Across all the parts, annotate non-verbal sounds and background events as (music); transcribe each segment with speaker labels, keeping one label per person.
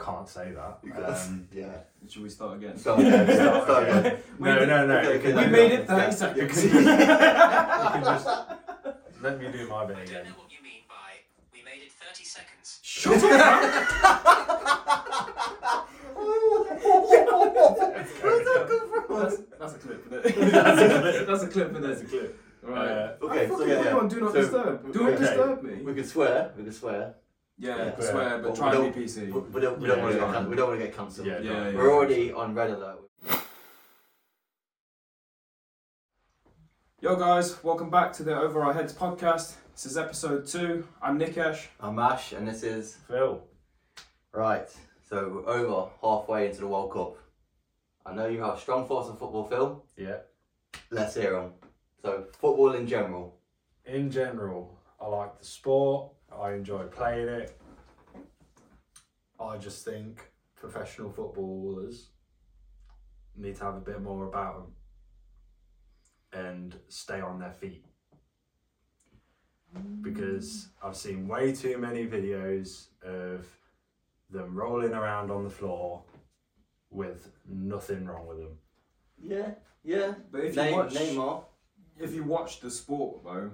Speaker 1: can't say that.
Speaker 2: You
Speaker 1: (laughs)
Speaker 2: gotta-
Speaker 1: Um,
Speaker 2: (laughs) yeah.
Speaker 3: Should we start again?
Speaker 2: Start again, (laughs)
Speaker 1: start-
Speaker 2: start
Speaker 3: (laughs)
Speaker 2: again.
Speaker 3: We-
Speaker 1: no, no, no.
Speaker 2: okay,
Speaker 1: you can-
Speaker 2: okay,
Speaker 3: We
Speaker 1: you
Speaker 3: made
Speaker 1: can-
Speaker 3: it 30 (laughs)
Speaker 2: You
Speaker 1: You
Speaker 3: seconds.
Speaker 1: can just let me do my bit
Speaker 4: I
Speaker 1: again.
Speaker 4: don't know what you mean by we made it 30 seconds.
Speaker 3: Shut up! (laughs)
Speaker 2: Where's that come from?
Speaker 3: That's, that's a clip, isn't it?
Speaker 1: That's a clip.
Speaker 3: (laughs) That's a clip, isn't
Speaker 1: That's a
Speaker 3: it?
Speaker 1: clip.
Speaker 3: Right.
Speaker 1: Uh,
Speaker 2: Okay,
Speaker 3: I
Speaker 2: so
Speaker 3: fucking
Speaker 2: yeah,
Speaker 3: put you on
Speaker 2: yeah.
Speaker 3: Do not
Speaker 2: So,
Speaker 3: disturb. Do not
Speaker 2: okay.
Speaker 3: disturb me.
Speaker 2: We can swear, we can swear,
Speaker 3: Yeah,
Speaker 2: Yeah.
Speaker 3: swear, but
Speaker 2: But
Speaker 3: try
Speaker 2: we
Speaker 3: and
Speaker 2: don't-
Speaker 3: be PC.
Speaker 2: but we don't, we don't
Speaker 1: Yeah,
Speaker 2: want to
Speaker 1: yeah.
Speaker 2: get can- we don't want to get cancelled.
Speaker 1: Yeah,
Speaker 3: Yeah, yeah.
Speaker 2: We're already on red alert.
Speaker 3: Yo, guys, welcome back to the Over Our Heads podcast. This is episode two. I'm Nikesh.
Speaker 2: I'm Ash, and this is
Speaker 1: Phil.
Speaker 2: right. So we're over halfway into the World Cup. I know you have a strong thoughts on football, Phil.
Speaker 1: Yeah.
Speaker 2: Let's hear them. So football in general.
Speaker 1: In general, I like the sport. I enjoy playing it. I just think professional footballers need to have a bit more about them and stay on their feet. Because I've seen way too many videos of them rolling around on the floor with nothing wrong with them.
Speaker 2: Yeah, yeah.
Speaker 3: But if
Speaker 2: Name,
Speaker 3: you watch,
Speaker 2: Neymar.
Speaker 3: if you watch the sport though,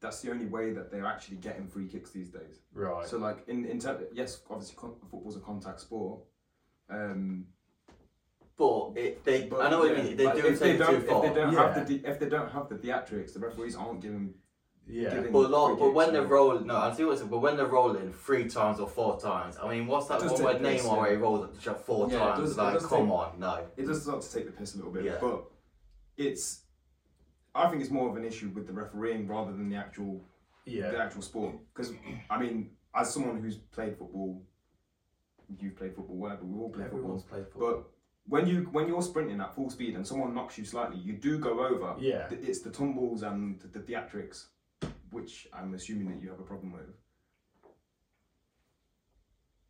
Speaker 3: that's the only way that they're actually getting free kicks these days.
Speaker 1: Right.
Speaker 3: So like in in ter- yes, obviously con- football's a contact sport. Um,
Speaker 2: But it, they,
Speaker 3: but
Speaker 2: I know what
Speaker 3: yeah,
Speaker 2: you mean. They
Speaker 3: like,
Speaker 2: do
Speaker 3: if
Speaker 2: it
Speaker 3: they
Speaker 2: take
Speaker 3: don't,
Speaker 2: it too far.
Speaker 3: If they don't
Speaker 1: Yeah.
Speaker 3: have the de- if they don't have the theatrics, the referees aren't giving.
Speaker 1: yeah.
Speaker 3: giving
Speaker 2: But a lot,
Speaker 3: free
Speaker 2: but
Speaker 3: kicks,
Speaker 2: when
Speaker 3: so-
Speaker 2: they're rolling, no, I see what it's. But when they're rolling three times or four times, I mean, what's that
Speaker 3: Just
Speaker 2: one
Speaker 3: take
Speaker 2: where
Speaker 3: the piss,
Speaker 2: Neymar where
Speaker 3: yeah.
Speaker 2: he rolls up the shot four
Speaker 3: Yeah, it
Speaker 2: times?
Speaker 3: does- it
Speaker 2: like,
Speaker 3: does
Speaker 2: come
Speaker 3: take-
Speaker 2: on, no.
Speaker 3: it does start to take the piss a little bit,
Speaker 2: Yeah.
Speaker 3: but it's. I think it's more of an issue with the refereeing rather than the actual the
Speaker 1: Yeah.
Speaker 3: actual sport. Because I mean, as someone who's played football, you've played football, whatever. We've all played football.
Speaker 1: Everyone's played football.
Speaker 3: But when you when you're sprinting at full speed and someone knocks you slightly, you do go over.
Speaker 1: Yeah.
Speaker 3: Th- It's the tumbles and the, the theatrics, which I'm assuming that you have a problem with.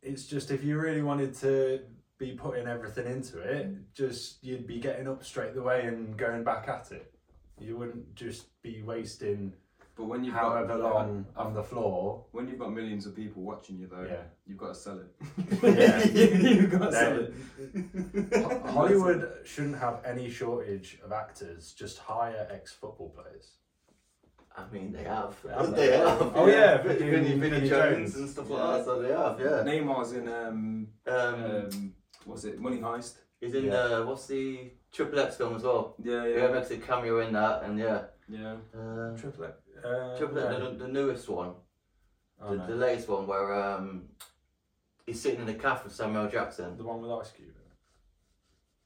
Speaker 1: it's just if you really wanted to be putting everything into it, just you'd be getting up straight away and going back at it. You wouldn't just be wasting
Speaker 3: But when you've
Speaker 1: however
Speaker 3: got
Speaker 1: long on the floor.
Speaker 3: when you've got millions of people watching you though,
Speaker 1: Yeah.
Speaker 3: you've got to sell it. (laughs)
Speaker 1: Yeah.
Speaker 3: you've got to sell it.
Speaker 1: Then Ho- Hollywood shouldn't have any shortage of actors. Just hire ex-football players.
Speaker 2: I mean, they have. (laughs)
Speaker 1: Have
Speaker 2: they
Speaker 1: they?
Speaker 2: have.
Speaker 1: Oh, yeah,
Speaker 2: (laughs) Vinny,
Speaker 1: fucking
Speaker 2: Vinny,
Speaker 1: Vinny
Speaker 2: Jones
Speaker 1: Jones.
Speaker 2: and stuff
Speaker 3: Yeah.
Speaker 2: like that. So they have, yeah.
Speaker 3: Neymar's in um,
Speaker 2: Um,
Speaker 3: um what's it Money Heist?
Speaker 2: he's in
Speaker 1: yeah.
Speaker 2: the what's the Triple X film as well.
Speaker 3: Yeah,
Speaker 2: Yeah,
Speaker 3: yeah,
Speaker 2: makes a cameo in that, and yeah,
Speaker 3: yeah.
Speaker 2: uh,
Speaker 1: Triple X. Uh,
Speaker 2: Triple X,
Speaker 1: no.
Speaker 2: the, the newest one,
Speaker 1: Oh,
Speaker 2: the,
Speaker 1: no.
Speaker 2: the latest one where um, he's sitting in the cafe with Samuel Jackson.
Speaker 1: The one with Ice Cube.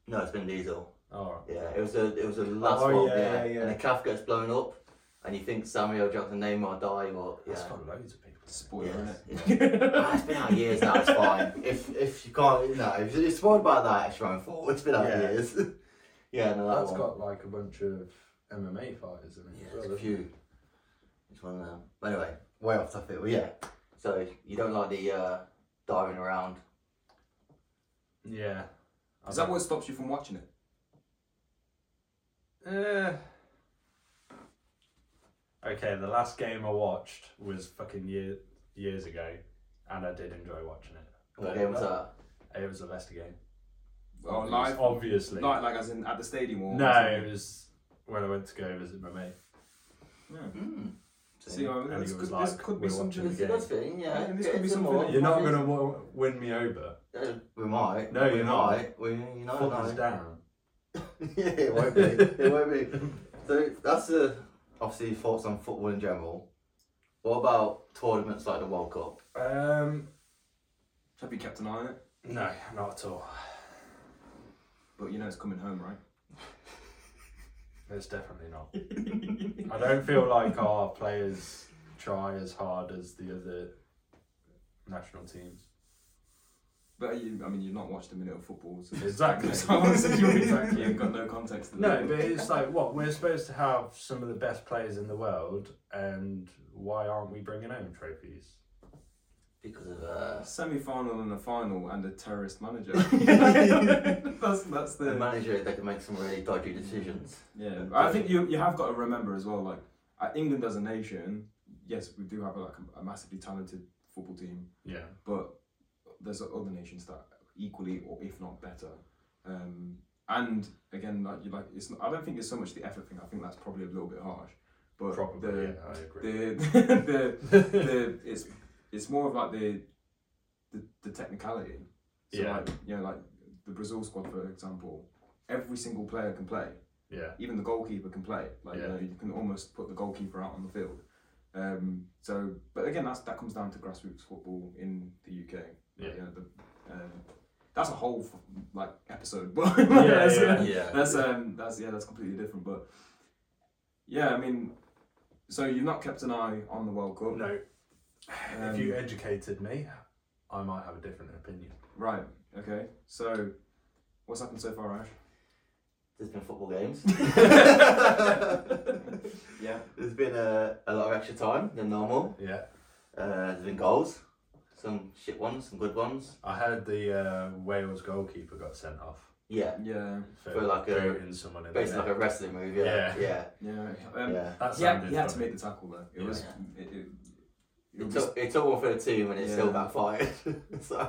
Speaker 2: No, it's Vin Diesel.
Speaker 1: Oh,
Speaker 2: Yeah, it was a it was a last one.
Speaker 1: Oh, yeah,
Speaker 2: yeah,
Speaker 1: yeah, yeah.
Speaker 2: And the calf gets blown up, and you think Samuel Jackson Neymar die or yeah.
Speaker 1: that's got loads of people.
Speaker 3: Spoiler,
Speaker 2: Yes,
Speaker 3: innit?
Speaker 2: (laughs) Ah, it's been out years now. It's
Speaker 3: (laughs)
Speaker 2: fine. If if you can't, no, if it's spoiled by that, it's your own fault. It's been out
Speaker 1: Yeah.
Speaker 2: years. (laughs) yeah, no, that
Speaker 1: That's
Speaker 2: one.
Speaker 1: got like a bunch of MMA fighters in it.
Speaker 2: yeah,
Speaker 1: as well,
Speaker 2: there's a
Speaker 1: doesn't it?
Speaker 2: few. It's one of them. But anyway, way off topic. Well, yeah. So you don't like the uh, diving around?
Speaker 1: Yeah.
Speaker 3: Is that what stops you from watching it?
Speaker 1: Uh, okay, the last game I watched was fucking year, years ago, and I did enjoy watching it.
Speaker 2: What
Speaker 1: But
Speaker 2: game was that?
Speaker 1: It was a Leicester game.
Speaker 3: Oh, live,
Speaker 1: Obviously.
Speaker 3: like, like as in at the stadium or
Speaker 1: no,
Speaker 3: something?
Speaker 1: it was when I went to go visit my mate.
Speaker 2: Mm.
Speaker 3: See, I mean,
Speaker 1: And
Speaker 3: this
Speaker 1: he was
Speaker 3: could, this
Speaker 1: like,
Speaker 3: could
Speaker 1: "We're
Speaker 3: be
Speaker 1: watching
Speaker 3: something.
Speaker 1: the
Speaker 2: It's a good thing, yeah.
Speaker 3: Yeah, this could be
Speaker 2: It's a
Speaker 3: something
Speaker 2: more-
Speaker 3: that
Speaker 1: You're not going to w- win me over.
Speaker 2: Uh, We might.
Speaker 1: No,
Speaker 2: we
Speaker 1: you're not.
Speaker 2: might. We, you know,
Speaker 1: Foot was
Speaker 2: no.
Speaker 1: down.
Speaker 2: (laughs) yeah, it won't be. It won't be. So that's the obviously thoughts on football in general. What about tournaments like the World Cup?
Speaker 1: (laughs) Um,
Speaker 3: Have you kept an eye on it?
Speaker 1: no, not at all.
Speaker 3: But you know it's coming home, right?
Speaker 1: It's definitely not. I don't feel like our players try as hard as the other national teams.
Speaker 3: But you, I mean, you've not watched a minute of football, so
Speaker 1: Exactly.
Speaker 3: (laughs) So honestly, you exactly have got no context. To
Speaker 1: No,
Speaker 3: it.
Speaker 1: but it's like what we're supposed to have some of the best players in the world, and why aren't we bringing home trophies?
Speaker 2: Because of
Speaker 3: A
Speaker 2: uh,
Speaker 3: semi-final and a final and a terrorist (laughs) manager. that's that's
Speaker 2: the
Speaker 3: the
Speaker 2: manager, they can make some really dodgy decisions.
Speaker 3: yeah. I think you you have got to remember as well, like uh, England as a nation. Yes, we do have like a, a massively talented football team,
Speaker 1: Yeah,
Speaker 3: but there's other nations that equally or if not better. Um, and again, like you like, it's not, I don't think it's so much the effort thing. I think that's probably a little bit harsh, but
Speaker 1: Probably,
Speaker 3: the,
Speaker 1: yeah, I agree.
Speaker 3: the (laughs)
Speaker 1: (laughs)
Speaker 3: the the it's it's more of like the the, the technicality. So
Speaker 1: Yeah.
Speaker 3: like you know, like the Brazil squad for example, every single player can play.
Speaker 1: yeah,
Speaker 3: Even the goalkeeper can play. Like
Speaker 1: Yeah.
Speaker 3: you know, you can almost put the goalkeeper out on the field. Um, so, but again, that's that comes down to grassroots football in the UK. Like,
Speaker 1: Yeah.
Speaker 3: you know, the, um, that's a whole f- like episode, (laughs) but
Speaker 1: Yeah,
Speaker 3: that's,
Speaker 1: yeah.
Speaker 2: Yeah.
Speaker 3: that's um, that's yeah, that's completely different. But yeah, I mean, so you've not kept an eye on the World Cup,
Speaker 1: no.
Speaker 3: Um,
Speaker 1: if you educated me, I might have a different opinion.
Speaker 3: right? Okay, so what's happened so far, Ash?
Speaker 2: There's been football games. (laughs)
Speaker 3: Yeah,
Speaker 2: There's been a, a lot of extra time than normal.
Speaker 1: Yeah,
Speaker 2: Uh, there's been goals, some shit ones, some good ones.
Speaker 1: I heard the uh, Wales goalkeeper got sent off
Speaker 2: Yeah,
Speaker 3: yeah,
Speaker 1: for,
Speaker 2: For like a-
Speaker 1: booting someone in the
Speaker 2: basically like
Speaker 1: neck.
Speaker 2: a wrestling move. Yeah,
Speaker 1: Yeah.
Speaker 2: yeah,
Speaker 3: yeah.
Speaker 2: yeah.
Speaker 3: Um,
Speaker 1: That
Speaker 3: Yeah,
Speaker 1: sounded
Speaker 3: he had to
Speaker 1: funny.
Speaker 3: make the tackle though. It was it, it, it
Speaker 2: It
Speaker 3: was
Speaker 2: took it took one for the team and it still
Speaker 3: Yeah.
Speaker 2: backfired. (laughs) so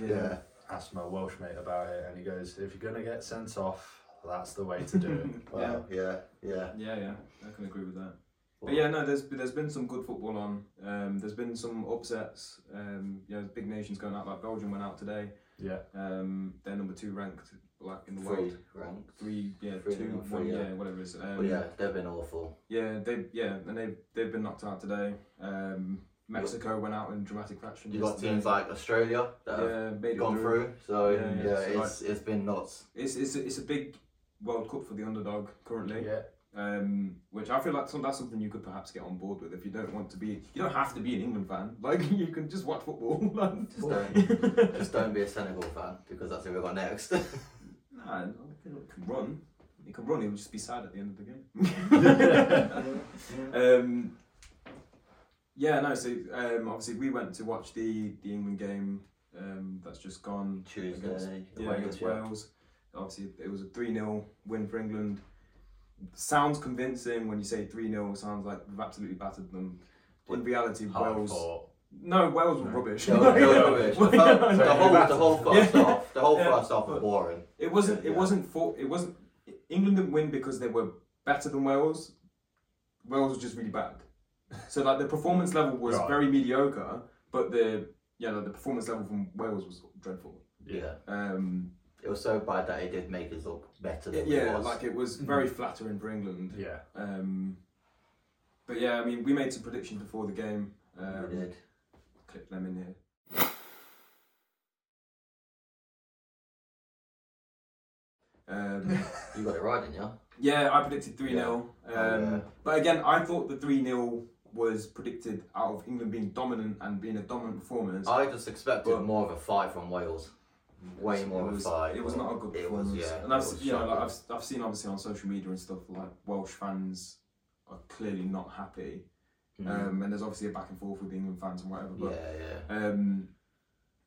Speaker 3: yeah.
Speaker 2: yeah,
Speaker 1: asked my Welsh mate about it, and he goes, "If you're gonna get sent off, that's the way to do
Speaker 3: (laughs)
Speaker 1: it."
Speaker 2: wow, yeah, yeah.
Speaker 3: yeah, yeah. I can agree with that. But yeah, no, there's there's been some good football on. Um, there's been some upsets. Um, you know, big nations going out like Belgium went out today.
Speaker 1: yeah,
Speaker 3: Um, they're number two ranked like in the
Speaker 2: three
Speaker 3: world.
Speaker 2: ranked.
Speaker 3: Three, yeah,
Speaker 2: Three,
Speaker 3: two,
Speaker 2: number three,
Speaker 3: one,
Speaker 2: yeah.
Speaker 3: yeah, whatever it is. Um,
Speaker 2: But Oh, yeah, they've been awful.
Speaker 3: yeah, they yeah, and they they've been knocked out today. Um, Mexico went out in dramatic fashion.
Speaker 2: You got
Speaker 3: yesterday.
Speaker 2: teams like Australia that have
Speaker 3: yeah, made it
Speaker 2: gone through. So
Speaker 3: Yeah,
Speaker 2: yeah,
Speaker 3: yeah. So,
Speaker 2: it's it's been nuts.
Speaker 3: It's it's a, it's a big World Cup for the underdog currently.
Speaker 1: yeah,
Speaker 3: um, which I feel like some, that's something you could perhaps get on board with if you don't want to be. You don't have to be an England fan. Like (laughs) you can just watch football. (laughs) like,
Speaker 2: Just
Speaker 3: well,
Speaker 2: don't, just don't be a Senegal fan because that's who we got next. (laughs)
Speaker 3: Nah, no, it can run. It can run. It would just be sad at the end of the game. um, yeah, no. So um, obviously we went to watch the the England game um, that's just gone against
Speaker 2: Tuesday,
Speaker 3: yeah,
Speaker 2: away
Speaker 3: against
Speaker 2: to-
Speaker 3: Wales. Obviously, it was a 3 0 win for England. Sounds convincing when you say 3 0, sounds like we've absolutely battered them. In reality,
Speaker 1: hard
Speaker 3: Wales.
Speaker 1: fought.
Speaker 3: No, Wales were
Speaker 1: No.
Speaker 3: rubbish.
Speaker 2: They were- they were
Speaker 3: (laughs)
Speaker 2: rubbish. The fir- the whole the whole first
Speaker 3: Yeah.
Speaker 2: half, the whole
Speaker 3: Yeah.
Speaker 2: first half was boring.
Speaker 3: It wasn't. It
Speaker 2: Yeah.
Speaker 3: wasn't for. It wasn't. England didn't win because they were better than Wales. Wales was just really bad. So like the performance level was
Speaker 1: Right.
Speaker 3: very mediocre, but the yeah like, the performance level from Wales was dreadful.
Speaker 2: Yeah,
Speaker 3: Um,
Speaker 2: it was so bad that it did make us look better than we
Speaker 3: yeah,
Speaker 2: was.
Speaker 3: like it was very flattering for England.
Speaker 1: (laughs) yeah,
Speaker 3: Um, but yeah, I mean, we made some predictions before the game. Um,
Speaker 2: we did.
Speaker 3: Clip them in here.
Speaker 1: (laughs)
Speaker 3: Um,
Speaker 2: You got it right, didn't you?
Speaker 3: yeah, I predicted 3 0. Um,
Speaker 2: yeah.
Speaker 3: But again, I thought the 3 0 was predicted out of England being dominant and being a dominant performance.
Speaker 2: I just expected
Speaker 3: But-
Speaker 2: more of a fight from Wales. Way more
Speaker 3: it was,
Speaker 2: of a fight.
Speaker 3: it was not a good
Speaker 2: It was,
Speaker 3: performance.
Speaker 2: yeah,
Speaker 3: and I've,
Speaker 2: it
Speaker 3: s-
Speaker 2: was
Speaker 3: you know, like,
Speaker 2: shocking.
Speaker 3: I've, I've seen obviously on social media and stuff like Welsh fans are clearly not happy. Um, and there's obviously a back and forth with the England fans and whatever. But
Speaker 2: Mm. yeah, yeah.
Speaker 3: Um,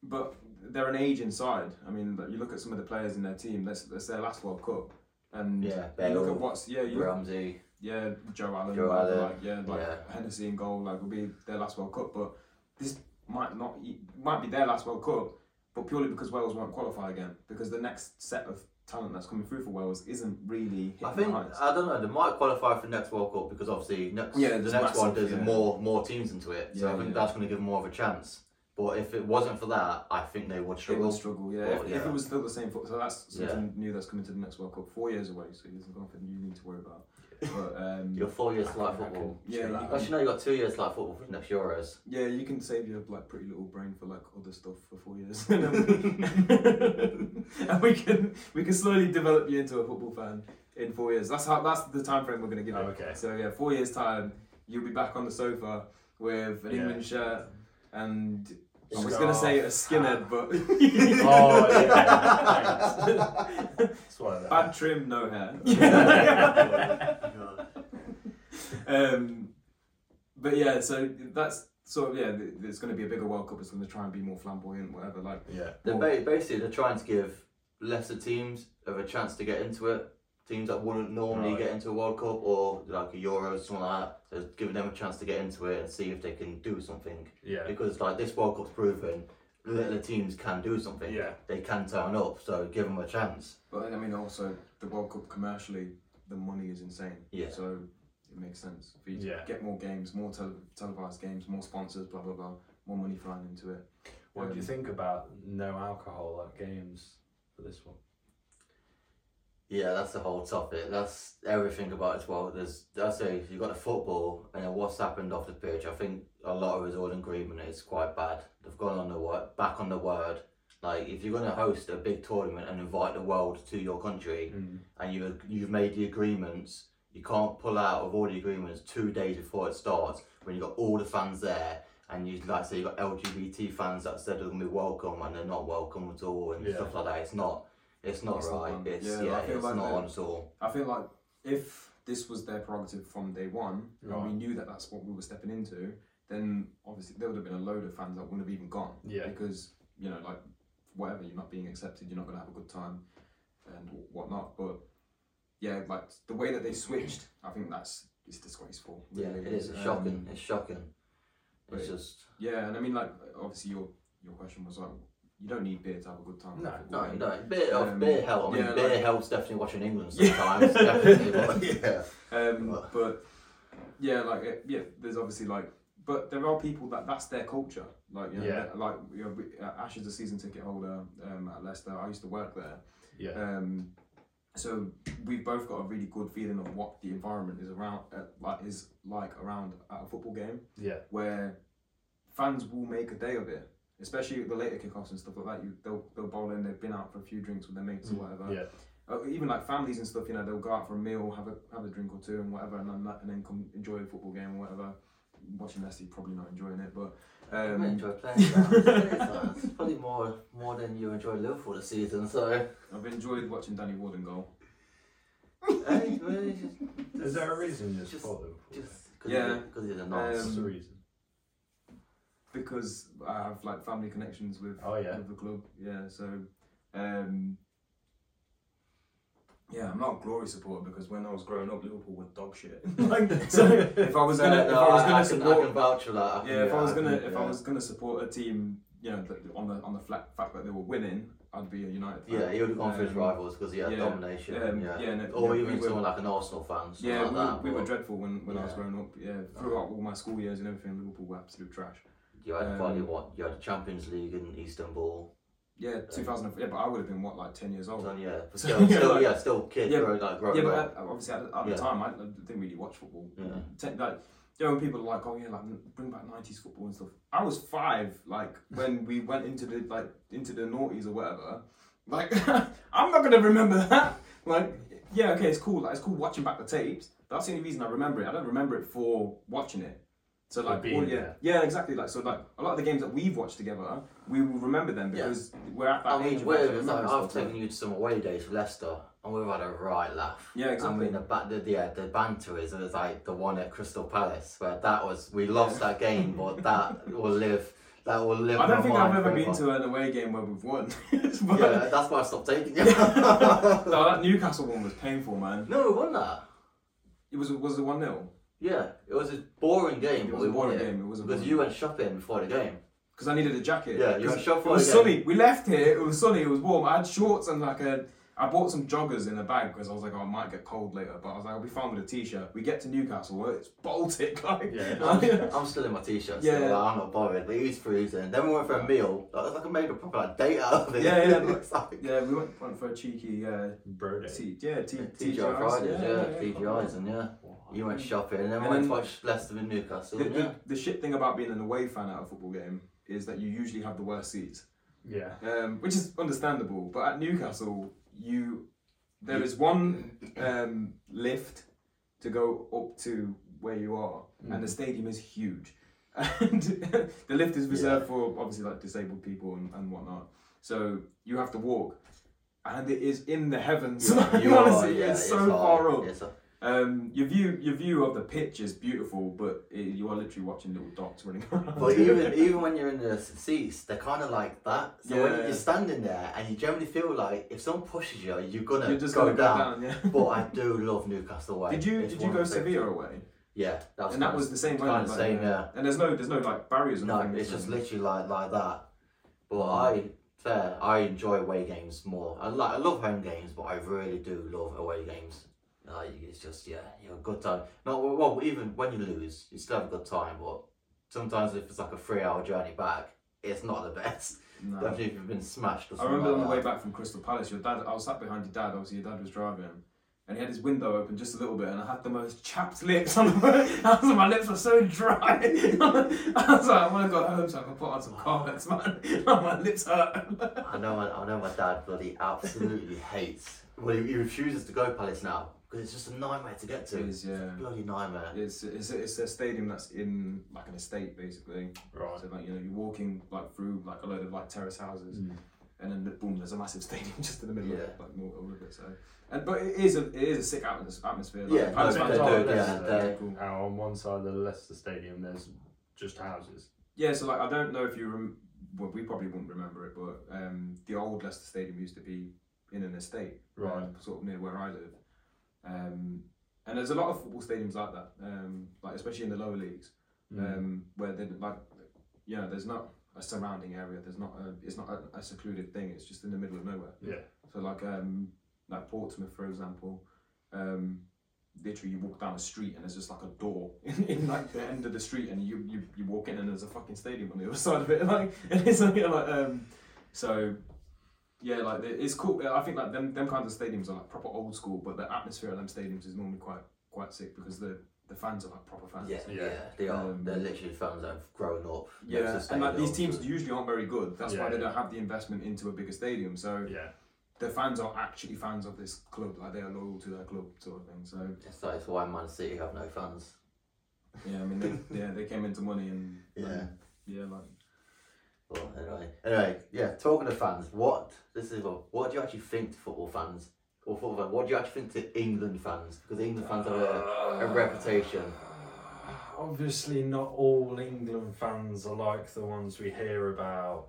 Speaker 3: but they're an age inside. I mean, like, you look at some of the players in their team. That's, that's their last World Cup, and
Speaker 2: Yeah,
Speaker 3: you look
Speaker 2: Bale,
Speaker 3: at what's yeah, you look,
Speaker 2: Ramsey.
Speaker 3: yeah, Joe Allen,
Speaker 2: Joe
Speaker 3: like,
Speaker 2: Allen,
Speaker 3: like, yeah, like
Speaker 2: yeah.
Speaker 3: Hennessy in goal, like will be their last World Cup. But this might not e- might be their last World Cup, but purely because Wales won't qualify again because the next set of talent that's coming through for Wales isn't really. Hitting
Speaker 2: I think
Speaker 3: the heights.
Speaker 2: I don't know. They might qualify for next World Cup because obviously next
Speaker 3: Yeah,
Speaker 2: the
Speaker 3: there's
Speaker 2: next one
Speaker 3: massive,
Speaker 2: there's
Speaker 3: yeah.
Speaker 2: more more teams into it, so
Speaker 3: Yeah,
Speaker 2: I think
Speaker 3: yeah.
Speaker 2: that's going to give them more of a chance. But if it wasn't for that, I think they would
Speaker 3: It
Speaker 2: struggle.
Speaker 3: will struggle, yeah.
Speaker 2: Well,
Speaker 3: if, if
Speaker 2: yeah.
Speaker 3: it was still the same, foot, so that's
Speaker 2: Yeah.
Speaker 3: something new that's coming to the next World Cup. Four years away, so there's nothing you need to
Speaker 2: (laughs)
Speaker 3: worry about. But um,
Speaker 2: Your four years
Speaker 1: I
Speaker 2: to like
Speaker 1: can- I
Speaker 2: football.
Speaker 1: can
Speaker 3: Yeah,
Speaker 1: chill
Speaker 3: you-
Speaker 1: out.
Speaker 2: Actually, no, you got two years to like football for next Euros.
Speaker 3: yeah, you can save your like pretty little brain for like other stuff for
Speaker 1: (laughs)
Speaker 3: four years, and, then- and we (laughs) can we can slowly develop you into a football fan in four years. That's how that's the time frame we're gonna give you.
Speaker 1: Oh, okay.
Speaker 3: So yeah, four years time, you'll be back on the sofa with an
Speaker 1: Yeah.
Speaker 3: England shirt and. I was
Speaker 1: Scarf.
Speaker 3: gonna say a
Speaker 1: (laughs)
Speaker 3: skinhead, but
Speaker 1: Oh
Speaker 2: (laughs)
Speaker 1: yeah, thanks. That's why that-
Speaker 3: bad trim, no hair.
Speaker 1: (laughs)
Speaker 2: (laughs)
Speaker 3: um, but yeah, so that's sort of yeah. th- It's going to be a bigger World Cup. It's going to try and be more flamboyant, whatever. Like
Speaker 1: Yeah,
Speaker 2: They're
Speaker 3: Well-
Speaker 2: ba- basically they're trying to give lesser teams of a chance to get into it. Teams that wouldn't normally
Speaker 1: Right.
Speaker 2: get into a World Cup or like a Euro or something like that. They're giving them a chance to get into it and see if they can do something.
Speaker 1: yeah,
Speaker 2: Because like this World Cup's proven littler teams can do something.
Speaker 1: Yeah.
Speaker 2: They can turn up, so give them a chance.
Speaker 3: But I mean, also the World Cup commercially, the money is insane.
Speaker 2: Yeah.
Speaker 3: So it makes sense for you to
Speaker 1: Yeah.
Speaker 3: get more games, more tele- televised games, more sponsors, blah blah blah, more money flying into it.
Speaker 1: What do you
Speaker 3: Um,
Speaker 1: think about no alcohol at games for this one?
Speaker 2: Yeah, that's the whole topic. That's everything about it as well. There's, I say, you've got the football and then what's happened off the pitch. I think a lot of us all in agreement it's quite bad. They've gone on the word, back on the word. Like, if you're going to host a big tournament and invite the world to your country
Speaker 1: Mm.
Speaker 2: and you, you've made the agreements, you can't pull out of all the agreements two days before it starts when you've got all the fans there and you like say you've got LGBT fans that said they're going to be welcome and they're not welcome at all and
Speaker 1: Yeah.
Speaker 2: stuff like that. It's not. It's not
Speaker 3: It's not
Speaker 2: right.
Speaker 3: on.
Speaker 2: It's
Speaker 3: Yeah,
Speaker 2: yeah,
Speaker 3: I feel
Speaker 2: it's
Speaker 3: like
Speaker 2: not
Speaker 3: the-
Speaker 2: on at all.
Speaker 3: I feel like if this was their prerogative from day one, and we
Speaker 1: Right.
Speaker 3: knew that that's what we were stepping into, then obviously there would have been a load of fans that wouldn't have even gone.
Speaker 1: Yeah.
Speaker 3: Because you know, like whatever, you're not being accepted, you're not going to have a good time, and wh- whatnot. But yeah, like the way that they switched, I think that's it's disgraceful.
Speaker 2: Yeah,
Speaker 3: really.
Speaker 2: it is
Speaker 3: Um,
Speaker 2: it's shocking. It's shocking. It's
Speaker 3: but-
Speaker 2: just
Speaker 3: Yeah, and I mean, like obviously your your question was like, you don't need beer to have a good time.
Speaker 1: No,
Speaker 3: at football
Speaker 2: no,
Speaker 3: game.
Speaker 2: no. Beer,
Speaker 3: Um,
Speaker 2: beer helps. I mean,
Speaker 3: yeah,
Speaker 2: beer
Speaker 3: like-
Speaker 2: helps definitely watching England
Speaker 3: Yeah.
Speaker 2: sometimes. definitely,
Speaker 3: (laughs)
Speaker 2: but yeah.
Speaker 3: Um,
Speaker 2: Ugh.
Speaker 3: but yeah, like it- yeah, there's obviously like, but there are people that that's their culture. Like you know,
Speaker 1: Yeah.
Speaker 3: that- like you know, we- uh, Ash is a season ticket holder um, at Leicester. I used to work there,
Speaker 1: Yeah.
Speaker 3: um, so we've both got a really good feeling of what the environment is around, uh, like is like around at a football game
Speaker 1: Yeah.
Speaker 3: where fans will make a day of it. Especially at the later kickoffs and stuff like that, you they'll they'll bowl in. They've been out for a few drinks with their mates or whatever
Speaker 1: Mm, Yeah.
Speaker 3: uh, even like families and stuff, you know, they'll go out for a meal, have a have a drink or two and whatever, and then and then come enjoy a football game or whatever. Watching Messi, probably not enjoying it, but
Speaker 2: I
Speaker 3: um,
Speaker 2: enjoy
Speaker 3: (laughs)
Speaker 2: playing that. It's probably more more than you enjoy Liverpool this season. So
Speaker 3: I've enjoyed watching Danny Warden goal.
Speaker 2: hey, well, it's just-
Speaker 1: Is there a reason you
Speaker 2: just-
Speaker 1: support Liverpool?
Speaker 2: just cause
Speaker 3: Yeah.
Speaker 2: because he's a nonce.
Speaker 1: What's the
Speaker 3: um,
Speaker 1: reason?
Speaker 3: because I have like family connections with
Speaker 1: Oh, yeah.
Speaker 3: with the club. Yeah, so um, yeah, I'm not a glory supporter because when I was growing up, Liverpool were dog shit. (laughs)
Speaker 2: (laughs)
Speaker 3: like, so if I was gonna,
Speaker 2: No,
Speaker 3: if
Speaker 2: no,
Speaker 3: I was
Speaker 2: I- I
Speaker 3: gonna
Speaker 2: can- I
Speaker 3: support,
Speaker 2: can vouch for that. I can-
Speaker 3: Yeah, if I was
Speaker 2: can-
Speaker 3: gonna if I
Speaker 2: yeah.
Speaker 3: was gonna support a team, you know, that, on the on the flat fact that they were winning, I'd be a United fan.
Speaker 2: Yeah, he would have gone for his
Speaker 3: Um,
Speaker 2: rivals because he had
Speaker 3: yeah,
Speaker 2: domination.
Speaker 3: um,
Speaker 2: yeah.
Speaker 3: yeah, no,
Speaker 2: or
Speaker 3: yeah,
Speaker 2: even
Speaker 3: we were-
Speaker 2: someone like an Arsenal fan. something
Speaker 3: Yeah,
Speaker 2: like
Speaker 3: we,
Speaker 2: that,
Speaker 3: we were
Speaker 2: but
Speaker 3: dreadful when, when I was
Speaker 2: yeah.
Speaker 3: growing up. Yeah, throughout all my school years and everything, Liverpool were absolute trash.
Speaker 2: You had probably
Speaker 3: um,
Speaker 2: what? You had the Champions League in Istanbul.
Speaker 3: Yeah, 2004. Yeah, but I would have been what like 10 years old.
Speaker 2: So,
Speaker 3: (laughs)
Speaker 2: yeah,
Speaker 3: So,
Speaker 2: still,
Speaker 3: Oh. yeah,
Speaker 2: still,
Speaker 3: like-
Speaker 2: yeah, still kid,
Speaker 3: yeah,
Speaker 2: growing, like growing
Speaker 3: yeah, but
Speaker 2: up.
Speaker 3: at, obviously at, the- at
Speaker 2: Yeah.
Speaker 3: the time I didn't really watch football.
Speaker 2: Yeah.
Speaker 3: Te- like you know when people are like, oh yeah, like bring back nineties football and stuff. I was five,
Speaker 2: (laughs)
Speaker 3: like when we went into the like into the noughties or whatever. Like (laughs) I'm not gonna remember that. Like yeah, okay, it's cool. Like it's cool watching back the tapes. But that's the only reason I remember it. I don't remember it for watching it. So
Speaker 1: For
Speaker 3: like
Speaker 1: being
Speaker 3: all- yeah,
Speaker 1: there.
Speaker 3: yeah, exactly. Like so like a lot of the games that we've watched together, we will remember them
Speaker 2: Yeah.
Speaker 3: because we're at that
Speaker 2: I
Speaker 3: age.
Speaker 2: mean,
Speaker 3: of
Speaker 2: where
Speaker 3: actually
Speaker 2: it's like,
Speaker 3: remembering
Speaker 2: I've
Speaker 3: stuff, so-
Speaker 2: taken you to some away days for Leicester, and we've had a right laugh.
Speaker 3: Yeah,
Speaker 2: I
Speaker 3: exactly.
Speaker 2: mean, the, ba- the, yeah, the banter is, it was like the one at Crystal Palace, where that was, we lost that game, but
Speaker 3: (laughs)
Speaker 2: that will live, that will live
Speaker 3: I
Speaker 2: in
Speaker 3: don't
Speaker 2: my
Speaker 3: think I've
Speaker 2: mind
Speaker 3: ever been
Speaker 2: forever.
Speaker 3: to an away game where we've won. (laughs) But-
Speaker 2: Yeah, that's why I stopped taking
Speaker 3: (laughs)
Speaker 2: you.
Speaker 3: no, that Newcastle one was painful, man.
Speaker 2: no, we won that.
Speaker 3: It was was it one 0
Speaker 2: Yeah, it was a boring game.
Speaker 3: It
Speaker 2: but
Speaker 3: was
Speaker 2: we
Speaker 3: a
Speaker 2: won
Speaker 3: boring
Speaker 2: it.
Speaker 3: game, it was a
Speaker 2: because
Speaker 3: boring
Speaker 2: you went shopping before the game.
Speaker 3: because I needed a jacket.
Speaker 2: Yeah, you
Speaker 3: 'Cause
Speaker 2: had a shop
Speaker 3: It was
Speaker 2: for it, yeah.
Speaker 3: sunny. We left here. It was sunny. It was warm. I had shorts and like a. I bought some joggers in a bag because I was like, oh, I might get cold later, but I was like, I'll be fine with a t-shirt. We get to Newcastle, well, it's Baltic, (laughs) like.
Speaker 1: Yeah.
Speaker 2: I'm still in my t-shirt. Yeah,
Speaker 3: Yeah.
Speaker 2: I'm not bothered. But he was freezing. Then we went for a meal. Like, it's like I made a proper like, date out of it.
Speaker 3: Yeah,
Speaker 2: (laughs)
Speaker 3: yeah,
Speaker 2: It's like-
Speaker 3: yeah, we went, went for a cheeky uh,
Speaker 1: Bro day.
Speaker 3: t- yeah, t-
Speaker 2: TGI Fridays, yeah,
Speaker 3: come
Speaker 2: TGI's,
Speaker 3: on.
Speaker 2: and yeah, you went shopping, and then we
Speaker 3: Mm. And
Speaker 2: went to
Speaker 3: then-
Speaker 2: watch Leicester with Newcastle.
Speaker 3: The,
Speaker 2: yeah.
Speaker 3: the, the shit thing about being an away fan at a football game is that you usually have the worst seats.
Speaker 1: Yeah.
Speaker 3: um, which is understandable. But at Newcastle, you there is one um, lift to go up to where you are,
Speaker 2: Mm.
Speaker 3: and the stadium is huge, (laughs) and the lift is reserved for obviously like disabled people and, and whatnot. So you have to walk, and it is in the heavens. (laughs)
Speaker 2: (laughs)
Speaker 3: Like,
Speaker 2: You are,
Speaker 3: honestly,
Speaker 2: yeah,
Speaker 3: it's so far
Speaker 2: hard.
Speaker 3: up.
Speaker 2: It's a-
Speaker 3: Um, your view, your view of the pitch is beautiful, but it, you are literally watching little dots running (laughs) around.
Speaker 2: (laughs) but even even when you're in the s- seats, they're kind of like that. So when
Speaker 3: Yeah.
Speaker 2: you're standing there, and you generally feel like if someone pushes you, you're gonna
Speaker 3: You're just
Speaker 2: go
Speaker 3: gonna go
Speaker 2: down.
Speaker 3: down, yeah.
Speaker 2: but I do love Newcastle away.
Speaker 3: did you
Speaker 2: It's
Speaker 3: did you
Speaker 2: one
Speaker 3: go
Speaker 2: of the
Speaker 3: Sevilla
Speaker 2: things-
Speaker 3: away?
Speaker 2: Yeah, that was
Speaker 3: and that
Speaker 2: kinda-
Speaker 3: was the same
Speaker 2: kinda
Speaker 3: way.
Speaker 2: same, yeah.
Speaker 3: And there's no, there's no like barriers. or
Speaker 2: No,
Speaker 3: nothing,
Speaker 2: it's
Speaker 3: is
Speaker 2: just
Speaker 3: there?
Speaker 2: literally like like that. But
Speaker 3: Mm.
Speaker 2: I, fair, I enjoy away games more. I like, I love home games, but I really do love away games. Like, it's just yeah, you have a good time. Not well, even when you lose, you still have a good time. But sometimes if it's like a three-hour journey back, it's not the (laughs) best.
Speaker 3: No.
Speaker 2: Definitely if you've been smashed or
Speaker 3: I
Speaker 2: something.
Speaker 3: remember on
Speaker 2: like
Speaker 3: the way
Speaker 2: that.
Speaker 3: back from Crystal Palace, your dad. I was sat behind your dad. Obviously, your dad was driving, and he had his window open just a little bit, and I had the most chapped lips. On the, (laughs) I was, my lips were so dry. (laughs) I was like, when I got home, so I could put on some Carmex, man. (laughs) my lips hurt. (laughs)
Speaker 2: I know, my, I know my dad bloody absolutely hates. Well, he, he refuses to go Palace now because it's just a nightmare to get to.
Speaker 3: It is, yeah.
Speaker 2: bloody nightmare.
Speaker 3: It's, it's it's a stadium that's in like an estate basically.
Speaker 1: Right.
Speaker 3: So like you know you're walking like through like a load of like terrace houses, and then boom, there's a massive (laughs) stadium just in the middle of
Speaker 2: Yeah.
Speaker 3: it, like more all of it. So, and but it is a it is a sick atmos- atmosphere. Like,
Speaker 2: Yeah,
Speaker 3: the Palace
Speaker 1: no,
Speaker 3: fans
Speaker 1: they
Speaker 3: are-
Speaker 1: do, yeah,
Speaker 3: they're
Speaker 2: they-
Speaker 3: cool.
Speaker 1: Now on one side of the Leicester Stadium, there's just houses.
Speaker 3: Yeah, so like I don't know if you rem- well, we probably wouldn't remember it, but um, the old Leicester Stadium used to be in an estate,
Speaker 1: Right.
Speaker 3: um, sort of near where I live, um, and there's a lot of football stadiums like that, um, like especially in the lower leagues,
Speaker 1: Mm.
Speaker 3: um, where they like, you know, there's not a surrounding area, there's not a, it's not a, a secluded thing, it's just in the middle of nowhere.
Speaker 1: Yeah.
Speaker 3: So like um, like Portsmouth, for example, um, literally you walk down a street and there's just like a door (laughs) in, in like the end of the street and you, you you walk in and there's a fucking stadium on the other (laughs) side of it like and it's like, you know, like um so yeah like the- it's cool I think like them them kinds of stadiums are like proper old school but the atmosphere at them stadiums is normally quite quite sick because the the fans are like proper fans
Speaker 2: Yeah,
Speaker 1: Yeah.
Speaker 2: yeah, they are.
Speaker 3: Um,
Speaker 2: They're literally fans that have grown up.
Speaker 3: yeah
Speaker 2: next to
Speaker 3: and like these
Speaker 2: stadiums.
Speaker 3: teams usually aren't very good that's why
Speaker 1: Yeah.
Speaker 3: they don't have the investment into a bigger stadium
Speaker 2: Um,
Speaker 3: so
Speaker 1: Yeah.
Speaker 3: the fans are actually fans of this club like they are loyal to their club sort of thing so
Speaker 2: It's like it's why Man City have no fans.
Speaker 3: yeah I mean
Speaker 2: (laughs)
Speaker 3: they, yeah they came into money and
Speaker 2: Yeah.
Speaker 3: and, yeah like
Speaker 2: But anyway, anyway, yeah. Talking to fans, what this is what, what do you actually think to football fans or football fans? What do you actually think to England fans? Because England fans have uh, a, a
Speaker 3: Uh,
Speaker 2: reputation.
Speaker 1: (sighs) Obviously, not all England fans are like the ones we hear about.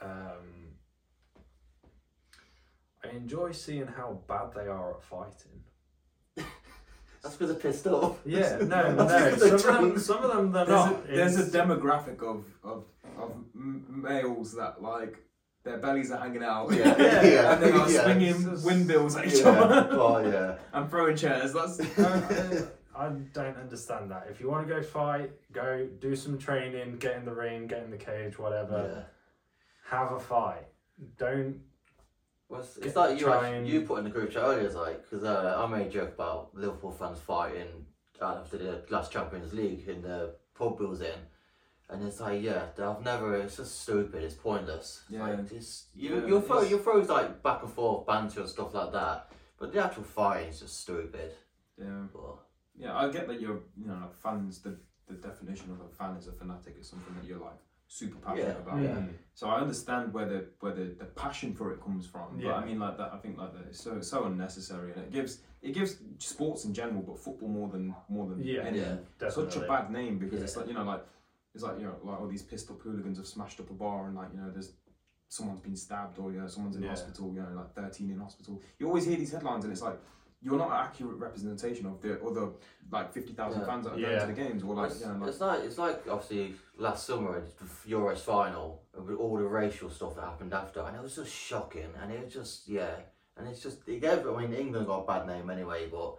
Speaker 1: Um, I enjoy seeing how bad they are at fighting.
Speaker 2: That's because they're pissed off. (laughs)
Speaker 1: Yeah,
Speaker 3: (laughs)
Speaker 1: no, no.
Speaker 2: That's the
Speaker 1: Some of them,
Speaker 2: truth.
Speaker 1: some of them, they're
Speaker 3: there's,
Speaker 1: not.
Speaker 3: a, there's a
Speaker 1: It's-
Speaker 3: demographic of of, of m- males that like their bellies are hanging out, (laughs)
Speaker 2: Yeah.
Speaker 1: Yeah.
Speaker 2: (laughs)
Speaker 3: and they are
Speaker 2: Yeah.
Speaker 3: swinging windmills at each
Speaker 2: Yeah.
Speaker 3: other (laughs)
Speaker 2: Oh yeah.
Speaker 3: and throwing chairs. That's
Speaker 1: I I don't understand that. If you want to go fight, go do some training, get in the ring, get in the cage, whatever.
Speaker 2: yeah.
Speaker 1: Have a fight. Don't.
Speaker 2: Well, it's, it's like you
Speaker 1: Try
Speaker 2: actually,
Speaker 1: and-
Speaker 2: you put in the group chat earlier, it's like because uh, I made a joke about Liverpool fans fighting after the last Champions League in the pub we was in, and it's like yeah, I've never. It's just stupid. It's pointless. It's
Speaker 3: Yeah.
Speaker 2: Like, just you,
Speaker 3: Yeah,
Speaker 2: your throw,
Speaker 3: it's-
Speaker 2: your throws like back and forth banter and stuff like that, but the actual fighting is just stupid.
Speaker 3: yeah,
Speaker 2: But
Speaker 3: yeah. I get that you're you know like fans. The the definition of a fan is a fanatic is something that you're like super passionate
Speaker 2: Yeah.
Speaker 3: about.
Speaker 1: mm,
Speaker 3: So I understand where the where the, the passion for it comes from.
Speaker 1: Yeah.
Speaker 3: But I mean like that I think like that it's so so unnecessary and it gives it gives sports in general but football more than more than
Speaker 1: Yeah.
Speaker 3: anything.
Speaker 2: Yeah.
Speaker 1: Definitely.
Speaker 3: such a bad name because it's
Speaker 2: Yeah.
Speaker 3: like you know like it's like you know like all these pissed up hooligans have smashed up a bar and like you know there's someone's been stabbed or you know someone's in
Speaker 1: Yeah.
Speaker 3: hospital you know like 13 in hospital you always hear these headlines and it's like you're not an accurate representation of the other like 50,000
Speaker 2: Yeah.
Speaker 3: fans that are
Speaker 1: Yeah.
Speaker 3: going to the games or like
Speaker 2: it's,
Speaker 3: you know like,
Speaker 2: it's like it's like obviously last summer at the Euros final with all the racial stuff that happened after, and it was just shocking, and it was just yeah, and it's just it gave. I mean, England got a bad name anyway, but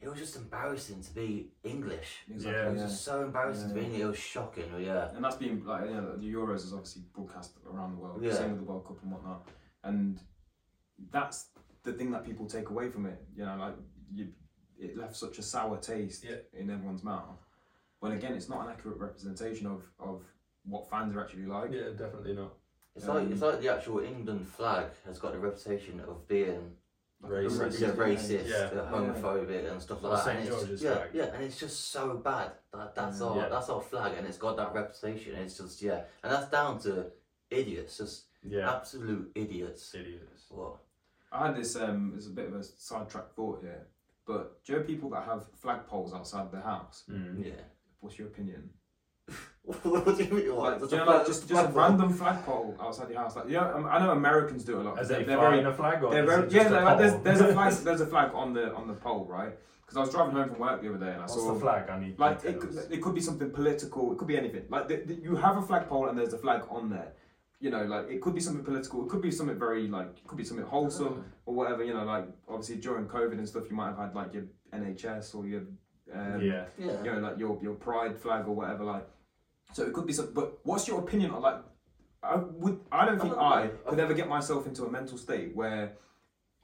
Speaker 2: it was just embarrassing to be English.
Speaker 1: Yeah.
Speaker 2: It was just so embarrassing to be
Speaker 3: Yeah.
Speaker 2: English. It was shocking. Yeah,
Speaker 3: And that's been like you know, the Euros is obviously broadcast around the world,
Speaker 2: Yeah.
Speaker 3: same with the World Cup and whatnot. And that's the thing that people take away from it. You know, like you, it left such a sour taste
Speaker 1: Yeah.
Speaker 3: in everyone's mouth. When again, it's not an accurate representation of of what fans are actually like.
Speaker 1: Yeah, definitely not.
Speaker 2: it's like it's like the actual England flag has got a reputation of being
Speaker 3: Like,
Speaker 1: Racist.
Speaker 3: the
Speaker 2: yeah, racist,
Speaker 1: Yeah.
Speaker 2: uh, homophobic, and stuff like that.
Speaker 1: St.
Speaker 2: and it's-
Speaker 1: George's
Speaker 2: yeah,
Speaker 1: flag.
Speaker 2: yeah, and it's just so bad. That that's
Speaker 3: Mm,
Speaker 2: our
Speaker 1: Yeah.
Speaker 2: that's our flag, and it's got that reputation. It's just yeah, and that's down to idiots, just
Speaker 1: Yeah.
Speaker 2: absolute idiots.
Speaker 1: Idiots.
Speaker 2: What?
Speaker 3: I had this um, it's a bit of a sidetrack thought here, but do you know people that have flagpoles outside their house?
Speaker 1: Mm.
Speaker 2: Yeah. (laughs)
Speaker 3: What's your opinion?
Speaker 2: what do you mean? What?
Speaker 3: Like,
Speaker 2: That's
Speaker 3: do you
Speaker 2: a
Speaker 3: know, like,
Speaker 2: flag-
Speaker 3: just,
Speaker 2: that's
Speaker 3: just a
Speaker 2: flag pole.
Speaker 3: random flagpole outside your house. Like, you know, um, I know Americans do it a lot.
Speaker 1: Are
Speaker 3: 'cause
Speaker 1: they
Speaker 3: they're very-
Speaker 1: flying a flag or
Speaker 3: They're
Speaker 1: is
Speaker 3: very,
Speaker 1: it
Speaker 3: yeah,
Speaker 1: just a
Speaker 3: they're like, there's,
Speaker 1: pole?
Speaker 3: there's
Speaker 1: (laughs)
Speaker 3: a flag. There's a flag on the on the pole, right? Because I was driving home from work the other day and I
Speaker 1: What's
Speaker 3: saw
Speaker 1: the flag? I need
Speaker 3: like it
Speaker 1: details.
Speaker 3: could, it could be something political. It could be anything. Like the, the, you have a flagpole and there's a flag on there. you know, like it could be something political. It could be something very like it could be something wholesome or whatever. You know, like obviously during COVID and stuff, you might have had like your NHS or your um,
Speaker 1: yeah.
Speaker 2: Yeah.
Speaker 3: you know, like your your pride flag or whatever. Like, so it could be something. But what's your opinion on like? I would. I don't think I could ever get myself into a mental state where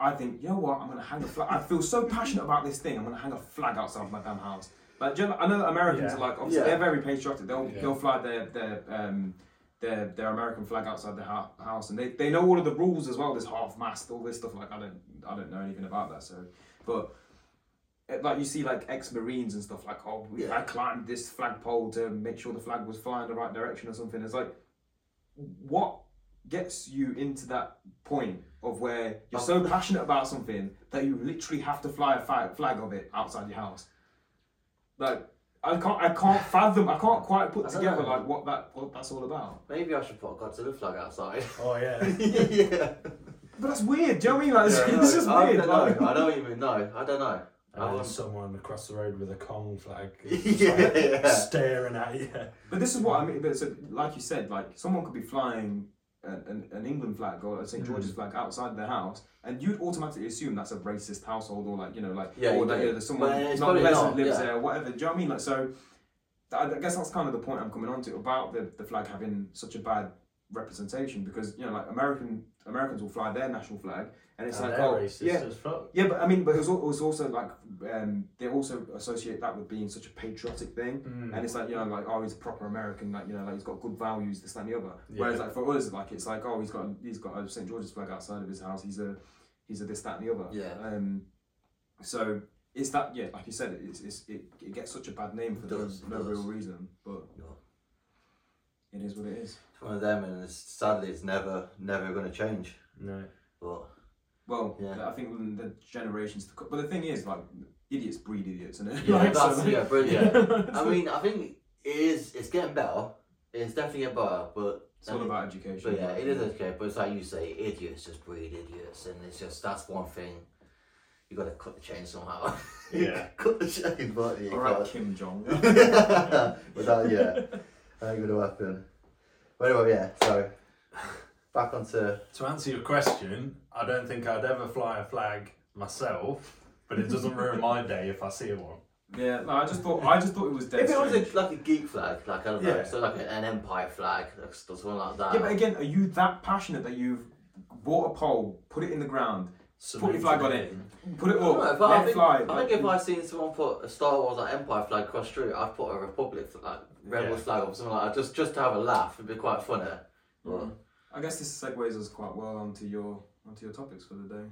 Speaker 3: I think, you know what, I'm gonna hang a flag. I feel so passionate about this thing. I'm gonna hang a flag outside my damn house. Like, do you know, I know that Americans
Speaker 1: Yeah.
Speaker 3: are like, obviously
Speaker 2: Yeah.
Speaker 3: they're very patriotic. They'll
Speaker 1: Yeah.
Speaker 3: they'll fly their their um their their American flag outside the ha- house, and they, they know all of the rules as well. There's half mast, all this stuff. Like, I don't I don't know anything about that. So, but it- like you see like ex-marines and stuff like oh we,
Speaker 2: Yeah.
Speaker 3: i climbed this flagpole to make sure the flag was flying the right direction or something it's like what gets you into that point of where you're so passionate about something that you literally have to fly a flag, flag of it outside your house like i can't i (laughs) can't fathom i can't quite put
Speaker 2: don't
Speaker 3: together
Speaker 2: know.
Speaker 3: like what that what that's all about
Speaker 2: Maybe I should put a Godzilla flag
Speaker 3: (laughs)
Speaker 2: outside. (laughs)
Speaker 1: Oh yeah.
Speaker 2: yeah.
Speaker 3: but that's weird do you know what i mean like it's,
Speaker 1: Yeah,
Speaker 3: it's just
Speaker 2: I
Speaker 3: weird
Speaker 2: don't
Speaker 3: like-
Speaker 2: know. I don't even know. I don't know. I
Speaker 1: And then
Speaker 2: wouldn't-
Speaker 1: someone across the road with a Kong
Speaker 3: (laughs)
Speaker 1: flag is just, like,
Speaker 2: yeah.
Speaker 1: staring at you.
Speaker 3: But this is what I mean. But so, like you said, like someone could be flying an, an, an England flag or a St
Speaker 2: Mm.
Speaker 3: George's flag outside their house, and you'd automatically assume that's a racist household, or like you know, like
Speaker 2: Yeah,
Speaker 3: or
Speaker 2: you
Speaker 3: that
Speaker 2: do.
Speaker 3: you know, there's someone
Speaker 2: Well, it's
Speaker 3: not
Speaker 2: probably not,
Speaker 3: pleasant lives
Speaker 2: yeah.
Speaker 3: there, or whatever. Do you know what I mean? Like so, I, I guess that's kind of the point I'm coming on to about the, the flag having such a bad representation because you know, like American Americans will fly their national flag, and it's
Speaker 1: And
Speaker 3: like
Speaker 1: they're
Speaker 3: oh
Speaker 1: racist
Speaker 3: yeah,
Speaker 1: as fuck.
Speaker 3: yeah, but I mean, but it was, al- it was also like um, they also associate that with being such a patriotic thing, and
Speaker 2: Hmm.
Speaker 3: it's like you know, like oh, he's a proper American, like you know, like he's got good values, this that, and the other. Whereas
Speaker 1: Yeah.
Speaker 3: like for us, like it's like oh, he's got he's got a St George's flag outside of his house. He's a he's a this that and the other.
Speaker 2: Yeah.
Speaker 3: Um, so it's that yeah, like you said, it's, it's it, it gets such a bad name for
Speaker 2: It
Speaker 3: no-
Speaker 2: does, it
Speaker 3: no
Speaker 2: does.
Speaker 3: real reason, but
Speaker 2: No.
Speaker 3: it is what it is.
Speaker 2: It's one of them, and it's, sadly, it's never, never going to change.
Speaker 1: No.
Speaker 2: But
Speaker 3: Well,
Speaker 2: Yeah.
Speaker 3: I think the the generations to come, but the thing is like idiots breed idiots, and
Speaker 2: Yeah,
Speaker 3: (laughs)
Speaker 2: that's- yeah, brilliant. I mean, I think it is. It's getting better. It's definitely getting better, but
Speaker 3: It's all about education.
Speaker 2: But yeah, it is okay. But it's like you say, idiots just breed idiots, and it's just that's one thing. You got to cut the chain somehow. (laughs)
Speaker 1: Yeah.
Speaker 2: cut the chain, but you
Speaker 3: All right,
Speaker 2: can't.
Speaker 3: Kim Jong.
Speaker 2: (laughs) but that, yeah, that ain't gonna happen. But anyway, yeah. So back onto
Speaker 1: To answer your question, I don't think I'd ever fly a flag myself, but it doesn't ruin my day if I see one.
Speaker 3: yeah, no, I just thought I just thought it was dead.
Speaker 2: if it was
Speaker 3: strange.
Speaker 2: a, like a geek flag, like I don't know,
Speaker 1: Yeah.
Speaker 2: so like an empire flag, like something like that.
Speaker 3: yeah, but again, are you that passionate that you've bought a pole, put it in the ground, put your flag on it, put it
Speaker 2: No,
Speaker 3: up,
Speaker 2: if Oh, I, I
Speaker 3: let it
Speaker 2: think,
Speaker 3: fly?
Speaker 2: I
Speaker 3: like-
Speaker 2: think if I seen someone put a Star Wars like Empire flag across street, I'd put a Republic flag, Rebels
Speaker 1: Yeah.
Speaker 2: flag or something like that, just just to have a laugh. It'd be quite funny. But,
Speaker 3: I guess this segues us quite well onto your onto your topics for the day.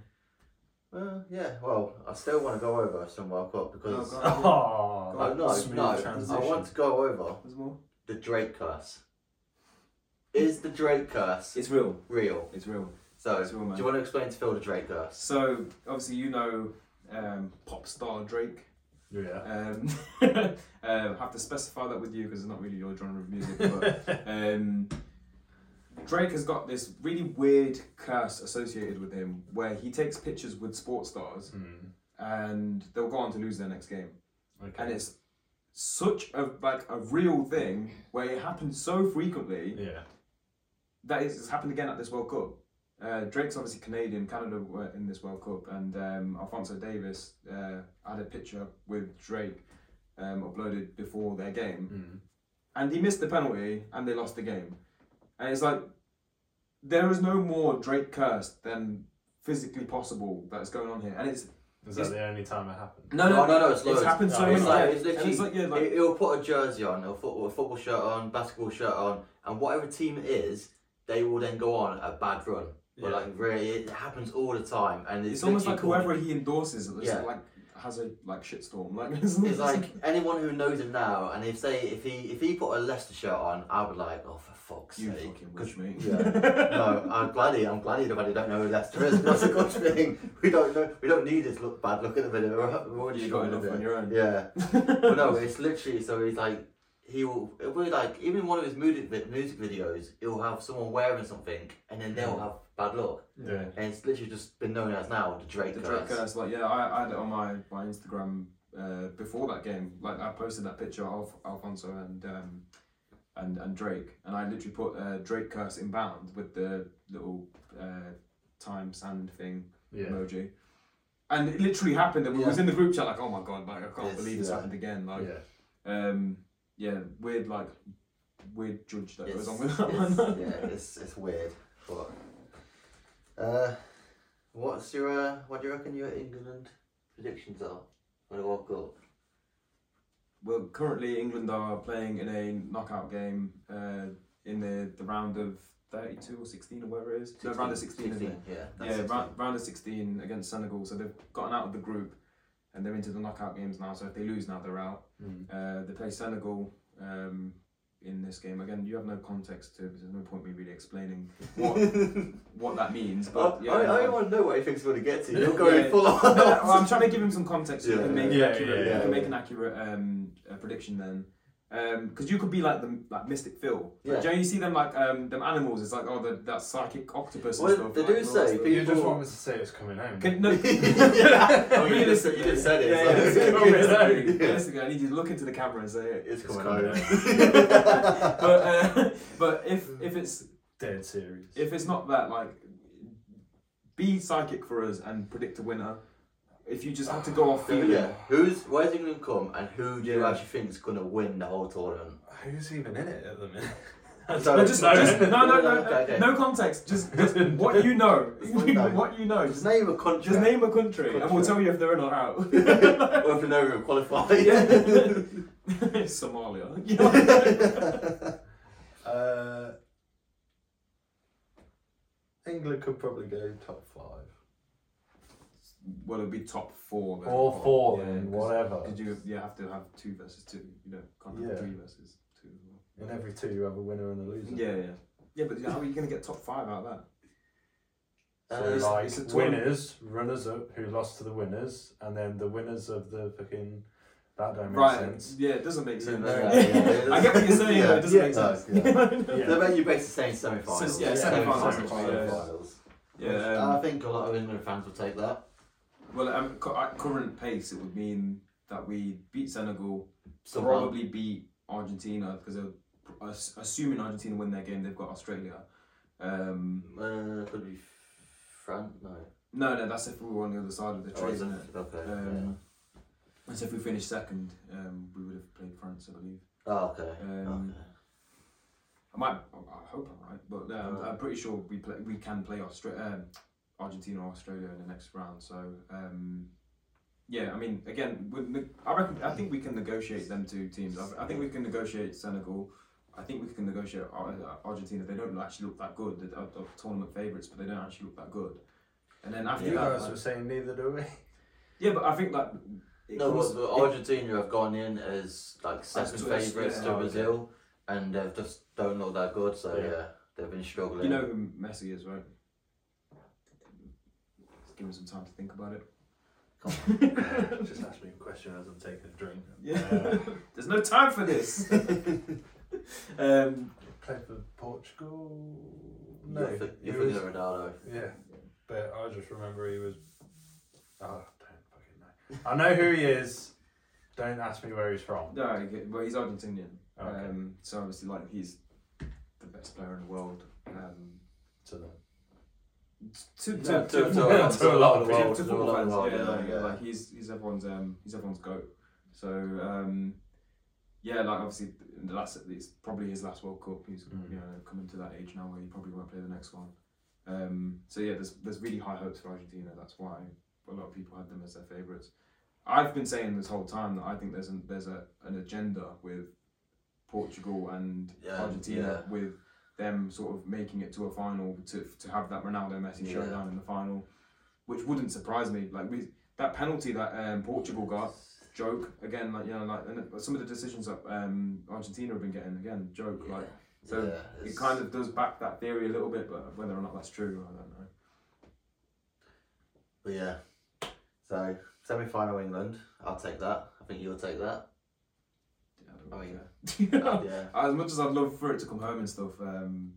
Speaker 2: well, yeah. Well, I still want to go over some World Cup
Speaker 3: (laughs) Oh
Speaker 2: because
Speaker 3: god,
Speaker 2: (laughs)
Speaker 1: Oh,
Speaker 2: Oh, no,
Speaker 1: smooth
Speaker 2: no,
Speaker 1: transition.
Speaker 2: I want to go over
Speaker 3: there's more.
Speaker 2: the Drake curse. Is the Drake curse
Speaker 3: It's real.
Speaker 2: real?
Speaker 3: It's real.
Speaker 2: So,
Speaker 3: It's real,
Speaker 2: do
Speaker 3: man.
Speaker 2: you want to explain to Phil the Drake curse?
Speaker 3: So obviously you know um, pop star Drake.
Speaker 1: Yeah.
Speaker 3: Um, (laughs) um, have to specify that with you because it's not really your genre of music. (laughs) But um, Drake has got this really weird curse associated with him, where he takes pictures with sports stars,
Speaker 1: Hmm,
Speaker 3: and they'll go on to lose their next game.
Speaker 1: okay.
Speaker 3: And it's such a like a real thing where it happens so frequently
Speaker 1: (laughs) yeah.
Speaker 3: that is, it's happened again at this World Cup. Uh, Drake's obviously Canadian. Canada were in this World Cup, and um, Alfonso Davis uh, had a picture with Drake um, uploaded before their game,
Speaker 1: Mm.
Speaker 3: and he missed the penalty, and they lost the game. And it's like there is no more Drake cursed than physically possible that's going on here, and it's
Speaker 1: Is that
Speaker 3: It's-
Speaker 1: the only time it happened?
Speaker 3: no, no,
Speaker 2: no, no, it's
Speaker 3: it's
Speaker 2: loads.
Speaker 3: happened so
Speaker 1: No,
Speaker 3: many
Speaker 2: it's like,
Speaker 3: times.
Speaker 2: it's
Speaker 3: And
Speaker 2: literally,
Speaker 3: it's like yeah, like
Speaker 2: it, will put a jersey on, a football, a football shirt on, basketball shirt on, and whatever team it is, they will then go on a bad run. But
Speaker 1: Yeah.
Speaker 2: like really, it happens all the time, and it's,
Speaker 3: it's almost like
Speaker 2: literally called-
Speaker 3: whoever he endorses, it's
Speaker 2: Yeah.
Speaker 3: like has a like shitstorm. Like (laughs)
Speaker 2: It's like anyone who knows him now, and if say if he if he put a Leicester shirt on, I'd be like, oh for fuck's
Speaker 3: you
Speaker 2: sake.
Speaker 3: fucking wish me. (laughs)
Speaker 2: Yeah. no, I'm glad he. I'm glad he. I don't know who Leicester is. (laughs) That's a good thing. We don't know. We don't need this look bad look at the minute. We're, we're already
Speaker 3: You got
Speaker 2: struggling
Speaker 3: enough
Speaker 2: with
Speaker 3: on
Speaker 2: it.
Speaker 3: your own.
Speaker 2: Yeah. but
Speaker 3: (laughs)
Speaker 2: no, it's literally so he's like he will it will like even in one of his music vi- music videos, he'll have someone wearing something and then
Speaker 3: Mm.
Speaker 2: they'll have bad luck,
Speaker 1: Yeah.
Speaker 2: and it's literally just been known as now the Drake
Speaker 3: The
Speaker 2: curse.
Speaker 3: Drake curse, like yeah, I, I had it on my, my Instagram uh, before that game. Like I posted that picture of Alfonso and um, and, and Drake, and I literally put uh, Drake curse inbound with the little uh, time sand thing
Speaker 1: Yeah.
Speaker 3: emoji. And it literally happened, and we
Speaker 2: Yeah.
Speaker 3: was in the group chat like, "Oh my god, like I can't
Speaker 2: It's-
Speaker 3: believe this
Speaker 2: yeah.
Speaker 3: happened again!" Like,
Speaker 1: Yeah.
Speaker 3: um, yeah, weird, like weird judge that
Speaker 2: It's-
Speaker 3: goes on with that
Speaker 2: it's-
Speaker 3: one.
Speaker 2: yeah, it's it's weird, but uh, what's your uh, what do you reckon your England predictions are for the World Cup?
Speaker 3: Well, currently England are playing in a knockout game uh, in the, the round of 32 or 16 or whatever it is. No, round of 16. isn't it?
Speaker 2: yeah, that's
Speaker 3: Yeah,
Speaker 2: 16.
Speaker 3: round, round of 16 against Senegal. So they've gotten out of the group and they're into the knockout games now. So if they lose now, they're out.
Speaker 1: Mm.
Speaker 3: Uh, they play Senegal um, in this game. Again, you have no context to it. There's no point me really explaining what, (laughs) what that means. But
Speaker 2: I,
Speaker 3: yeah,
Speaker 2: Oh, I, I
Speaker 3: like-
Speaker 2: don't want to know what he thinks we're going to get to. You're
Speaker 3: (laughs) Yeah,
Speaker 2: going
Speaker 3: yeah.
Speaker 2: full on. (laughs)
Speaker 3: No, no, well, I'm trying to give him some context so he
Speaker 2: Yeah.
Speaker 3: can make
Speaker 1: Yeah,
Speaker 3: an accurate,
Speaker 1: yeah,
Speaker 3: he
Speaker 2: yeah.
Speaker 3: can make an accurate um, uh, prediction then. Because you could be like the like Mystic Phil.
Speaker 2: Yeah.
Speaker 3: Like, Joe, you see them like um, them animals. It's like oh, the, that psychic octopus
Speaker 2: Well,
Speaker 3: and stuff.
Speaker 2: they
Speaker 3: like,
Speaker 2: do
Speaker 3: and all
Speaker 2: say
Speaker 3: that stuff.
Speaker 2: people-
Speaker 1: You just want me to say it's coming home.
Speaker 3: Can, no, (laughs)
Speaker 2: Yeah. Oh, you just said- you just said it,
Speaker 3: Yeah,
Speaker 2: so- (laughs)
Speaker 3: yeah, realistically, realistically,
Speaker 2: Yeah.
Speaker 3: realistically, I need you to look into the camera and say it. (laughs)
Speaker 2: It's coming
Speaker 1: coming
Speaker 2: out.
Speaker 3: But uh, but if if it's
Speaker 1: (laughs) Dead serious.
Speaker 3: if it's not that, like, be psychic for us and predict a winner. If you just had to go off
Speaker 2: So,
Speaker 3: feeling,
Speaker 2: yeah, who's where's England come and who do you
Speaker 3: Yeah.
Speaker 2: actually think is going to win the whole
Speaker 3: (laughs)
Speaker 2: tournament?
Speaker 1: Who's even in it at the minute? (laughs)
Speaker 2: So-
Speaker 3: No, just,
Speaker 1: No.
Speaker 3: just- no, no, no,
Speaker 2: (laughs)
Speaker 3: no,
Speaker 2: Okay, okay.
Speaker 3: no context. Just, (laughs) just what you know,
Speaker 2: Just what you know.
Speaker 3: what you know.
Speaker 2: Just
Speaker 3: Just,
Speaker 2: name a country.
Speaker 3: just name a country, and we'll tell you if they're in or out. (laughs) Yeah.
Speaker 2: (laughs) or if you know who qualified. (laughs)
Speaker 3: Somalia. You know?
Speaker 1: Uh, England could probably go top five
Speaker 3: well, it'd be top four. then.
Speaker 1: or four,
Speaker 3: Yeah,
Speaker 1: then
Speaker 3: 'cause-
Speaker 1: whatever.
Speaker 3: 'cause you, you have to have two versus two. You know, can't have
Speaker 1: Yeah.
Speaker 3: three versus two. as well.
Speaker 1: In every two, you have a winner and a loser.
Speaker 3: Yeah, yeah, yeah. But how are you going to get top five out of that?
Speaker 1: So
Speaker 2: Uh, it's-
Speaker 1: like
Speaker 3: it's a tournament.
Speaker 1: winners, runners up who lost to the winners, and then the winners of the fucking that don't make
Speaker 3: Right.
Speaker 1: sense.
Speaker 3: Yeah, it doesn't make sense.
Speaker 2: no,
Speaker 1: yeah,
Speaker 2: yeah.
Speaker 3: I get what you're saying, but it doesn't
Speaker 2: Yeah,
Speaker 3: make
Speaker 2: it does,
Speaker 3: sense.
Speaker 1: (laughs) yeah.
Speaker 2: So then you basically saying semi-finals.
Speaker 3: So, yeah,
Speaker 1: semi-finals,
Speaker 3: yeah.
Speaker 2: Semi-finals.
Speaker 3: (laughs)
Speaker 2: Uh,
Speaker 3: Yeah,
Speaker 2: I
Speaker 3: um,
Speaker 2: think a lot of England fans will take that.
Speaker 3: well, um, cu- at current pace, it would mean that we beat Senegal,
Speaker 2: Somehow.
Speaker 3: probably beat Argentina because assuming Argentina win their game, they've got Australia. Um,
Speaker 2: Uh, could be France. No.
Speaker 3: no, no, that's if we were on the other side of the
Speaker 2: Oh,
Speaker 3: tree,
Speaker 2: is it?
Speaker 3: isn't it?
Speaker 2: Okay.
Speaker 3: Um, And so if we finished second, um, we would have played France, I believe.
Speaker 2: yeah. oh, okay.
Speaker 3: um,
Speaker 2: okay.
Speaker 3: I might, I I hope I'm right, but um, I'm pretty sure we play, we can play Austra- um, Argentina or Australia in the next round. So um, yeah, I mean, again, with, ne- I reckon I think we can negotiate them two teams. I, I think we can negotiate Senegal. I think we can negotiate Ar- uh, Argentina. They don't actually look that good. They're, they're tournament favourites, but they don't actually look that good. And then after
Speaker 1: You
Speaker 3: that,
Speaker 1: guys
Speaker 3: like-
Speaker 1: were saying neither do we.
Speaker 3: yeah, but I think like it
Speaker 2: No,
Speaker 3: comes-
Speaker 2: but the Argentina have gone in as like second
Speaker 3: to us,
Speaker 2: favourites
Speaker 3: yeah. oh,
Speaker 2: to Brazil, and they've just don't look that good. So
Speaker 1: Yeah.
Speaker 2: yeah, they've been struggling.
Speaker 3: you know who Messi is, right? Just give him some time to think about it.
Speaker 1: (laughs) Just ask me a question as I'm taking a drink.
Speaker 3: Yeah.
Speaker 1: Uh,
Speaker 3: There's no time for this. um,
Speaker 1: play for Portugal.
Speaker 2: You're
Speaker 1: No,
Speaker 2: thi-
Speaker 1: he
Speaker 2: you're
Speaker 1: was-
Speaker 2: thinking of Ronaldo.
Speaker 1: Yeah, but I just remember he was. Oh, I don't fucking know. I know who he is. Don't ask me where he's from.
Speaker 3: no, okay, well, he's Argentinian.
Speaker 1: Okay.
Speaker 3: Um, so obviously, like he's the best player in the world. Um,
Speaker 1: To them.
Speaker 3: to,
Speaker 2: Yeah,
Speaker 3: to,
Speaker 2: to-
Speaker 3: to,
Speaker 2: to-
Speaker 3: (laughs)
Speaker 1: to a lot of
Speaker 3: to-
Speaker 1: people,
Speaker 2: to
Speaker 3: to
Speaker 2: a
Speaker 3: football
Speaker 2: lot of
Speaker 3: fans,
Speaker 2: people,
Speaker 3: yeah, like,
Speaker 2: yeah.
Speaker 3: like he's he's everyone's um he's everyone's goat. So um, yeah, like obviously that's it's probably his last World Cup. He's
Speaker 1: Mhm.
Speaker 3: you know coming to that age now where he probably won't play the next one. Um, so yeah, there's there's really high hopes for Argentina. That's why a lot of people had them as their favourites. I've been saying this whole time that I think there's an, there's a, an agenda with Portugal and
Speaker 2: Yeah,
Speaker 3: Argentina
Speaker 2: yeah.
Speaker 3: with them sort of making it to a final to to have that Ronaldo Messi
Speaker 2: Yeah.
Speaker 3: showdown in the final, which wouldn't surprise me. Like we, that penalty that um, Portugal got, joke again. Like you know, like and it- some of the decisions that um, Argentina have been getting again, joke.
Speaker 2: Yeah.
Speaker 3: Like so,
Speaker 2: Yeah,
Speaker 3: it
Speaker 2: it's-
Speaker 3: kind of does back that theory a little bit, but whether or not that's true, I don't know.
Speaker 2: But yeah. So semi final England, I'll take that. I think you'll take
Speaker 3: (laughs)
Speaker 2: that.
Speaker 3: Yeah, I don't
Speaker 2: I mean,
Speaker 3: really care.
Speaker 2: Oh,
Speaker 3: (laughs)
Speaker 2: yeah.
Speaker 3: As much as I'd love for it to come home and stuff, um,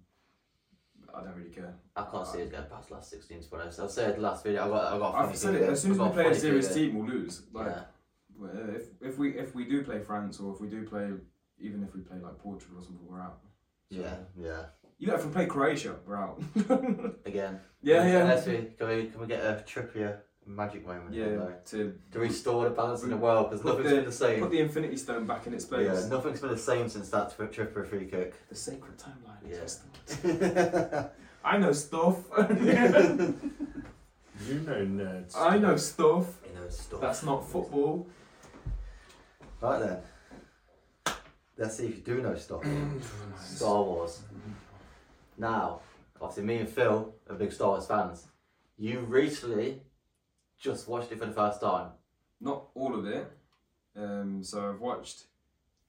Speaker 3: I don't really care.
Speaker 2: I can't see us going past last sixteen to be honest. I've said last video I got I got a funny
Speaker 3: I've said it.
Speaker 2: feeling.
Speaker 3: As soon as
Speaker 2: I've
Speaker 3: we
Speaker 2: got
Speaker 3: play a
Speaker 2: funny
Speaker 3: serious
Speaker 2: feeling.
Speaker 3: team, we'll lose. Like
Speaker 2: Yeah.
Speaker 3: well, if if we if we do play France or if we do play even if we play like Portugal or something, we're out. So-
Speaker 2: Yeah, yeah.
Speaker 3: You if we play Croatia, we're out. (laughs)
Speaker 2: Again.
Speaker 3: yeah, yeah.
Speaker 2: Unless we can we can we get a Trippier magic moment?
Speaker 3: Yeah,
Speaker 2: Like,
Speaker 3: to
Speaker 2: to restore the balance in the world because
Speaker 3: Put
Speaker 2: nothing's
Speaker 3: the-
Speaker 2: been the
Speaker 3: put
Speaker 2: same.
Speaker 3: the Infinity Stone back in its place.
Speaker 2: Yeah, nothing's been the same since that tri- trip for a free kick.
Speaker 3: The sacred timeline.
Speaker 2: Yeah.
Speaker 3: is restored. I know stuff.
Speaker 1: You know nerds.
Speaker 3: I know stuff.
Speaker 2: You know, stuff.
Speaker 3: That's not football.
Speaker 2: Right then. Let's see if you do know
Speaker 3: (clears throat)
Speaker 2: Star Wars. Star Wars. Now, obviously, me and Phil are big Star Wars fans. You recently just watched it for the first time.
Speaker 3: Not all of it. Um, so I've watched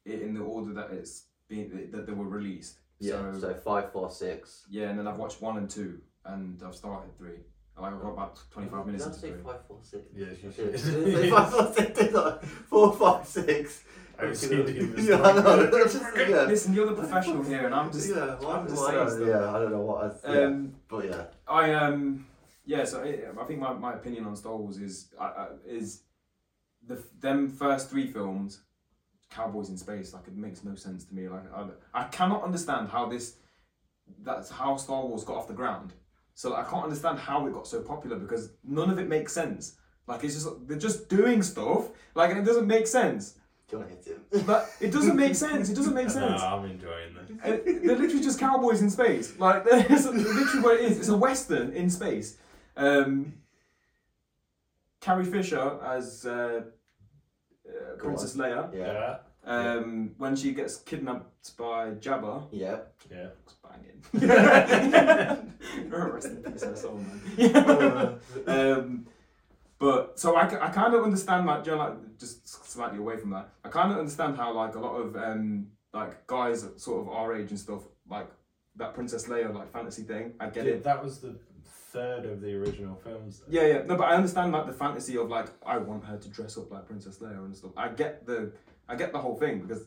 Speaker 3: it in the order that it's been that they were released.
Speaker 2: So,
Speaker 3: So,
Speaker 2: five, four, six.
Speaker 3: yeah, and then I've watched one and two, and I've started three. And I've got about twenty-five minutes
Speaker 2: Did I
Speaker 3: into
Speaker 2: say
Speaker 3: three.
Speaker 2: five, four, six?
Speaker 1: Yes, you
Speaker 2: I
Speaker 1: should.
Speaker 2: did. Did I say five, four, six? Did I? Four, five, six.
Speaker 1: I've seen it
Speaker 3: (laughs)
Speaker 1: in the
Speaker 2: (laughs) Yeah, I know.
Speaker 1: story.
Speaker 2: Just, yeah.
Speaker 3: Listen, you're the professional here, and I'm just.
Speaker 2: yeah, why-
Speaker 3: I'm just
Speaker 2: why
Speaker 3: saying
Speaker 2: is that?
Speaker 3: stuff.
Speaker 2: yeah, I don't know what. I, yeah.
Speaker 3: Um,
Speaker 2: but yeah,
Speaker 3: I um yeah, so eh, I, I think my, my opinion on Star Wars is I, I, is the f- them first three films, Cowboys in Space, like it makes no sense to me. Like I, I cannot understand how this that's how Star Wars got off the ground. So I can't understand how it got so popular because none of it makes sense. Like it's just they're just doing stuff like and it doesn't make sense.
Speaker 2: do you want to hit him?
Speaker 3: But it doesn't make sense. It doesn't make
Speaker 1: No,
Speaker 3: sense.
Speaker 1: I'm enjoying this.
Speaker 3: Uh, they're literally just cowboys in space. Like (laughs) that's literally what it is. It's a western in space. Um, Carrie Fisher as uh, uh,
Speaker 2: Go
Speaker 3: Princess
Speaker 2: (laughs)
Speaker 3: Leia
Speaker 2: Yeah,
Speaker 1: Yeah.
Speaker 3: um, when she gets kidnapped by Jabba. (laughs)
Speaker 2: yeah.
Speaker 1: Yeah.
Speaker 3: It's banging. (laughs) Rest in peace, her soul,
Speaker 2: Oh, uh,
Speaker 3: man. um, but so I, I kind of understand like, you know, like just slightly away from that. I kind of understand how like a lot of um like guys sort of our age and stuff like that Princess Leia like fantasy thing. I get
Speaker 1: Yeah,
Speaker 3: it.
Speaker 1: That was the third of the original films. though.
Speaker 3: Yeah, yeah. No, but I understand like the fantasy of like I want her to dress up like Princess Leia and stuff. I get the I get the whole thing because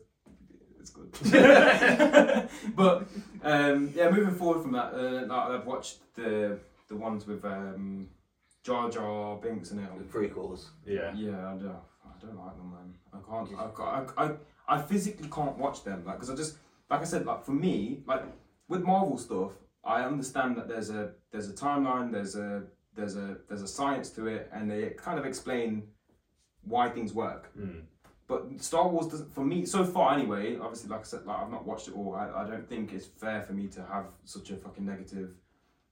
Speaker 3: it's good. (laughs) but um, yeah, moving forward from that, uh, like, I've watched the the ones with um, Jar Jar Binks in it.
Speaker 2: The prequels.
Speaker 1: Yeah.
Speaker 3: Yeah, I don't, I don't like them, man. I can't. I, can't- I, I, I physically can't watch them, like, because I just, like I said, like for me, like with Marvel stuff, I understand that there's a there's a timeline, there's a there's a there's a science to it, and they kind of explain why things work.
Speaker 1: Mm.
Speaker 3: But Star Wars doesn't, for me, so far anyway. Obviously, like I said, like I've not watched it all. I, I don't think it's fair for me to have such a fucking negative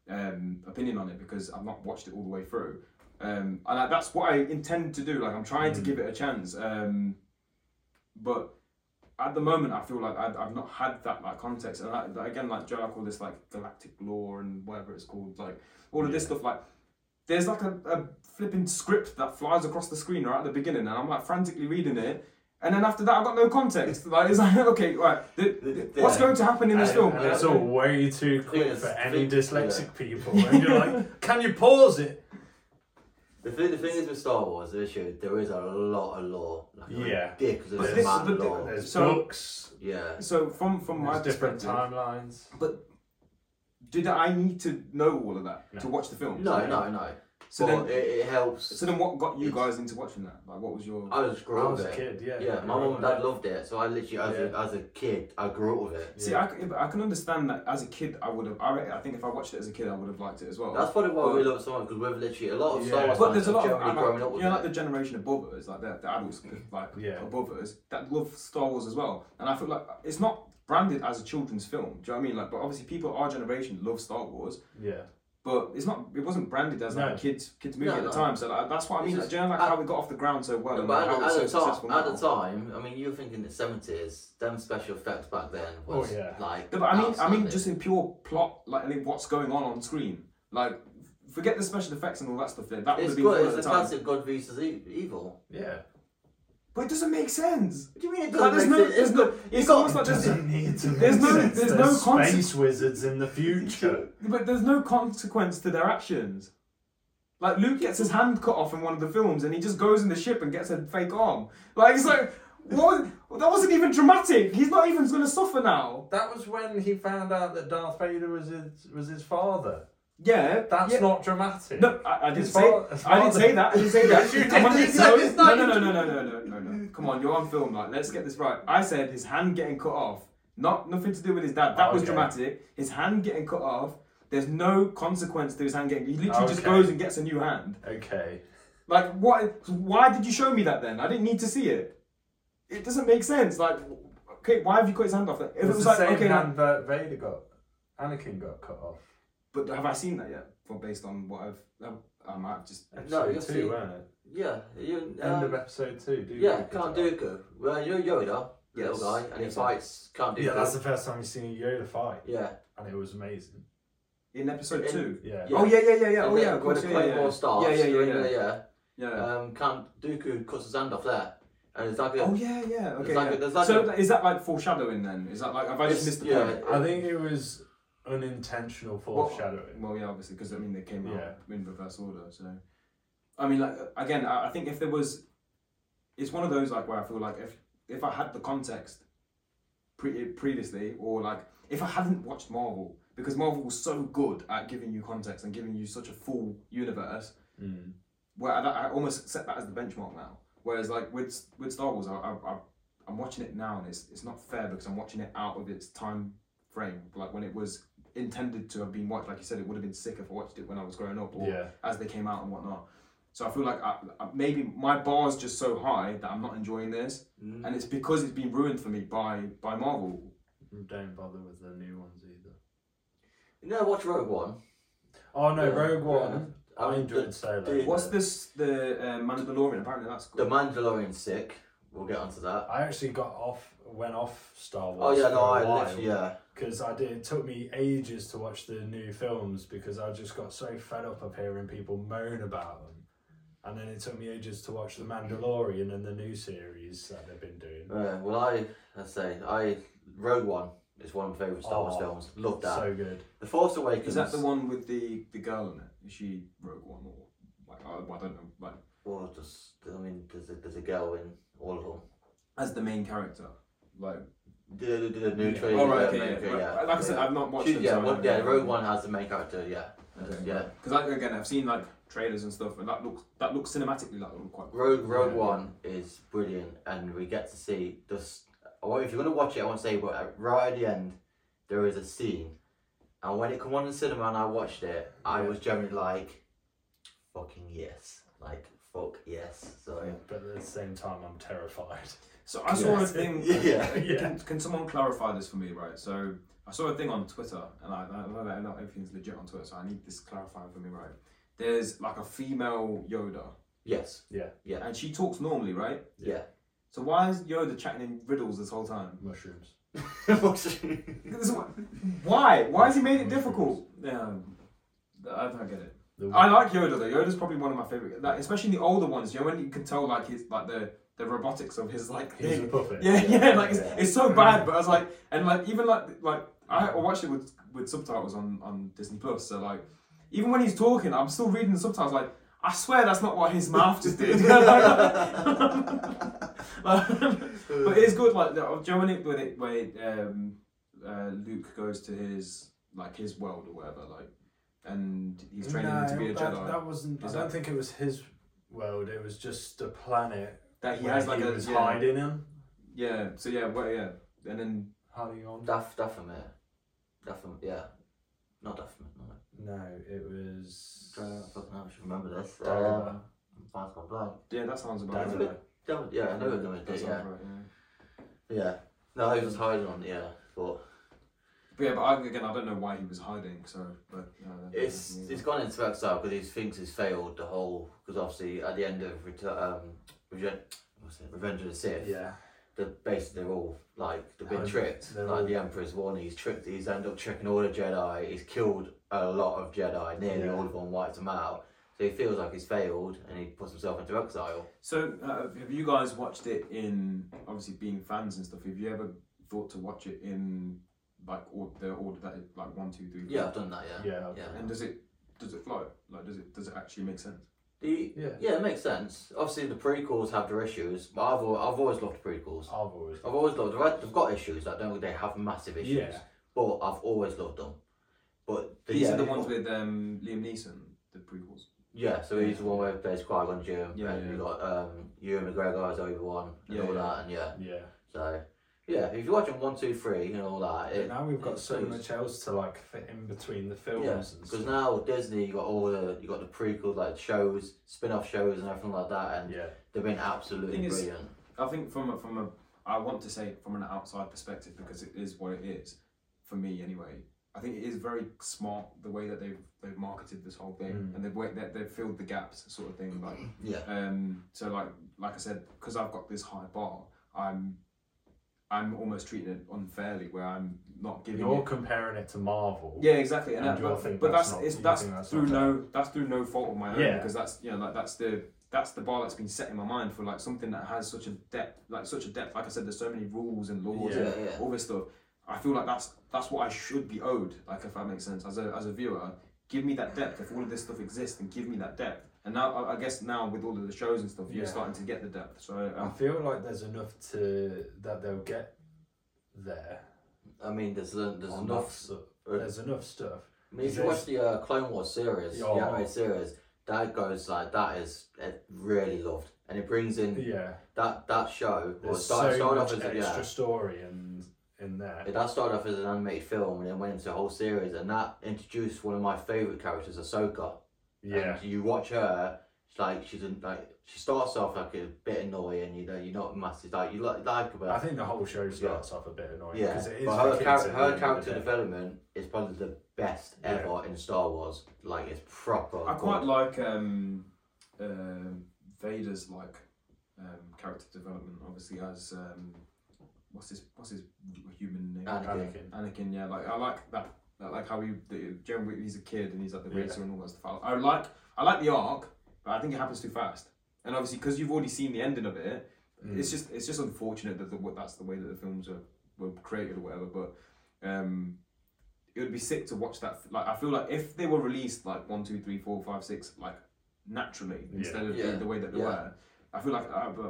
Speaker 3: um, opinion on it because I've not watched it all the way through. Um, and I, that's what I intend to do. Like I'm trying to give it a chance. Um, but at the moment, I feel like I, I've not had that like context. And I, like, again, like Joe, I call this like galactic lore and whatever it's called. Like all of this stuff. Like there's like a, a flipping script that flies across the screen right at the beginning, and I'm like frantically reading it. And then after that, I got no
Speaker 2: (laughs)
Speaker 3: context. Like, it's like, okay, right, th- th- what's
Speaker 2: Yeah.
Speaker 3: going to happen in this
Speaker 1: And-
Speaker 3: film?
Speaker 1: and it's all way too quick
Speaker 2: it's-
Speaker 1: for any
Speaker 2: I think-
Speaker 1: dyslexic
Speaker 2: yeah.
Speaker 1: people. And you're like, can you pause it?
Speaker 2: The thing, the thing is with Star Wars, the issue there is a lot of lore. Like, a
Speaker 1: Yeah.
Speaker 2: ridiculous
Speaker 3: But this-
Speaker 2: amount of
Speaker 3: but thi-
Speaker 2: lore.
Speaker 1: There's
Speaker 3: So-
Speaker 1: books.
Speaker 2: yeah,
Speaker 3: So from from my
Speaker 1: There's different
Speaker 3: perspective,
Speaker 1: timelines.
Speaker 3: but did I need to know all of that
Speaker 1: No.
Speaker 3: to watch the film?
Speaker 2: no, no, no.
Speaker 3: So
Speaker 2: but
Speaker 3: then,
Speaker 2: it, it helps.
Speaker 3: so then, what got you
Speaker 2: it's-
Speaker 3: guys into watching that? Like, what was your?
Speaker 2: I was
Speaker 1: I
Speaker 2: growing
Speaker 1: was
Speaker 2: up
Speaker 1: a kid, yeah.
Speaker 2: Yeah, my mum and dad loved it, so I literally, as,
Speaker 1: Yeah.
Speaker 2: a, as a kid, I grew up with it.
Speaker 3: See,
Speaker 1: yeah.
Speaker 3: I, c- I can understand that as a kid, I would have. I, re- I think if I watched it as a kid, I would have liked it as well.
Speaker 2: That's probably why
Speaker 3: But-
Speaker 2: we love so much because we've literally a lot of Star
Speaker 1: Yeah.
Speaker 2: Wars
Speaker 3: But
Speaker 2: fans
Speaker 3: there's a
Speaker 2: have
Speaker 3: lot of
Speaker 2: generally
Speaker 3: I'm
Speaker 2: growing
Speaker 3: like,
Speaker 2: up
Speaker 3: you
Speaker 2: with
Speaker 3: know, like
Speaker 2: it.
Speaker 3: the generation above us, like the, the adults, like
Speaker 1: Yeah.
Speaker 3: above us, that love Star Wars as well. And I feel like it's not branded as a children's film. Do you know what I mean? Like, but obviously, people our generation love Star Wars,
Speaker 1: Yeah.
Speaker 3: but it's not. It wasn't branded as like
Speaker 1: No.
Speaker 3: a kids kids movie
Speaker 2: No,
Speaker 3: at the
Speaker 2: no.
Speaker 3: time. So like, that's what I
Speaker 2: It's
Speaker 3: mean. Like,
Speaker 2: just-
Speaker 3: do you know, like
Speaker 2: at-
Speaker 3: how it got off the ground so well
Speaker 2: No,
Speaker 3: and
Speaker 2: but
Speaker 3: how
Speaker 2: at,
Speaker 3: it's
Speaker 2: at,
Speaker 3: so
Speaker 2: the
Speaker 3: successful
Speaker 2: time, at
Speaker 3: now.
Speaker 2: the time, I mean, you were thinking the seventies, them special effects back then was
Speaker 1: Oh, yeah.
Speaker 2: like.
Speaker 3: No, but I mean, I mean,
Speaker 2: outstanding.
Speaker 3: just in pure plot, like I mean, what's going on on screen. Like, forget the special effects and all that stuff. There, that would
Speaker 2: It's
Speaker 3: have been cool
Speaker 2: good.
Speaker 3: at
Speaker 2: It's
Speaker 3: the
Speaker 2: a
Speaker 3: time.
Speaker 2: classic God versus e- evil.
Speaker 1: Yeah.
Speaker 3: But it doesn't make sense.
Speaker 2: What do you mean? It
Speaker 3: Like, there's
Speaker 2: doesn't
Speaker 3: no,
Speaker 2: make sense?
Speaker 3: there's no.
Speaker 2: you
Speaker 3: It's
Speaker 2: got-
Speaker 3: almost like there's.
Speaker 1: need to
Speaker 3: there's no- there's no concept-
Speaker 1: space wizards in the (laughs) future.
Speaker 3: But there's no consequence to their actions. Like Luke gets his hand cut off in one of the films, and he just goes in the ship and gets a fake arm. Like it's like, what? Was, that wasn't even dramatic. He's not even going to suffer now.
Speaker 1: That was when he found out that Darth Vader was his was his father.
Speaker 3: Yeah,
Speaker 1: That's
Speaker 3: yeah.
Speaker 1: not dramatic.
Speaker 3: No, I, I didn't
Speaker 1: It's
Speaker 3: say.
Speaker 1: far- it's
Speaker 3: I didn't
Speaker 1: farther-
Speaker 3: say that. I didn't say that.
Speaker 1: You
Speaker 3: I'm on-
Speaker 1: didn't
Speaker 2: say
Speaker 3: no,
Speaker 2: it's
Speaker 3: no,
Speaker 2: not-
Speaker 3: no, no, no, no, no, no, no, no. Come on, you're on film. Like, let's get this right. I said his hand getting cut off. Not nothing to do with his dad. That was
Speaker 1: Okay.
Speaker 3: dramatic. His hand getting cut off. There's no consequence to his hand getting. He literally just
Speaker 1: Okay.
Speaker 3: goes and gets a new hand.
Speaker 1: Okay.
Speaker 3: Like, what? Why did you show me that then? I didn't need to see it. It doesn't make sense. Like, okay, why have you cut his hand off? Then? If
Speaker 1: It
Speaker 3: it
Speaker 1: was,
Speaker 3: was
Speaker 1: the
Speaker 3: like,
Speaker 1: same
Speaker 3: okay,
Speaker 1: hand that Vader got. Anakin got cut off.
Speaker 3: but have I seen that yet? Well, based on what I've, I, I might have just.
Speaker 2: No,
Speaker 1: Episode
Speaker 2: you'll
Speaker 1: two,
Speaker 2: see.
Speaker 1: weren't it?
Speaker 2: Yeah, you.
Speaker 1: End of
Speaker 2: um,
Speaker 1: episode two. Dooku
Speaker 2: yeah,
Speaker 1: gets
Speaker 2: can't
Speaker 1: out.
Speaker 2: do Goku. Well, you know Yoda, little
Speaker 3: Yes.
Speaker 2: guy, and he
Speaker 3: Yes.
Speaker 2: fights. Can't do
Speaker 1: Yeah,
Speaker 2: Goku.
Speaker 1: that's the first time you've seen a Yoda fight,
Speaker 2: yeah.
Speaker 1: and it was amazing.
Speaker 3: In episode
Speaker 2: In-
Speaker 3: two.
Speaker 1: Yeah.
Speaker 2: Yeah.
Speaker 3: Oh yeah, yeah, yeah, yeah.
Speaker 2: And
Speaker 3: Oh
Speaker 2: then
Speaker 3: yeah,
Speaker 2: when
Speaker 3: of course.
Speaker 2: the
Speaker 3: Yeah,
Speaker 2: Clone
Speaker 3: yeah,
Speaker 2: War
Speaker 3: yeah.
Speaker 2: starts,
Speaker 3: yeah, yeah,
Speaker 2: you're in
Speaker 3: yeah,
Speaker 2: the-
Speaker 3: yeah.
Speaker 2: yeah.
Speaker 3: yeah.
Speaker 2: Um, can't Dooku cuts his hand off there, and it's like a,
Speaker 3: oh yeah, yeah. Okay.
Speaker 2: like a-
Speaker 3: yeah.
Speaker 2: there's like
Speaker 3: so
Speaker 2: a-
Speaker 3: like, is that like foreshadowing then? Is that like have I just
Speaker 2: It's-
Speaker 3: missed the
Speaker 2: yeah.
Speaker 3: point?
Speaker 1: I think it was unintentional
Speaker 3: Well-
Speaker 1: foreshadowing.
Speaker 3: Well, yeah, obviously, because I mean they came
Speaker 1: Yeah.
Speaker 3: out in reverse order. So, I mean, like again, I, I think if there was, it's one of those like where I feel like if if I had the context pre- previously, or like if I hadn't watched Marvel, because Marvel was so good at giving you context and giving you such a full universe,
Speaker 1: Mm.
Speaker 3: where I, I almost set that as the benchmark now. Whereas like with with Star Wars, I, I, I I'm watching it now and it's it's not fair because I'm watching it out of its time frame. Like when it was intended to have been watched, like you said, it would have been sick if I watched it when I was growing up or
Speaker 1: Yeah.
Speaker 3: as they came out and whatnot. So I feel like I, I, maybe my bar is just so high that I'm not enjoying this,
Speaker 2: Mm.
Speaker 3: and it's because it's been ruined for me by by Marvel.
Speaker 1: Don't bother with the new ones either.
Speaker 2: You know, watch Rogue One.
Speaker 1: Oh no,
Speaker 2: Yeah,
Speaker 1: Rogue
Speaker 2: yeah.
Speaker 1: One. I
Speaker 2: mean,
Speaker 1: enjoyed
Speaker 2: the-
Speaker 1: Solo.
Speaker 2: the-
Speaker 3: What's this? The uh, Mandalorian. Apparently that's
Speaker 2: The
Speaker 3: good.
Speaker 2: Mandalorian's sick. We'll get onto that.
Speaker 1: I actually got off, went off Star
Speaker 2: Oh
Speaker 1: Wars.
Speaker 2: yeah,
Speaker 1: for
Speaker 2: no,
Speaker 1: a
Speaker 2: I
Speaker 1: while.
Speaker 2: literally yeah.
Speaker 1: because I did. It took me ages to watch the new films because I just got so fed up of hearing people moan about them, and then it took me ages to watch the Mandalorian and the new series that they've been doing.
Speaker 2: Uh, well, I let's say I Rogue One is one of my favorite Star Wars
Speaker 1: Oh,
Speaker 2: films. Love that.
Speaker 1: So good.
Speaker 2: the Force Awakens.
Speaker 3: Is that the one with the the girl in it? Is she Rogue One or like I, I don't know, like
Speaker 2: Well, just I mean, there's a, there's a girl in all of them.
Speaker 3: as the main character? Like
Speaker 2: The, the, the new
Speaker 1: Yeah.
Speaker 2: trailer.
Speaker 3: Oh, right,
Speaker 2: yeah,
Speaker 3: okay,
Speaker 2: main
Speaker 3: yeah.
Speaker 2: trailer,
Speaker 3: Right. Like I said, I've not watched
Speaker 2: She-
Speaker 3: them,
Speaker 2: Yeah,
Speaker 3: so I
Speaker 2: one,
Speaker 3: don't
Speaker 2: yeah,
Speaker 3: know.
Speaker 2: Rogue One has the main character. Yeah, yeah.
Speaker 3: Because like, again, I've seen like trailers and stuff, and that looks that looks cinematically like look quite.
Speaker 2: Rogue Rogue
Speaker 1: Yeah.
Speaker 2: One is brilliant, and we get to see just. Or if you're gonna watch it, I won't say, but at- right at the end, there is a scene, and when it come on in cinema and I watched it, I
Speaker 1: Yeah.
Speaker 2: was generally like, "Fucking yes!" Like fuck yes. So
Speaker 1: But at the same time, I'm terrified. (laughs)
Speaker 3: So I saw
Speaker 2: Yeah.
Speaker 3: a
Speaker 2: (laughs)
Speaker 3: thing. uh,
Speaker 2: Yeah.
Speaker 1: Yeah.
Speaker 3: Can, can someone clarify this for me, right? So I saw a thing on Twitter, and I, I know that not everything's legit on Twitter, so I need this clarifying for me, right? There's like a female Yoda,
Speaker 2: yes, (laughs)
Speaker 3: and she talks normally, right?
Speaker 2: yeah.
Speaker 3: So why is Yoda chatting in riddles this whole time?
Speaker 1: Mushrooms.
Speaker 3: This is what- Why? Why has he made it difficult? Yeah, I don't get it.
Speaker 1: The
Speaker 3: I like Yoda though. Yoda's probably one of my favorite, like especially the older ones. You know when you can tell like his like the the robotics of his like
Speaker 1: he's a
Speaker 3: thing.
Speaker 1: puppet.
Speaker 3: Yeah, (laughs) yeah, like it's,
Speaker 1: Yeah.
Speaker 3: it's so bad. But I was like, and like even like like I watched it with with subtitles on on Disney Plus. So like even when he's talking, I'm still reading the subtitles. Like I swear that's not what his mouth
Speaker 1: (laughs)
Speaker 3: just did. (laughs) but it's good. Like the- do you know when it when it when um, uh, Luke goes to his like his world or whatever like. And he's training him to be a
Speaker 1: that,
Speaker 3: Jedi.
Speaker 1: That wasn't.
Speaker 3: Is
Speaker 1: I don't
Speaker 3: that-
Speaker 1: think it was his world. It was just a planet
Speaker 3: That he
Speaker 1: where
Speaker 3: has like
Speaker 1: he
Speaker 3: a
Speaker 1: was
Speaker 3: yeah,
Speaker 1: hiding him.
Speaker 3: yeah. So yeah, well, yeah, and then
Speaker 1: Hiding on.
Speaker 2: Daff Daffamir, Daffamir, yeah, not Daffamir. No.
Speaker 1: No, it was.
Speaker 2: Uh, fucking hell, I should remember this.
Speaker 1: Dagobah.
Speaker 2: Um, I've gone blank.
Speaker 3: yeah, that sounds about
Speaker 1: Dagobah.
Speaker 3: right.
Speaker 2: Dagobah, Yeah, I know what you're
Speaker 3: That
Speaker 2: doing.
Speaker 3: sounds
Speaker 2: Yeah,
Speaker 3: right, yeah.
Speaker 2: yeah. No, he was hiding on. Yeah, but
Speaker 3: But yeah, but I, again, I don't know why he was hiding. So, but yeah, that-
Speaker 2: It's
Speaker 3: yeah.
Speaker 2: it's gone into exile because he thinks he's failed the whole. Because obviously at the end of Retur- um, Regen- what's it, Revenge of the Sith,
Speaker 1: Yeah.
Speaker 2: the basically they're all like they've been
Speaker 1: Oh,
Speaker 2: tricked.
Speaker 1: they're
Speaker 2: Like
Speaker 1: all-
Speaker 2: the Emperor's one, he's tricked. He's ended up tricking all the Jedi. He's killed a lot of Jedi, nearly
Speaker 1: Yeah.
Speaker 2: all of them, wiped them out. So he feels like he's failed, and he puts himself into exile.
Speaker 3: So, uh, have you guys watched it in obviously being fans and stuff? Have you ever thought to watch it in like or, the order that it, like one, two, three? four?
Speaker 2: Yeah, I've done that. Yeah.
Speaker 1: Yeah.
Speaker 2: Yeah.
Speaker 3: And does it does it flow? Like, does it does it actually make sense?
Speaker 2: The, yeah.
Speaker 1: Yeah.
Speaker 2: it makes sense. Obviously, the prequels have their issues, but I've, al- I've always loved the prequels.
Speaker 1: I've always.
Speaker 3: Oh.
Speaker 2: I've always loved. They've had- They've got issues. I don't. They have massive issues.
Speaker 1: Yeah.
Speaker 2: But I've always loved them. But
Speaker 3: These
Speaker 2: yeah,
Speaker 3: are the ones with um, Liam Neeson, the prequels.
Speaker 2: Yeah, so he's the one where there's Qui Gon Jinn,
Speaker 3: Yeah,
Speaker 2: and
Speaker 3: yeah.
Speaker 2: you got um, Ewan McGregor as Obi Wan and
Speaker 3: Yeah,
Speaker 2: all
Speaker 3: yeah.
Speaker 2: that, and yeah,
Speaker 1: Yeah.
Speaker 2: so yeah, if you're watching one, two, three, and all that, it,
Speaker 1: now we've got
Speaker 2: it
Speaker 1: so
Speaker 2: suits.
Speaker 1: much else to like fit in between the films
Speaker 2: Yeah,
Speaker 1: and
Speaker 2: because
Speaker 1: stuff.
Speaker 2: now Disney, you got all the you got the prequels like shows, spin off shows, and everything like that, and
Speaker 1: yeah.
Speaker 2: they've been absolutely
Speaker 3: Thing is-
Speaker 2: brilliant.
Speaker 3: I think from a, from a I want to say it from an outside perspective because it is what it is for me anyway. I think it is very smart the way that they've they've marketed this whole thing
Speaker 1: Mm.
Speaker 3: and they've wa- that they've filled the gaps sort of thing like
Speaker 2: Yeah,
Speaker 3: um so like like I said because I've got this high bar I'm I'm almost treating it unfairly where I'm not giving
Speaker 1: You're
Speaker 3: it
Speaker 1: comparing it to Marvel.
Speaker 3: yeah, exactly, and,
Speaker 1: And
Speaker 3: that,
Speaker 1: you'll
Speaker 3: but,
Speaker 1: think
Speaker 3: but
Speaker 1: that's
Speaker 3: that's
Speaker 1: not-
Speaker 3: it's,
Speaker 1: you
Speaker 3: that's
Speaker 1: think that's
Speaker 3: through
Speaker 1: not
Speaker 3: no that's through no fault of my own
Speaker 1: Yeah.
Speaker 3: because that's you know like that's the that's the bar that's been set in my mind for like something that has such a depth like such a depth like I said there's so many rules and laws
Speaker 2: yeah,
Speaker 1: Yeah.
Speaker 2: yeah.
Speaker 3: and all this stuff I feel like that's that's what I should be owed like if that makes sense as a as a viewer give me that depth if all of this stuff exists then give me that depth and now I, I guess now with all of the shows and stuff you're
Speaker 1: Yeah.
Speaker 3: starting to get the depth so
Speaker 1: I
Speaker 3: um,
Speaker 1: feel like there's enough to that they'll get there.
Speaker 2: I mean, there's there's
Speaker 1: on that
Speaker 2: enough.
Speaker 1: stuff.
Speaker 3: Uh,
Speaker 1: There's enough stuff.
Speaker 2: I mean, if you watch the uh, Clone Wars series,
Speaker 1: Yeah.
Speaker 2: the animated series, that goes like that is it really loved, and it brings in
Speaker 1: Yeah.
Speaker 2: that that show. Well,
Speaker 1: There's
Speaker 2: start,
Speaker 1: so
Speaker 2: started
Speaker 1: much
Speaker 2: off as
Speaker 1: extra
Speaker 2: a- yeah,
Speaker 1: story and in there.
Speaker 2: Yeah, that started off as an animated film, and then went into a whole series, and that introduced one of my favorite characters, Ahsoka.
Speaker 1: Yeah.
Speaker 2: And you watch her, she's like she's in, like she starts off like a bit annoying, you know, you're not massive like you like like her. but-
Speaker 1: I think the whole show starts off a bit annoying
Speaker 2: yeah,
Speaker 1: because it is.
Speaker 2: but
Speaker 1: for
Speaker 2: her,
Speaker 1: kids
Speaker 2: char-
Speaker 1: at the
Speaker 2: her
Speaker 1: end of the
Speaker 2: character
Speaker 1: day.
Speaker 2: development is probably the best
Speaker 1: Yeah.
Speaker 2: ever in Star Wars. Like it's proper.
Speaker 3: I quite
Speaker 2: good.
Speaker 3: like um, um Vader's like um, character development, obviously as um, what's his what's his human name?
Speaker 2: Anakin.
Speaker 1: Anakin.
Speaker 3: Anakin, yeah. Like I like that. I like how he, the, Jeremy, Whitney, he's a kid and he's like the
Speaker 1: Yeah.
Speaker 3: racer and all that stuff. I like I like the arc, but I think it happens too fast. And obviously, because you've already seen the ending of it,
Speaker 1: Mm.
Speaker 3: it's just it's just unfortunate that the, what- that's the way that the films are were created or whatever. But um, it would be sick to watch that. Like I feel like if they were released like one, two, three, four, five, six, like naturally
Speaker 1: Yeah.
Speaker 3: instead of
Speaker 2: Yeah.
Speaker 3: The, the way that they
Speaker 2: Yeah.
Speaker 3: were, I feel like uh, but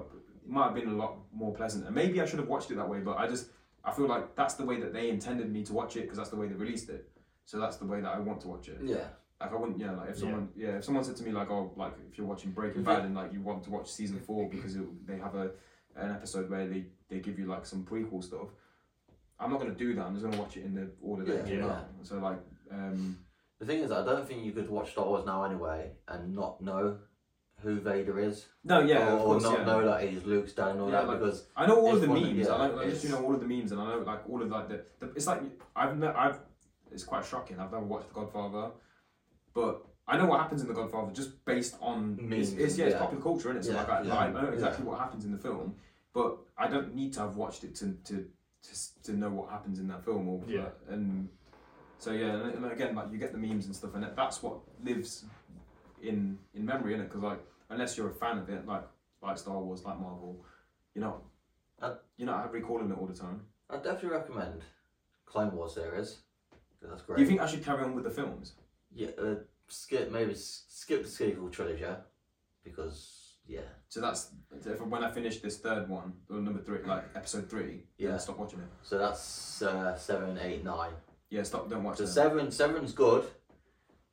Speaker 3: it might have been a lot more pleasant. And maybe I should have watched it that way, but I just I feel like that's the way that they intended me to watch it because that's the way they released it. So that's the way that I want to watch it.
Speaker 2: Yeah.
Speaker 3: Like I wouldn't, yeah. Like if
Speaker 1: Yeah.
Speaker 3: someone, yeah, if someone said to me like, oh, like if you're watching Breaking Bad and like you want to watch season four because it, they have a an episode where they they give you like some prequel stuff, I'm not gonna do that. I'm just gonna watch it in the order that
Speaker 2: Yeah.
Speaker 3: it came
Speaker 1: Yeah.
Speaker 3: out. So like, um,
Speaker 2: The thing is, I don't think you could watch Star Wars now anyway and not know who Vader is,
Speaker 3: no, yeah,
Speaker 2: or,
Speaker 3: of course,
Speaker 2: or not
Speaker 3: yeah.
Speaker 2: know that he's Luke's dad and all
Speaker 3: Yeah,
Speaker 2: that
Speaker 3: like-
Speaker 2: because
Speaker 3: I know all of
Speaker 2: It's
Speaker 3: the
Speaker 2: one of-
Speaker 3: memes. I,
Speaker 2: yeah,
Speaker 3: like, I just you know all of the memes, and I know like all of like the, the it's like I've ne- I've it's quite shocking. I've never watched The Godfather, but I know what happens in The Godfather just based on
Speaker 2: Memes,
Speaker 3: It's, it's yeah, it's
Speaker 2: yeah.
Speaker 3: popular culture, innit? So
Speaker 2: Yeah,
Speaker 3: like, I,
Speaker 2: yeah,
Speaker 3: like, I know
Speaker 2: yeah.
Speaker 3: exactly what happens in the film, but I don't need to have watched it to to to, s- to know what happens in that film or
Speaker 1: Yeah.
Speaker 3: and so yeah, and, and again like you get the memes and stuff, and that- that's what lives in in memory, innit? Because like unless you're a fan of it, like like Star Wars, like Marvel, you're not
Speaker 2: Uh,
Speaker 3: you're not recalling it all the time.
Speaker 2: I definitely recommend Clone Wars series. 'cause That's great.
Speaker 3: Do you think I should carry on with the films?
Speaker 2: Yeah, uh, skip maybe s- skip the sequel trilogy because yeah,
Speaker 3: So that's if, when I finish this third one, or number three, like episode three. Yeah.
Speaker 2: Yeah.
Speaker 3: Then stop watching it.
Speaker 2: so that's uh, seven, eight, nine.
Speaker 3: Yeah, stop. Don't watch
Speaker 2: So
Speaker 3: it.
Speaker 2: seven, seven's good,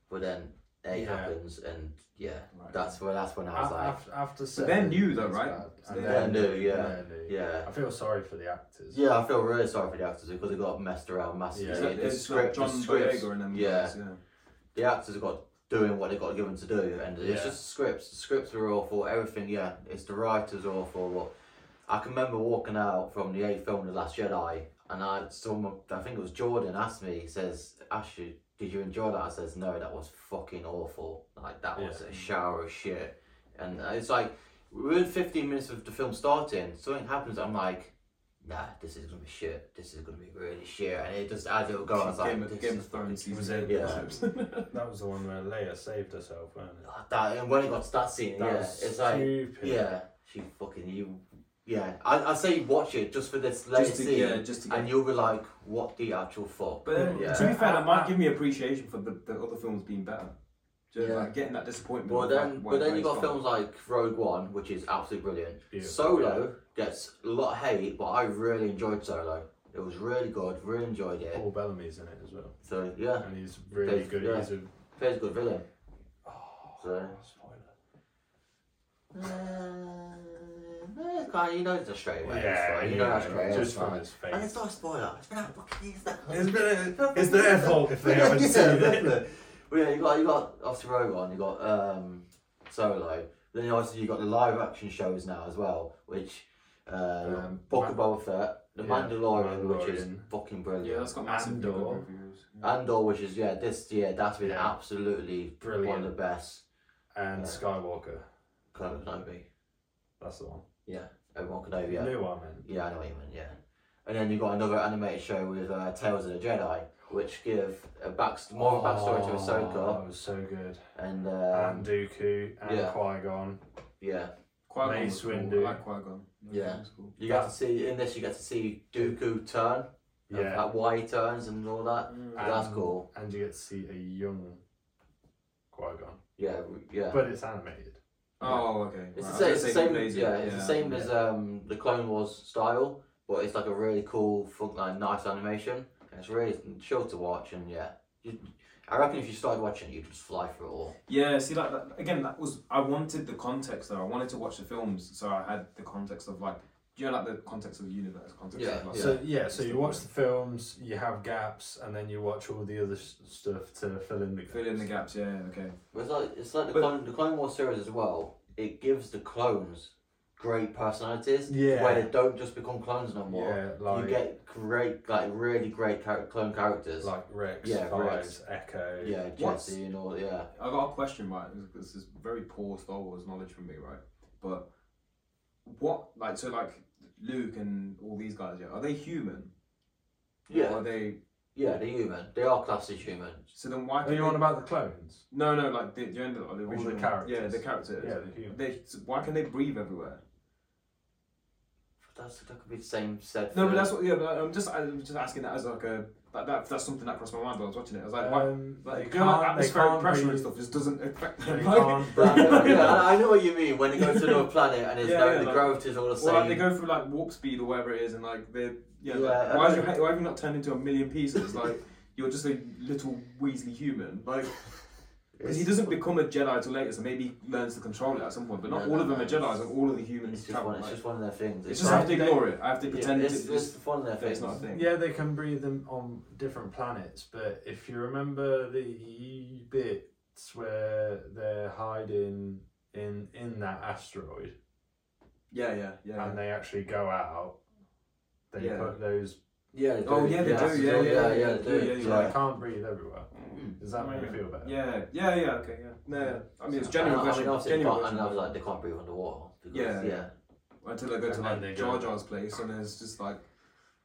Speaker 2: but then eight
Speaker 1: Yeah.
Speaker 2: happens, and yeah,
Speaker 3: Right.
Speaker 2: that's when that's when I was like,
Speaker 1: after, after
Speaker 3: But they're new though,
Speaker 1: it's
Speaker 3: right?
Speaker 1: bad.
Speaker 3: They're
Speaker 1: And then-
Speaker 2: new, yeah.
Speaker 1: and then new.
Speaker 2: yeah,
Speaker 1: I feel sorry for the actors.
Speaker 2: yeah. I feel really sorry for the actors because they got messed around massively.
Speaker 1: Yeah.
Speaker 3: It's like,
Speaker 2: The
Speaker 3: it's like
Speaker 2: script- the
Speaker 3: John
Speaker 2: scripts-
Speaker 3: Boyega and them.
Speaker 2: yeah.
Speaker 3: guys, yeah.
Speaker 2: the actors got doing what they got given to do, and it's
Speaker 1: Yeah.
Speaker 2: just scripts. The scripts were awful. Everything, yeah. It's the writers were awful. But I can remember walking out from the eighth film, The Last Jedi, and I someone I think it was Jordan asked me. He says, "Ash, you- did you enjoy that?" I says, "No, that was fucking awful. Like that was
Speaker 1: Yeah.
Speaker 2: a shower of shit." And it's like within fifteen minutes of the film starting, something happens. I'm like. Nah, this is gonna be shit. This is gonna be really shit, and it just as it would go, I was like,
Speaker 3: Game, of,
Speaker 2: this
Speaker 3: Game
Speaker 2: is
Speaker 3: of Thrones
Speaker 1: It was
Speaker 3: season.
Speaker 1: in-
Speaker 3: eight,
Speaker 2: yeah.
Speaker 3: (laughs) episode.
Speaker 1: That was the one where Leia saved herself, wasn't it?
Speaker 2: God, that and when it got to that scene,
Speaker 1: That
Speaker 2: yeah,
Speaker 1: was
Speaker 2: it's like
Speaker 1: stupid.
Speaker 2: yeah, she fucking you, yeah. I I say watch it just for this later
Speaker 3: just to,
Speaker 2: scene,
Speaker 3: yeah, just to get.
Speaker 2: and you'll be like, what the actual fuck?
Speaker 3: but then,
Speaker 2: yeah.
Speaker 3: to be fair, that might give me appreciation for the, the other films being better. Just
Speaker 2: Yeah.
Speaker 3: like getting that disappointment.
Speaker 2: Well
Speaker 3: of,
Speaker 2: then,
Speaker 3: like,
Speaker 2: but then
Speaker 3: where
Speaker 2: you got
Speaker 3: it's gone.
Speaker 2: films like Rogue One, which is absolutely brilliant.
Speaker 1: Beautiful,
Speaker 2: Solo gets a lot of hate, but I really enjoyed Solo. It was really good. Really enjoyed it.
Speaker 1: Paul Bellamy's in it as well,
Speaker 2: So yeah,
Speaker 1: and he's really
Speaker 2: Dave,
Speaker 1: good.
Speaker 2: yeah.
Speaker 1: He's a
Speaker 2: plays a good villain.
Speaker 1: oh,
Speaker 2: So-
Speaker 1: spoiler.
Speaker 2: Uh, no, it's kind of, you know it's a straight away. it's fine. you know that's great.
Speaker 1: Just
Speaker 2: It's
Speaker 1: from
Speaker 2: fine.
Speaker 1: his face.
Speaker 2: And it's not a spoiler. It's been out fucking years now.
Speaker 1: It's been- it's their fault if they haven't
Speaker 2: (laughs) yeah,
Speaker 1: seen it.
Speaker 2: definitely. Well, yeah, you got you got obviously Rogue you got um, Solo. Then you obviously you got the live action shows now as well, which um,
Speaker 1: Um,
Speaker 2: Book of
Speaker 1: Ma-
Speaker 2: Boba Fett, The
Speaker 1: yeah,
Speaker 2: Mandalorian, which is
Speaker 1: Mandalorian.
Speaker 2: fucking brilliant.
Speaker 3: Yeah, that's got massive
Speaker 1: Andor.
Speaker 3: good reviews. Yeah.
Speaker 2: Andor, which is yeah, this year that's been
Speaker 1: Yeah.
Speaker 2: absolutely one
Speaker 1: Brilliant.
Speaker 2: of the best.
Speaker 1: and
Speaker 2: Yeah.
Speaker 1: Skywalker.
Speaker 2: Kind of Kenobi.
Speaker 1: That's the one.
Speaker 2: Yeah, Obi-Wan Kenobi. Yeah.
Speaker 1: New one, man.
Speaker 2: Yeah, I know what you mean, yeah. And then you've got another animated show with uh, Tales of the Jedi, which give a back, more of a backstory to Ahsoka.
Speaker 1: That Oh, was so good.
Speaker 2: And, um,
Speaker 1: and Dooku and
Speaker 2: yeah.
Speaker 1: Qui Gon.
Speaker 2: yeah,
Speaker 3: Qui-Gon
Speaker 1: Mace
Speaker 3: was cool.
Speaker 1: Windu.
Speaker 3: I like Qui-Gon.
Speaker 2: Yeah.
Speaker 3: That's cool.
Speaker 2: you get to see, in this, you get to see Dooku turn, yeah.
Speaker 1: Yeah.
Speaker 2: like why he turns and all that.
Speaker 1: And-
Speaker 2: That's cool.
Speaker 1: And you get to see a young Qui Gon,
Speaker 2: Yeah, we- yeah.
Speaker 1: but it's animated.
Speaker 3: Oh, okay.
Speaker 2: it's the same, it's
Speaker 3: Right, I was
Speaker 2: the
Speaker 3: gonna
Speaker 2: same
Speaker 3: say Blazing.
Speaker 2: yeah, it's the same as um, the Clone Wars style, but it's like a really cool, fun, like, nice animation. And it's really chill to watch, and yeah. You, I reckon if you started watching it, you'd just fly through it all.
Speaker 3: Yeah, see, like that, again, that was I wanted the context though. I wanted to watch the films, so I had the context of like, you know, like the context of the universe, context
Speaker 2: Yeah,
Speaker 3: of like,
Speaker 2: yeah.
Speaker 1: So yeah, so you watch the films, you have gaps, and then you watch all the other s- stuff to fill in the gaps.
Speaker 3: fill in the gaps. Yeah, yeah, okay.
Speaker 2: Well, It's like it's like the
Speaker 3: But-
Speaker 2: clone, the Clone Wars series as well. It gives the clones great personalities.
Speaker 1: Yeah.
Speaker 2: Where they don't just become clones no more.
Speaker 1: Yeah, like
Speaker 2: you get great, like really great char- clone characters.
Speaker 1: like Rex,
Speaker 2: Yeah,
Speaker 1: Fives, Echo.
Speaker 2: yeah,
Speaker 3: What's-
Speaker 2: Jesse and all. Yeah.
Speaker 3: I got a question right. This is very poor Star Wars knowledge from me, right? But what, like, so like Luke and all these guys, yeah, are they human? Or
Speaker 2: Yeah.
Speaker 3: are they?
Speaker 2: Yeah. They're human. They are classed as human.
Speaker 3: So then why?
Speaker 1: Are you
Speaker 3: they-
Speaker 1: on about the clones?
Speaker 3: No, no, like the, the end of the original.
Speaker 1: characters.
Speaker 3: Yeah, the characters.
Speaker 1: Yeah, the humans.
Speaker 3: They, so why can they breathe everywhere?
Speaker 2: That's that could be the same said.
Speaker 3: No,
Speaker 2: for-
Speaker 3: but that's what. Yeah, but I'm just I'm just asking that as like a that, that that's something that crossed my mind while I was watching it. I was like, why?
Speaker 1: Um,
Speaker 3: Like,
Speaker 1: they
Speaker 3: you know, like
Speaker 1: can't- they
Speaker 3: atmospheric
Speaker 1: can't
Speaker 3: pressure and
Speaker 1: breathe.
Speaker 3: stuff just doesn't affect
Speaker 2: (laughs)
Speaker 3: them. (laughs)
Speaker 1: They
Speaker 3: like,
Speaker 1: can't
Speaker 2: But I
Speaker 3: (laughs)
Speaker 2: know, yeah,
Speaker 1: breathe.
Speaker 2: I I know what you mean when they go to another planet and there's
Speaker 3: Yeah,
Speaker 2: no
Speaker 3: yeah,
Speaker 2: the
Speaker 3: like-
Speaker 2: gravity's all the
Speaker 3: Or
Speaker 2: same.
Speaker 3: like they go through like warp speed or whatever it is, and like they
Speaker 2: Yeah,
Speaker 3: yeah. like,
Speaker 2: and
Speaker 3: why, is
Speaker 2: then-
Speaker 3: your, head- why have you not turned into a million pieces? Like (laughs) you're just a little Weasley human. Like
Speaker 2: (laughs)
Speaker 3: because he doesn't become a Jedi till later, so maybe he learns to control it at some point. But not
Speaker 2: No,
Speaker 3: all
Speaker 2: no,
Speaker 3: of them
Speaker 2: no,
Speaker 3: are
Speaker 2: it's-
Speaker 3: Jedi's, and all of the humans
Speaker 2: It's just
Speaker 3: travel.
Speaker 2: one. It's
Speaker 3: like-
Speaker 2: just one of their things.
Speaker 3: it's
Speaker 2: It's
Speaker 3: just I
Speaker 1: like-
Speaker 3: have to ignore it. I have to
Speaker 2: yeah,
Speaker 3: pretend
Speaker 2: it's,
Speaker 3: it's,
Speaker 2: it's one of their
Speaker 3: that
Speaker 2: things.
Speaker 3: it's not a thing.
Speaker 1: Yeah, they can breathe them on different planets, but if you remember the bits where they're hiding in in that asteroid
Speaker 3: Yeah, yeah, yeah.
Speaker 1: and they actually go out, they
Speaker 3: Yeah.
Speaker 1: put those
Speaker 2: Yeah. They do.
Speaker 3: Oh yeah, they
Speaker 1: Yeah,
Speaker 3: do. Yeah,
Speaker 1: so-
Speaker 3: yeah,
Speaker 2: yeah, yeah,
Speaker 3: yeah.
Speaker 2: they
Speaker 3: yeah,
Speaker 2: do,
Speaker 3: yeah,
Speaker 1: so
Speaker 3: yeah. Hmm.
Speaker 1: they can't breathe everywhere. Does that make you feel better?
Speaker 3: Yeah, yeah, yeah, okay, yeah. No, yeah. I mean, it's a genuine
Speaker 2: I mean,
Speaker 3: question.
Speaker 2: obviously,
Speaker 3: genuine
Speaker 2: can't-
Speaker 3: question.
Speaker 2: And I was like, they can't breathe underwater. Because,
Speaker 3: Yeah.
Speaker 2: yeah.
Speaker 3: Until I go to
Speaker 1: And then they
Speaker 3: like
Speaker 1: go-
Speaker 3: Jar Jar's place and it's just like.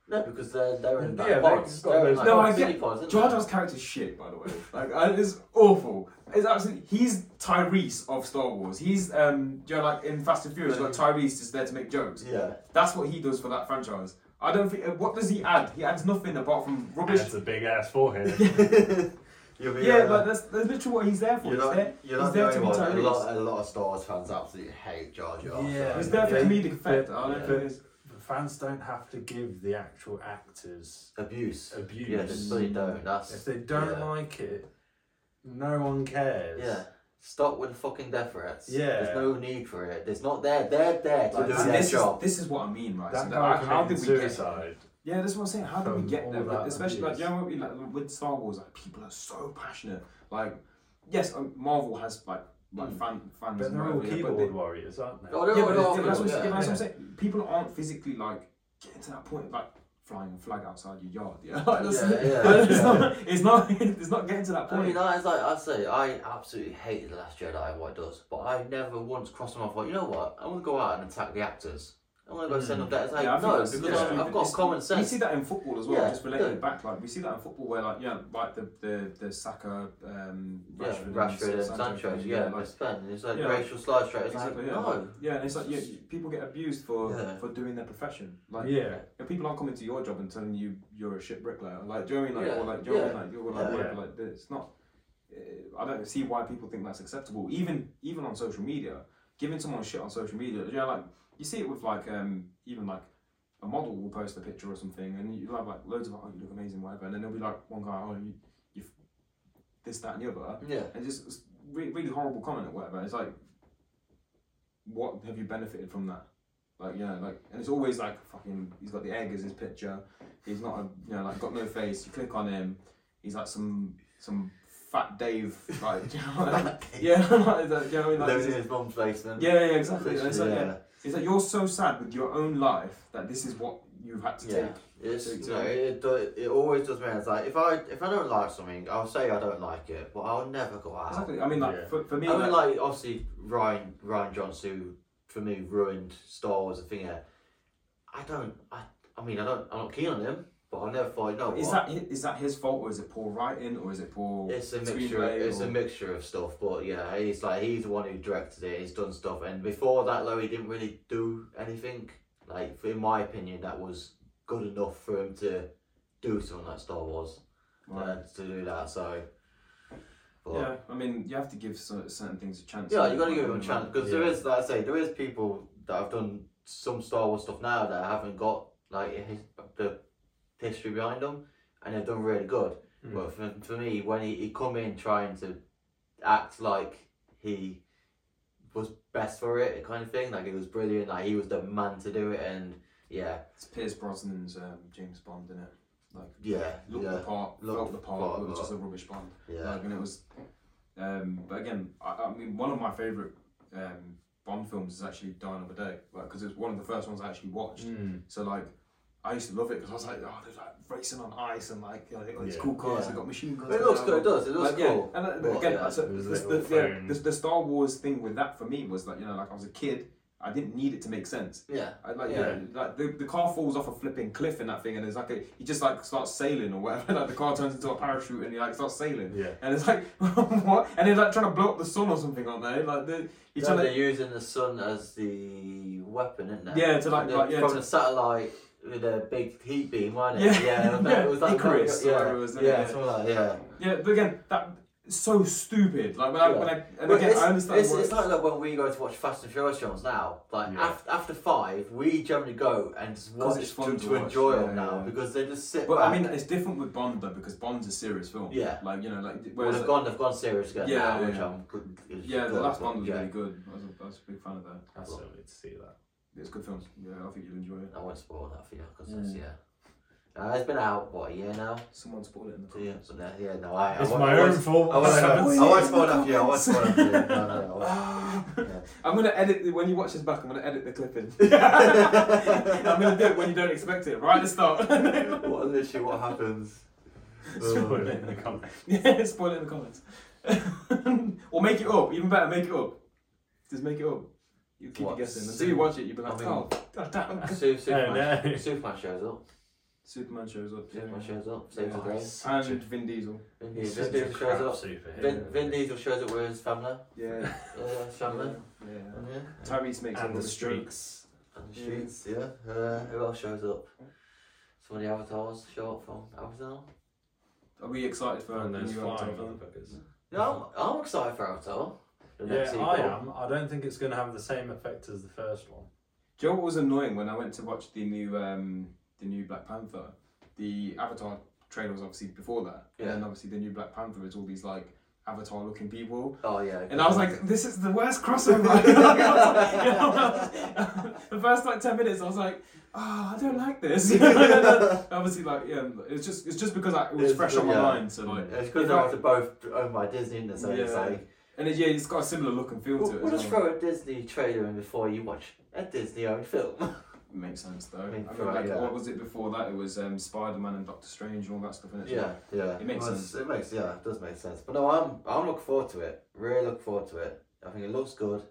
Speaker 2: No, because they're, they're in
Speaker 1: Yeah,
Speaker 2: like
Speaker 1: they've
Speaker 2: pods.
Speaker 1: got
Speaker 2: They're in
Speaker 1: those-
Speaker 2: like
Speaker 3: No, I
Speaker 2: pods,
Speaker 3: get-
Speaker 2: silly pods, isn't
Speaker 3: Jar
Speaker 2: they?
Speaker 3: Jar's character's shit, by the way. Like, I, it's awful. It's absolutely. He's Tyrese of Star Wars. He's, um, you know, like in Fast and Furious, like Tyrese is there to make jokes.
Speaker 2: Yeah.
Speaker 3: That's what he does for that franchise. I don't think. uh, What does he add? He adds nothing apart from rubbish.
Speaker 1: That's a big ass forehead.
Speaker 2: (laughs) You'll be,
Speaker 3: Yeah,
Speaker 2: uh,
Speaker 3: but that's, that's literally what he's there for.
Speaker 2: you're
Speaker 3: He's
Speaker 2: not,
Speaker 3: there,
Speaker 2: you're
Speaker 3: he's
Speaker 2: not
Speaker 3: there
Speaker 2: the
Speaker 3: to
Speaker 2: only
Speaker 3: be
Speaker 2: one. A
Speaker 3: Tyrese.
Speaker 2: lot, a lot of Star Wars fans absolutely hate Jar Jar.
Speaker 1: Yeah.
Speaker 3: He's
Speaker 2: So.
Speaker 3: there for
Speaker 1: They-
Speaker 3: comedic effect. I don't
Speaker 2: yeah.
Speaker 3: think it is.
Speaker 1: The fans don't have to give the actual actors
Speaker 2: Abuse.
Speaker 1: abuse.
Speaker 2: Yeah, they really don't.
Speaker 1: if
Speaker 2: That's.
Speaker 1: they don't
Speaker 2: yeah.
Speaker 1: like it, no one cares.
Speaker 2: Yeah. Stop with the fucking death threats.
Speaker 1: Yeah.
Speaker 2: There's no need for it. There's not there. They're there to
Speaker 1: Like,
Speaker 2: do
Speaker 1: that-
Speaker 2: their
Speaker 3: this, is,
Speaker 2: job.
Speaker 3: this is what I mean, right?
Speaker 1: That
Speaker 3: so that,
Speaker 1: guy
Speaker 3: how, how did
Speaker 1: committed
Speaker 3: we get?
Speaker 1: suicide.
Speaker 3: Yeah, that's what I'm saying. How did we
Speaker 1: From
Speaker 3: get there?
Speaker 1: all that
Speaker 3: Especially like you
Speaker 1: abuse.
Speaker 3: know what we like with Star Wars, like people are so passionate. Like, yes, um, Marvel has like like fan fans,
Speaker 1: Hmm. But
Speaker 3: and
Speaker 1: they're all
Speaker 3: whatever, yeah, but
Speaker 1: keyboard
Speaker 3: they-
Speaker 1: warriors, aren't they?
Speaker 2: Oh,
Speaker 3: yeah,
Speaker 2: they're
Speaker 3: but
Speaker 2: all-
Speaker 3: that's- that's what
Speaker 2: yeah.
Speaker 3: that's what I'm saying. People aren't physically like getting to that point of, like flying a flag outside your yard. Yeah, (laughs) Like, that's-
Speaker 2: Yeah, yeah,
Speaker 3: it's,
Speaker 1: yeah.
Speaker 3: Not, it's not. (laughs) It's not getting to that
Speaker 2: I
Speaker 3: point.
Speaker 2: mean, I, it's like I say, I absolutely hated The Last Jedi and what it does, but I never once crossed my mind, thought, you know what, I'm going to go out and attack the actors. I'm going to go send them there. It's like,
Speaker 3: Hmm. Yeah, I think
Speaker 2: no,
Speaker 3: that's-
Speaker 2: because
Speaker 3: yeah.
Speaker 2: I've, I've got
Speaker 3: It's-
Speaker 2: common
Speaker 3: We
Speaker 2: sense.
Speaker 3: see that in football as well,
Speaker 2: Yeah,
Speaker 3: just relating
Speaker 2: yeah.
Speaker 3: it back. Like we see that in football where like yeah, like the the, the Saka um
Speaker 2: Yeah,
Speaker 3: Rashford, and
Speaker 2: Rashford and
Speaker 3: Sancho
Speaker 2: Sancho,
Speaker 3: thing,
Speaker 2: yeah,
Speaker 3: like,
Speaker 2: it's Ben. It's like
Speaker 3: Yeah.
Speaker 2: racial slide straight. It's
Speaker 3: exactly,
Speaker 2: like,
Speaker 3: yeah.
Speaker 2: no.
Speaker 3: Yeah, and it's like yeah, you- people get abused for
Speaker 2: Yeah.
Speaker 3: for doing their profession. Like
Speaker 1: Yeah,
Speaker 3: if people aren't coming to your job and telling you you're a shit bricklayer, like do you know what I mean? Like
Speaker 2: Yeah,
Speaker 3: or like do you know what I
Speaker 2: yeah,
Speaker 3: mean? Like you're like
Speaker 2: yeah.
Speaker 3: whatever, like it's not. uh, I don't see why people think that's acceptable, even even on social media. Giving someone shit on social media, you know, like you see it with like um even like a model will post a picture or something, and you'll have like loads of oh you look amazing, whatever, and then there'll be like one guy oh you you have this that and the other,
Speaker 2: Yeah.
Speaker 3: and just s- re- really horrible comment or whatever. It's like, what have you benefited from that? Like you know, like and it's always like fucking. He's got the egg as his picture. He's not a you know like got no face. You click on him, he's like some some fat Dave like (laughs) you know,
Speaker 2: (laughs)
Speaker 3: like, yeah, (laughs) like, that, you know what I mean? Like,
Speaker 2: Loads in
Speaker 3: it's-
Speaker 2: his mum's basement.
Speaker 3: yeah, yeah, yeah, exactly. And it's like,
Speaker 2: Literally,
Speaker 3: yeah. It's like you're so sad with your own life that this is what you've had to
Speaker 2: Yeah.
Speaker 3: take.
Speaker 2: It's
Speaker 3: Take
Speaker 2: no,
Speaker 3: time.
Speaker 2: it, it do- it always does me. It's like if I if I don't like something, I'll say I don't like it, but I'll never go out.
Speaker 3: Exactly. I mean, like
Speaker 1: Yeah.
Speaker 3: for, for me,
Speaker 2: I mean,
Speaker 3: like,
Speaker 2: like obviously Ryan Ryan Johnson, who, for me, ruined Star Wars. I think yeah. I don't. I, I mean, I don't. I'm not keen on him, but I never thought. No,
Speaker 3: is
Speaker 2: what?
Speaker 3: that hi- is that his fault or is it poor writing or is it poor?
Speaker 2: It's a
Speaker 3: screenplay
Speaker 2: mixture. It's
Speaker 3: or-
Speaker 2: a mixture of stuff, but yeah, he's like he's the one who directed it. He's done stuff, and before that though, he didn't really do anything. Like in my opinion, that was good enough for him to do something like Star Wars
Speaker 3: Right.
Speaker 2: uh, to do that. So, but,
Speaker 3: Yeah, I mean, you have to give cer- certain things a chance.
Speaker 2: yeah, you got to give him a
Speaker 3: Like,
Speaker 2: chance because there is, like I say, there is people that have done some Star Wars stuff now that haven't got like his, the history behind them, and they've done really good.
Speaker 3: Hmm.
Speaker 1: Mm.
Speaker 2: But for, for me, when he, he come in trying to act like he was best for it, kind of thing, like it was brilliant, like he was the man to do it, and yeah,
Speaker 3: It's Piers Brosnan's um, James Bond, is it? Like,
Speaker 2: yeah,
Speaker 3: looked
Speaker 2: yeah,
Speaker 3: the part,
Speaker 2: Looked
Speaker 3: felt the
Speaker 2: the
Speaker 3: part,
Speaker 2: part,
Speaker 3: but it was
Speaker 2: but-
Speaker 3: just a rubbish Bond.
Speaker 2: yeah.
Speaker 3: Like, and it was, um, but again, I, I mean, one of my favourite um, Bond films is actually Die Another Day, because it's one of the first ones I actually watched.
Speaker 2: Mm.
Speaker 3: So like, I used to love it because I was like, oh, they're like racing on ice and like, you know, they got these
Speaker 1: Yeah.
Speaker 3: cool cars,
Speaker 2: Yeah.
Speaker 3: they got machine guns.
Speaker 2: But it
Speaker 3: and
Speaker 2: looks
Speaker 3: blah,
Speaker 2: good. It
Speaker 3: blah,
Speaker 2: does. It
Speaker 3: blah.
Speaker 2: looks
Speaker 3: Like,
Speaker 2: cool.
Speaker 3: Yeah, and uh,
Speaker 2: But,
Speaker 3: again,
Speaker 2: yeah,
Speaker 3: that's a-
Speaker 1: those
Speaker 3: this- the,
Speaker 1: little
Speaker 3: the, the,
Speaker 1: phones.
Speaker 3: the Star Wars thing with that for me was that you know, like I was a kid, I didn't need it to make sense.
Speaker 2: yeah.
Speaker 3: I, like yeah,
Speaker 2: Yeah.
Speaker 3: like the, the car falls off a flipping cliff in that thing, and it's like a, he just like starts sailing or whatever. (laughs) Like the car turns into a parachute, and he like starts sailing.
Speaker 1: Yeah.
Speaker 3: And it's like (laughs) what? And they're like trying to blow up the sun or something, aren't they? Like the, he's
Speaker 2: No,
Speaker 3: trying
Speaker 2: they're
Speaker 3: to.
Speaker 2: using the sun as the weapon, isn't it?
Speaker 3: Yeah, to like-
Speaker 2: They're
Speaker 3: like, yeah,
Speaker 2: from
Speaker 3: to-
Speaker 2: the satellite with a big heat beam, was
Speaker 3: Yeah,
Speaker 2: not it? yeah,
Speaker 3: (laughs)
Speaker 2: it was like- it was like
Speaker 3: Icarus or
Speaker 2: yeah,
Speaker 3: whatever it was,
Speaker 2: yeah,
Speaker 3: isn't it?
Speaker 2: something like yeah.
Speaker 3: Yeah, but again, that so stupid. Like when I, when I and
Speaker 2: But
Speaker 3: again,
Speaker 2: it's,
Speaker 3: I understand.
Speaker 2: It's,
Speaker 3: what-
Speaker 2: it's like that when we go to watch Fast and Furious films now. Like
Speaker 1: Yeah.
Speaker 2: after, after five, we generally go and just
Speaker 3: 'Cause
Speaker 2: watch
Speaker 3: it's
Speaker 2: to,
Speaker 3: fun
Speaker 2: to,
Speaker 3: to watch,
Speaker 2: enjoy
Speaker 3: yeah,
Speaker 2: them now
Speaker 3: yeah.
Speaker 2: because they just sit.
Speaker 3: But
Speaker 2: back.
Speaker 3: I mean, it's different with Bond though, because Bond's a serious film.
Speaker 2: Yeah.
Speaker 3: Like you know, like
Speaker 2: well,
Speaker 3: whereas
Speaker 2: they've gone, they've gone serious again
Speaker 3: Yeah,
Speaker 2: now,
Speaker 3: yeah,
Speaker 2: which
Speaker 3: yeah.
Speaker 2: I'm good. is
Speaker 3: yeah, the
Speaker 2: good,
Speaker 3: last
Speaker 2: but
Speaker 3: Bond was
Speaker 2: yeah.
Speaker 3: really good. I was, a, I was a big fan of that.
Speaker 1: I still need to see that.
Speaker 3: It's good films. Yeah, I think you'll enjoy it.
Speaker 2: I won't spoil that for you because it's
Speaker 3: Mm.
Speaker 2: yeah. Uh, it's been out what a year now.
Speaker 3: Someone spoiled it in the
Speaker 2: So, yeah, so, no, yeah, no, I. I
Speaker 1: It's
Speaker 2: won't-
Speaker 1: my
Speaker 2: I won't
Speaker 1: own fault. (laughs)
Speaker 2: I was,
Speaker 3: Spoil
Speaker 2: I was, (laughs)
Speaker 3: it
Speaker 2: I
Speaker 3: in
Speaker 2: was
Speaker 3: the
Speaker 2: spoiled up you. I was spoiled up you. No, no, no. I
Speaker 3: Ah! I'm gonna edit the- when you watch this back. I'm gonna edit the
Speaker 2: (laughs)
Speaker 3: clip in. I'm gonna do it when you don't expect it, right at the start. (laughs)
Speaker 2: was- (laughs) What literally what happens? Um,
Speaker 1: Spoil it in the comments.
Speaker 3: yeah, spoil it in the comments. (laughs) or make it up. Even better, make it up. Just make it up. You keep
Speaker 2: What,
Speaker 3: you guessing. Until
Speaker 2: Super-
Speaker 3: you watch it, you'll be like,
Speaker 2: I mean-
Speaker 3: oh, god damn.
Speaker 2: Su-
Speaker 1: Oh,
Speaker 2: Superman,
Speaker 1: no.
Speaker 2: Superman shows up.
Speaker 3: Superman shows up. yeah.
Speaker 2: Superman shows up. Saves the
Speaker 1: Oh,
Speaker 2: day.
Speaker 1: it's such a-
Speaker 3: And Vin Diesel.
Speaker 2: Vin
Speaker 1: it's
Speaker 2: Diesel
Speaker 1: such a
Speaker 2: Diesel shows
Speaker 1: crap
Speaker 2: up.
Speaker 1: superhero.
Speaker 2: Vin, Vin Diesel shows up with his family.
Speaker 3: Yeah.
Speaker 2: Yeah, his family.
Speaker 3: yeah.
Speaker 2: Yeah.
Speaker 3: Tyrese makes all
Speaker 1: And the streaks.
Speaker 3: streaks.
Speaker 2: And the streets. Yeah. Uh, who else shows up? Some of the avatars show up from Avatar.
Speaker 3: Are we excited for
Speaker 1: And
Speaker 3: the
Speaker 1: those
Speaker 3: new Avatar
Speaker 1: flying
Speaker 3: film?
Speaker 1: motherfuckers.
Speaker 2: No, I'm, I'm excited for Avatar. The next
Speaker 1: Yeah,
Speaker 2: sequel.
Speaker 1: I am. I don't think it's going to have the same effect as the first one.
Speaker 3: Do you know what was annoying when I went to watch the new um, the new Black Panther? The Avatar trailer was obviously before that, and then
Speaker 2: Yeah.
Speaker 3: obviously the new Black Panther is all these like Avatar looking people.
Speaker 2: Oh yeah.
Speaker 3: And I was like, this is the worst crossover. I was like, (laughs) you know, the first like ten minutes, I was like, oh, I don't
Speaker 2: (laughs)
Speaker 3: like this. (laughs) Obviously, like yeah, it's just it's just because I, it was
Speaker 2: It's-
Speaker 3: fresh on my
Speaker 2: yeah.
Speaker 3: mind. So like,
Speaker 2: It's because
Speaker 3: In
Speaker 2: they're
Speaker 3: fact-
Speaker 2: after both owned by Disney, and so it's
Speaker 3: Yeah.
Speaker 2: like
Speaker 3: and it, yeah, it's got a similar look and feel
Speaker 2: We'll,
Speaker 3: to it.
Speaker 2: we'll
Speaker 3: as
Speaker 2: just
Speaker 3: well.
Speaker 2: throw a Disney trailer in before you watch a Disney owned film.
Speaker 3: Makes sense though. I mean,
Speaker 2: Makes sense,
Speaker 3: like,
Speaker 2: yeah.
Speaker 3: what was it before that? It was um, Spider Man and Doctor Strange and all that stuff. In it?
Speaker 2: yeah, yeah.
Speaker 3: It makes
Speaker 2: Well,
Speaker 3: sense.
Speaker 2: It makes yeah, it does make sense. But no, I'm I'm looking forward to it. Really look forward to it. I think it looks good.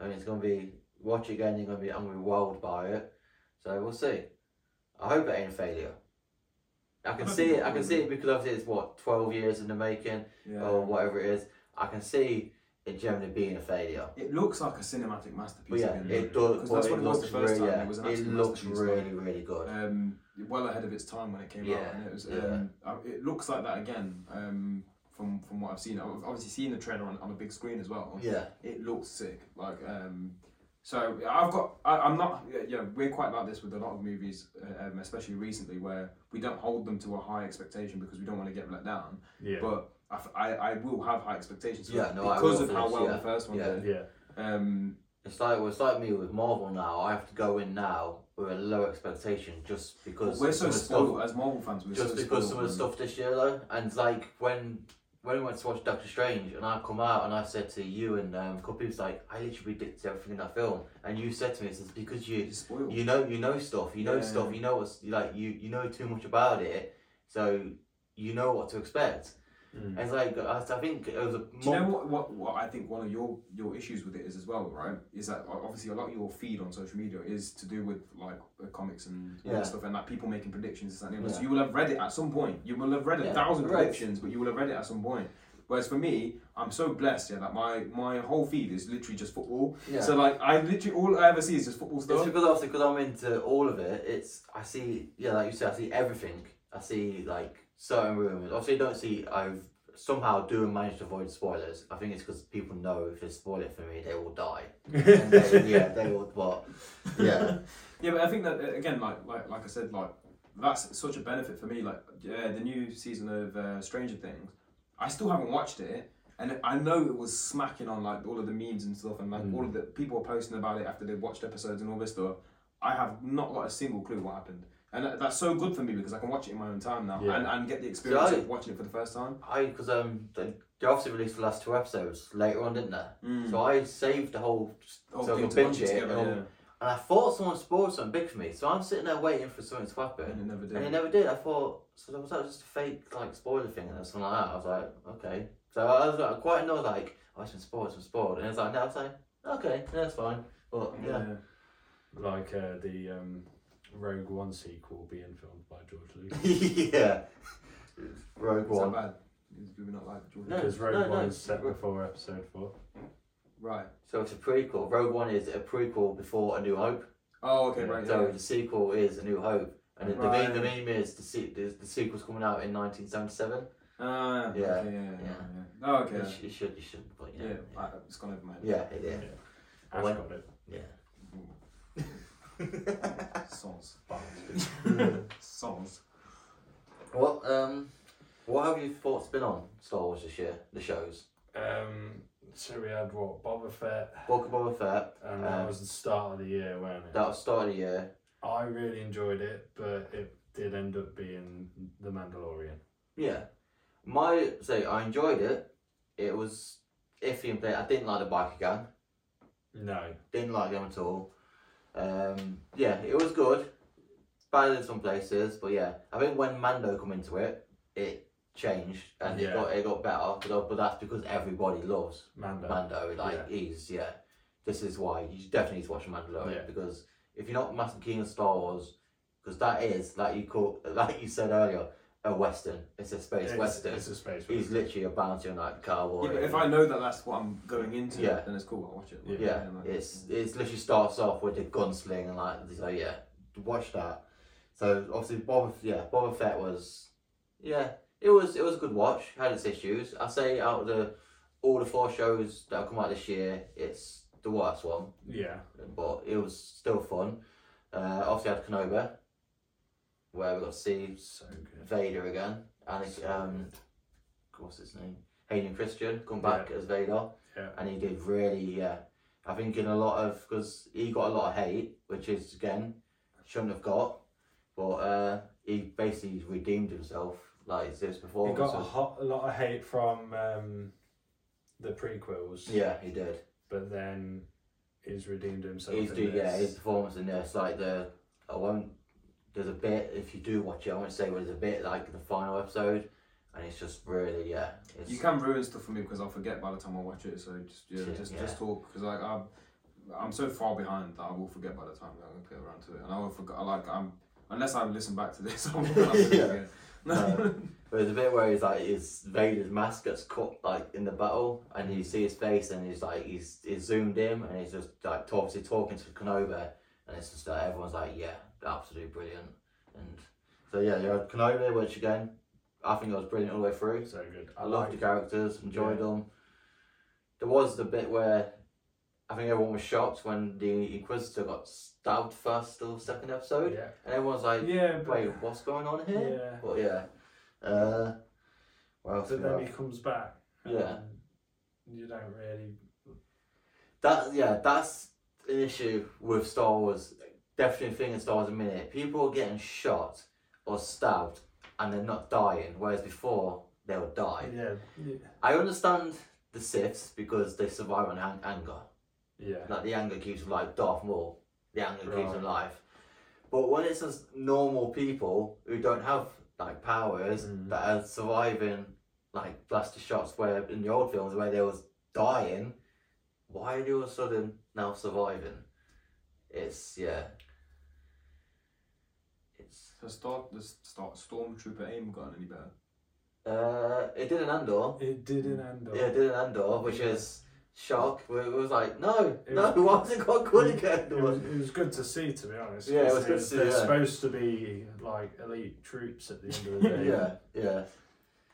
Speaker 2: I mean, it's gonna be watch it again. You're gonna be I'm gonna be wowed by it. So we'll see. I hope it ain't a failure. I
Speaker 3: I
Speaker 2: can
Speaker 3: don't
Speaker 2: see
Speaker 3: think
Speaker 2: it. I
Speaker 3: it
Speaker 2: can
Speaker 3: will
Speaker 2: see
Speaker 3: be.
Speaker 2: it because obviously it's what twelve years in the making
Speaker 3: Yeah.
Speaker 2: or whatever it is. I can see it generally being a failure.
Speaker 3: It looks like a cinematic masterpiece.
Speaker 2: But yeah,
Speaker 3: again,
Speaker 2: it
Speaker 3: though,
Speaker 2: does.
Speaker 3: 'cause
Speaker 2: but
Speaker 3: that's
Speaker 2: it
Speaker 3: what it was the
Speaker 2: looks
Speaker 3: first
Speaker 2: really,
Speaker 3: time.
Speaker 2: yeah,
Speaker 3: it was an
Speaker 2: it
Speaker 3: absolute
Speaker 2: looks
Speaker 3: masterpiece.
Speaker 2: really, really good.
Speaker 3: Um, well ahead of its time when it came out,
Speaker 2: Yeah,
Speaker 3: and it was.
Speaker 2: yeah.
Speaker 3: Um, uh, it looks like that again. Um, from from what I've seen, I've obviously seen the trailer on, on a big screen as well.
Speaker 2: yeah.
Speaker 3: It looks sick. Like um, So I've got, I, I'm not, yeah, yeah, we're quite like this with a lot of movies, uh, um, especially recently, where we don't hold them to a high expectation because we don't want to get let down.
Speaker 1: Yeah.
Speaker 3: But I, f- I, I will have high expectations for
Speaker 2: Yeah,
Speaker 3: it
Speaker 2: no, I
Speaker 3: because
Speaker 2: will
Speaker 3: of
Speaker 2: for
Speaker 3: how
Speaker 2: this,
Speaker 3: well
Speaker 2: yeah,
Speaker 3: the first one
Speaker 2: yeah.
Speaker 3: did.
Speaker 1: yeah.
Speaker 3: Um,
Speaker 2: It's like well, it's like me with Marvel now. I have to go in now with a low expectation just because
Speaker 3: we're so
Speaker 2: some of the
Speaker 3: spoiled as Marvel fans. We're
Speaker 2: Stuff, just
Speaker 3: so
Speaker 2: because some of the
Speaker 3: spoiled.
Speaker 2: stuff this year though, and it's like when when we went to watch Doctor Strange, and I come out and I said to you and um, a couple people, it's like I literally predicted everything in that film, and you said to me, "It's because you
Speaker 3: It's spoiled.
Speaker 2: you know you know stuff, you know
Speaker 3: Yeah.
Speaker 2: stuff, you know what's you like you you know too much about it, so you know what to expect."
Speaker 1: Mm.
Speaker 2: And it's like I, I think it was a month.
Speaker 3: Do you know what, what, what I think one of your, your issues with it is as well, right? Is that o- obviously a lot of your feed on social media is to do with like uh, comics and all
Speaker 2: Yeah.
Speaker 3: that stuff and like people making predictions this, that, and the other. So
Speaker 2: Yeah.
Speaker 3: you will have read it at some point. You will have read a
Speaker 2: Yeah.
Speaker 3: thousand
Speaker 2: Right.
Speaker 3: predictions, but you will have read it at some point. Whereas for me, I'm so blessed, yeah, that my, my whole feed is literally just football.
Speaker 2: Yeah.
Speaker 3: So like I literally all I ever see is just football
Speaker 2: It's
Speaker 3: stuff.
Speaker 2: because obviously because I'm into all of it. It's I see yeah like you said I see everything. I see like certain rumors. Obviously I don't see I've somehow do manage to avoid spoilers. I think it's because people know if they spoil it for me they will
Speaker 3: (laughs)
Speaker 2: die. And they, yeah they will. But (laughs) yeah
Speaker 3: Yeah, but I think that uh, again, like like like I said, like that's such a benefit for me. Like yeah, the new season of uh, Stranger Things, I still haven't watched it, and I know it was smacking on like all of the memes and stuff, and like all of the people were posting about it after they watched episodes and all this stuff. I have not got a single clue what happened, and that, that's so good for me because I can watch it in my own time now
Speaker 1: Yeah.
Speaker 3: and, and get the experience
Speaker 2: I-
Speaker 3: of watching it for the first time.
Speaker 2: I because um they, they obviously released the last two episodes later on didn't they? Mm.
Speaker 3: Hmm. Mm.
Speaker 2: So I saved the whole
Speaker 3: Oh,
Speaker 2: so I
Speaker 3: thing
Speaker 2: could
Speaker 3: to
Speaker 2: binge
Speaker 3: watch it
Speaker 2: it.
Speaker 3: together,
Speaker 2: and,
Speaker 3: yeah.
Speaker 2: and I thought someone spoiled something big for me, so I'm sitting there waiting for something to happen.
Speaker 3: And it never did.
Speaker 2: And it never did. I thought, so was that just a fake like spoiler thing or something like that? I was like, okay. So I was like, quite annoyed, like, oh, it's been spoiled, it's been spoiled. And it's like, no, I was like, okay, yeah, that's fine. But yeah.
Speaker 1: Like uh, the um, Rogue One sequel being filmed by George
Speaker 2: (laughs)
Speaker 1: Lucas.
Speaker 2: yeah. Rogue
Speaker 3: Is that
Speaker 2: One.
Speaker 3: bad? Do we not like Jordan?
Speaker 2: No.
Speaker 1: Because Rogue
Speaker 2: no, no,
Speaker 1: One's
Speaker 2: it's-
Speaker 1: set before Episode Four.
Speaker 3: Right.
Speaker 2: So it's a prequel. Rogue One is a prequel before A New Hope.
Speaker 3: Oh, okay, right.
Speaker 2: So
Speaker 3: Yeah.
Speaker 2: the sequel is A New Hope. And the,
Speaker 3: Right.
Speaker 2: meme, the meme is the, se- the, the sequel's coming out in 1977. Yeah,
Speaker 3: Ah, okay, yeah, yeah,
Speaker 2: yeah.
Speaker 3: yeah. Oh, okay.
Speaker 2: You, sh- you should, you should, but
Speaker 3: Yeah,
Speaker 2: yeah.
Speaker 3: I, it's gone over my head.
Speaker 2: Yeah, it is.
Speaker 1: I've
Speaker 2: Like-
Speaker 1: got it.
Speaker 2: (laughs) Yeah.
Speaker 3: Songs.
Speaker 1: Bastards.
Speaker 3: Songs.
Speaker 2: What um, what have your thoughts been on Star Wars this year? The shows,
Speaker 1: um, so we had what Boba Fett,
Speaker 2: Book of Boba Fett.
Speaker 1: and that
Speaker 2: Um,
Speaker 1: was the start of the year, wasn't it?
Speaker 2: That was start of the year.
Speaker 1: I really enjoyed it, but it did end up being The Mandalorian.
Speaker 2: Yeah, my say I enjoyed it. It was iffy and play. I didn't like the bike again.
Speaker 1: No.
Speaker 2: Didn't like them at all. Um, yeah, it was good. Bad in some places, but yeah, I think when Mando come into it, it changed and
Speaker 1: Yeah.
Speaker 2: it got it got better. But, but that's because everybody loves
Speaker 1: Mando.
Speaker 2: Mando. Like
Speaker 1: Yeah.
Speaker 2: he's yeah. This is why you definitely need to watch Mandalorian
Speaker 1: Yeah.
Speaker 2: because if you're not massive keen on Star Wars, because that is like you call (laughs) like you said earlier, a western. It's a space
Speaker 1: It's,
Speaker 2: western.
Speaker 1: it's a space
Speaker 2: he's
Speaker 1: western.
Speaker 2: literally a bounty on like cowboy.
Speaker 3: Yeah, but if I know that that's what I'm going into,
Speaker 2: Yeah.
Speaker 3: then it's cool. I'll watch it.
Speaker 1: Yeah.
Speaker 2: yeah,
Speaker 3: like-
Speaker 2: it's it's literally starts off with the gunsling and like so yeah, watch that. So obviously Boba yeah Boba Fett was yeah it was it was a good watch had its issues. I say out of the all the four shows that have come out this year, it's the worst one,
Speaker 1: Yeah.
Speaker 2: but it was still fun. Uh, obviously I had Kenobi, where we got to see
Speaker 1: So good.
Speaker 2: Vader again, and
Speaker 1: So
Speaker 2: um,
Speaker 1: good.
Speaker 2: what's his name, Hayden Christian come back as Vader
Speaker 1: Yeah.
Speaker 2: and he did really yeah i think in a lot of because he got a lot of hate which is again shouldn't have got but uh he basically redeemed himself like this before
Speaker 1: He got
Speaker 2: so-
Speaker 1: a, hot, a lot of hate from um, the prequels,
Speaker 2: yeah he did
Speaker 1: but then he's redeemed himself.
Speaker 2: he's
Speaker 1: in
Speaker 2: do yeah
Speaker 1: this.
Speaker 2: his performance in this like the i won't there's a bit if you do watch it i won't say but there's a bit like the final episode and it's just really yeah it's
Speaker 3: You can ruin stuff for me because I'll forget by the time I watch it. So just yeah,
Speaker 2: Shit,
Speaker 3: just
Speaker 2: yeah.
Speaker 3: just talk because like I'm I'm so far behind that I will forget by the time that I'm gonna play around to it, and I will forget. I Like I'm unless I listen back to this, (laughs) I will not have to
Speaker 2: Yeah.
Speaker 3: again.
Speaker 2: (laughs)
Speaker 3: (laughs)
Speaker 2: No. But there's a bit where he's like, his Vader's mask gets cut like in the battle, and you see his face, and he's like, he's, he's zoomed in, and he's just like talks, he's talking to Kenobi, and it's just like everyone's like, yeah, absolutely brilliant. And so yeah, you had Kenobi, which again, I think it was brilliant all the way through.
Speaker 1: so good.
Speaker 2: I loved the
Speaker 1: like-
Speaker 2: characters, enjoyed
Speaker 1: Yeah.
Speaker 2: them. There was the bit where I think everyone was shocked when the Inquisitor got stabbed first or second episode,
Speaker 1: Yeah.
Speaker 2: and everyone's like,
Speaker 1: Yeah, but,
Speaker 2: "Wait, what's going on here?"
Speaker 1: yeah.
Speaker 2: But yeah, uh, well,
Speaker 1: But then he comes back.
Speaker 2: Yeah.
Speaker 1: and You don't really.
Speaker 2: That yeah, that's an issue with Star Wars. Definitely a thing in Star Wars a minute. People are getting shot or stabbed and they're not dying, whereas before they would die.
Speaker 1: Yeah.
Speaker 2: I understand the Siths because they survive on an- anger.
Speaker 1: Yeah.
Speaker 2: Like the anger keeps them alive. Darth Maul, the anger keeps
Speaker 1: Right.
Speaker 2: them alive. But when it's just normal people who don't have like powers
Speaker 1: Mm.
Speaker 2: that are surviving like blaster shots where in the old films where they was dying, why are they all of a sudden now surviving? It's yeah. It's
Speaker 3: Has Star, does Star, Stormtrooper aim gotten any better?
Speaker 2: uh it did an Andor.
Speaker 1: It didn't end up.
Speaker 2: Mm. Yeah, it did an Andor, which
Speaker 1: Yeah.
Speaker 2: is shock. It was like, no,
Speaker 1: It
Speaker 2: no, (laughs)
Speaker 1: was-
Speaker 2: why has it got good again?
Speaker 1: It was, it was good to see, to be honest.
Speaker 2: Yeah, it
Speaker 1: 'cause
Speaker 2: was good to see,
Speaker 1: They're
Speaker 2: yeah.
Speaker 1: supposed to be like elite troops at the end
Speaker 2: (laughs)
Speaker 1: of the day.
Speaker 2: yeah, yeah.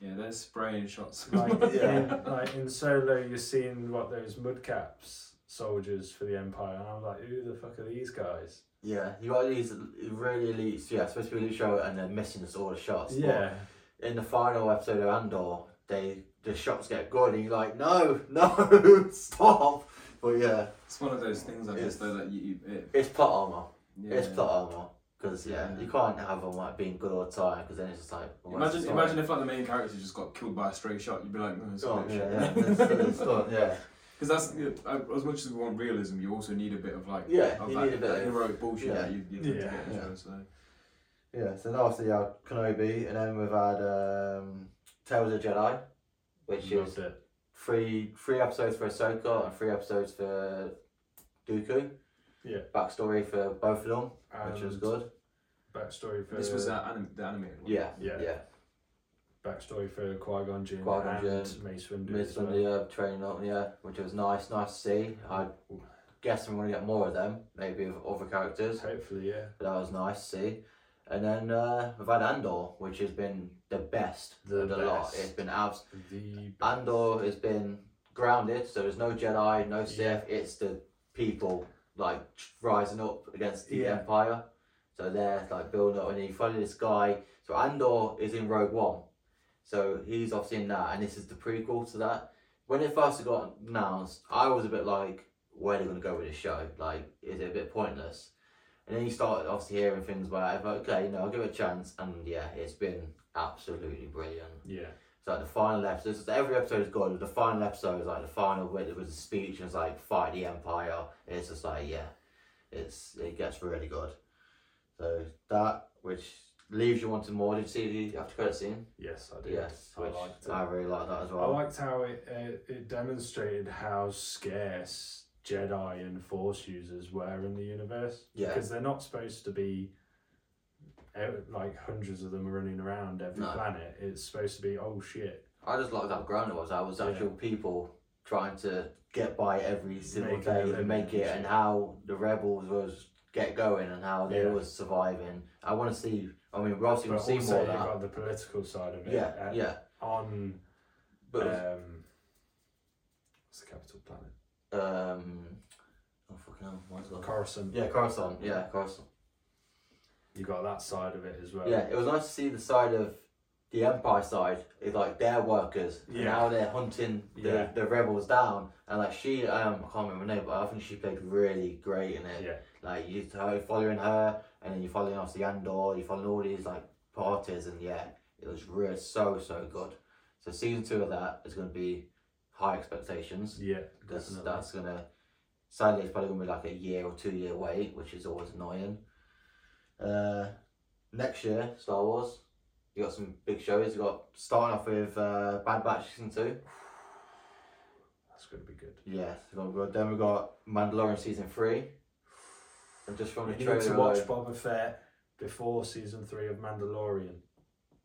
Speaker 3: Yeah, they're spraying shots. (laughs)
Speaker 1: Like,
Speaker 2: (laughs) Yeah.
Speaker 1: in, like in Solo, you're seeing what those mudcaps soldiers for the Empire, and I'm like, who the fuck are these guys?
Speaker 2: Yeah, you got these really elite, yeah, supposed to be elite show, and they're missing us all the shots. but
Speaker 1: Yeah,
Speaker 2: in the final episode of Andor, they the shots get good, and you're like, no, no, (laughs) stop. But yeah,
Speaker 3: It's one of those things, I guess, though, that you. you it,
Speaker 2: it's plot armor.
Speaker 3: yeah.
Speaker 2: It's plot armor. Because yeah,
Speaker 3: Yeah.
Speaker 2: you can't have them like being good all the time. Because then it's just like well, what's the
Speaker 3: Imagine,
Speaker 2: story?
Speaker 3: imagine if like the main character just got killed by a stray shot. You'd be like, oh, it's
Speaker 2: Oh,
Speaker 3: bullshit.
Speaker 2: yeah, yeah, that's-
Speaker 3: (laughs)
Speaker 2: that's done, yeah.
Speaker 3: Because that's you know, as much as we want realism, you also need a bit of like
Speaker 2: Yeah,
Speaker 3: of
Speaker 2: you
Speaker 3: that,
Speaker 2: need a bit
Speaker 3: that
Speaker 2: of-
Speaker 3: heroic bullshit
Speaker 2: yeah.
Speaker 3: that you, you tend to
Speaker 1: Yeah.
Speaker 3: get in
Speaker 2: Yeah.
Speaker 3: shows, So.
Speaker 2: Yeah, so now obviously you had Kenobi, and then we've had um, Tales of the Jedi, which is
Speaker 1: loved it.
Speaker 2: three three episodes for Ahsoka and three episodes for Dooku.
Speaker 1: Yeah.
Speaker 2: Backstory for both of them, which was
Speaker 1: And
Speaker 2: good.
Speaker 1: Backstory for
Speaker 3: This was that anim- the animated one.
Speaker 2: Yeah,
Speaker 1: yeah.
Speaker 2: yeah.
Speaker 1: backstory for Qui Gon Jinn
Speaker 2: Qui-Gon
Speaker 1: and
Speaker 2: Jinn,
Speaker 1: Mace Windu.
Speaker 2: Miss
Speaker 1: as well.
Speaker 2: Sunday uh, training up, yeah, which was nice, nice to see. I guess I'm going to get more of them, maybe of other characters.
Speaker 1: Hopefully, yeah,
Speaker 2: But that was nice to see. And then uh, we've had Andor, which has been the best
Speaker 1: The
Speaker 2: of the lot.
Speaker 1: best.
Speaker 2: It's been abs-
Speaker 1: the
Speaker 2: Andor has been grounded, so there's no Jedi, no Sith.
Speaker 1: Yeah.
Speaker 2: It's the people like rising up against the
Speaker 1: Yeah.
Speaker 2: Empire. So they're like building up, and then you follow this guy. So Andor is in Rogue One, so he's obviously in that, and this is the prequel to that. When it first got announced, I was a bit like, "Where are they going to go with this show? Like, is it a bit pointless?" And then you start obviously hearing things where, I thought, "Okay, you know, I'll give it a chance," and yeah, it's been absolutely brilliant.
Speaker 1: yeah,
Speaker 2: So like the final episode, so every episode is good. The final episode is like the final where there was a speech and it's like fight the empire. And it's just like yeah, it's it gets really good. So that which leaves you wanting more. Did you see the after credit scene?
Speaker 1: yes, I did.
Speaker 2: Yes,
Speaker 1: I
Speaker 2: which
Speaker 1: liked it.
Speaker 2: I really like that as
Speaker 1: I
Speaker 2: well.
Speaker 1: liked how it uh, it demonstrated how scarce Jedi and Force users were in the universe.
Speaker 2: Yeah.
Speaker 1: because they're not supposed to be out, like hundreds of them running around every
Speaker 2: No.
Speaker 1: planet. It's supposed to be oh shit,
Speaker 2: I just liked how grounded it was. I was actual people trying to get by every single
Speaker 1: Make their
Speaker 2: day and
Speaker 1: living
Speaker 2: make it,
Speaker 1: and
Speaker 2: and
Speaker 1: shit.
Speaker 2: how the rebels was get going and how they
Speaker 1: Yeah.
Speaker 2: was surviving. I want to see. I mean, we're obviously
Speaker 1: but
Speaker 2: going to see
Speaker 1: also
Speaker 2: more
Speaker 1: you've
Speaker 2: of that.
Speaker 1: got the political side of it.
Speaker 2: Yeah,
Speaker 1: uh,
Speaker 2: yeah.
Speaker 1: On
Speaker 2: But
Speaker 1: um, what's the capital planet?
Speaker 2: Um, oh fucking hell, what's it called?
Speaker 1: Coruscant.
Speaker 2: yeah, Coruscant. Yeah, Coruscant.
Speaker 1: You got that side of it as well.
Speaker 2: Yeah, it was nice to see the side of the Empire side. It's like their workers and
Speaker 1: Yeah.
Speaker 2: how they're hunting the,
Speaker 1: Yeah.
Speaker 2: the rebels down. And like she, um, I can't remember her name, but I think she played really great in it.
Speaker 1: Yeah.
Speaker 2: Like you her following her, and then you following obviously Andor. You following all these like parties, and yeah, it was really so so good. So season two of that is going to be high expectations.
Speaker 1: Yeah,
Speaker 2: That's
Speaker 1: definitely.
Speaker 2: that's gonna sadly it's probably gonna be like a year or two year wait, which is always annoying. Uh, next year, Star Wars. You got some big shows. You got starting off with uh, Bad Batch season two.
Speaker 1: That's going to be good.
Speaker 2: Yes, we got- we got- then we got Mandalorian season three. And just from
Speaker 1: You
Speaker 2: the
Speaker 1: need
Speaker 2: trailer,
Speaker 1: to watch
Speaker 2: alone-
Speaker 1: Boba Fett before season three of Mandalorian.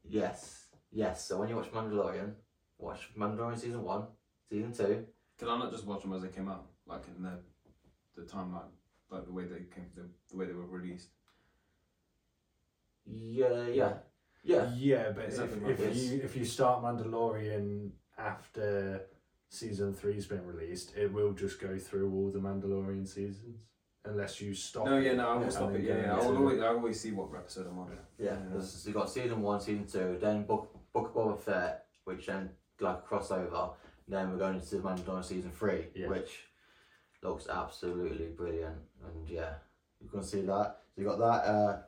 Speaker 2: yes, yes. So when you watch Mandalorian, watch Mandalorian season one, season two.
Speaker 3: Did I not just watch them as they came out, like in the the timeline, like the way they came, the, the way they were released?
Speaker 2: Yeah, yeah, yeah.
Speaker 1: Yeah, but
Speaker 3: Is
Speaker 1: if,
Speaker 3: that the
Speaker 1: if
Speaker 2: Mandalorian?
Speaker 1: you if you start Mandalorian after season three's been released, it will just go through all the Mandalorian seasons unless you stop.
Speaker 3: No, yeah,
Speaker 1: it.
Speaker 3: no, I will
Speaker 1: Yeah,
Speaker 3: stop
Speaker 1: and
Speaker 3: it.
Speaker 1: then go
Speaker 3: Yeah, yeah. I
Speaker 1: into-
Speaker 3: will always, I always see what episode I'm on.
Speaker 2: Yeah,
Speaker 3: Yeah.
Speaker 2: this is- you got season one, season two, then Book Book of Boba Fett, which then like crossover. And then we're going into the Mandalorian season three,
Speaker 1: Yeah.
Speaker 2: which looks absolutely brilliant. And yeah, you can see that. So you got that. Uh,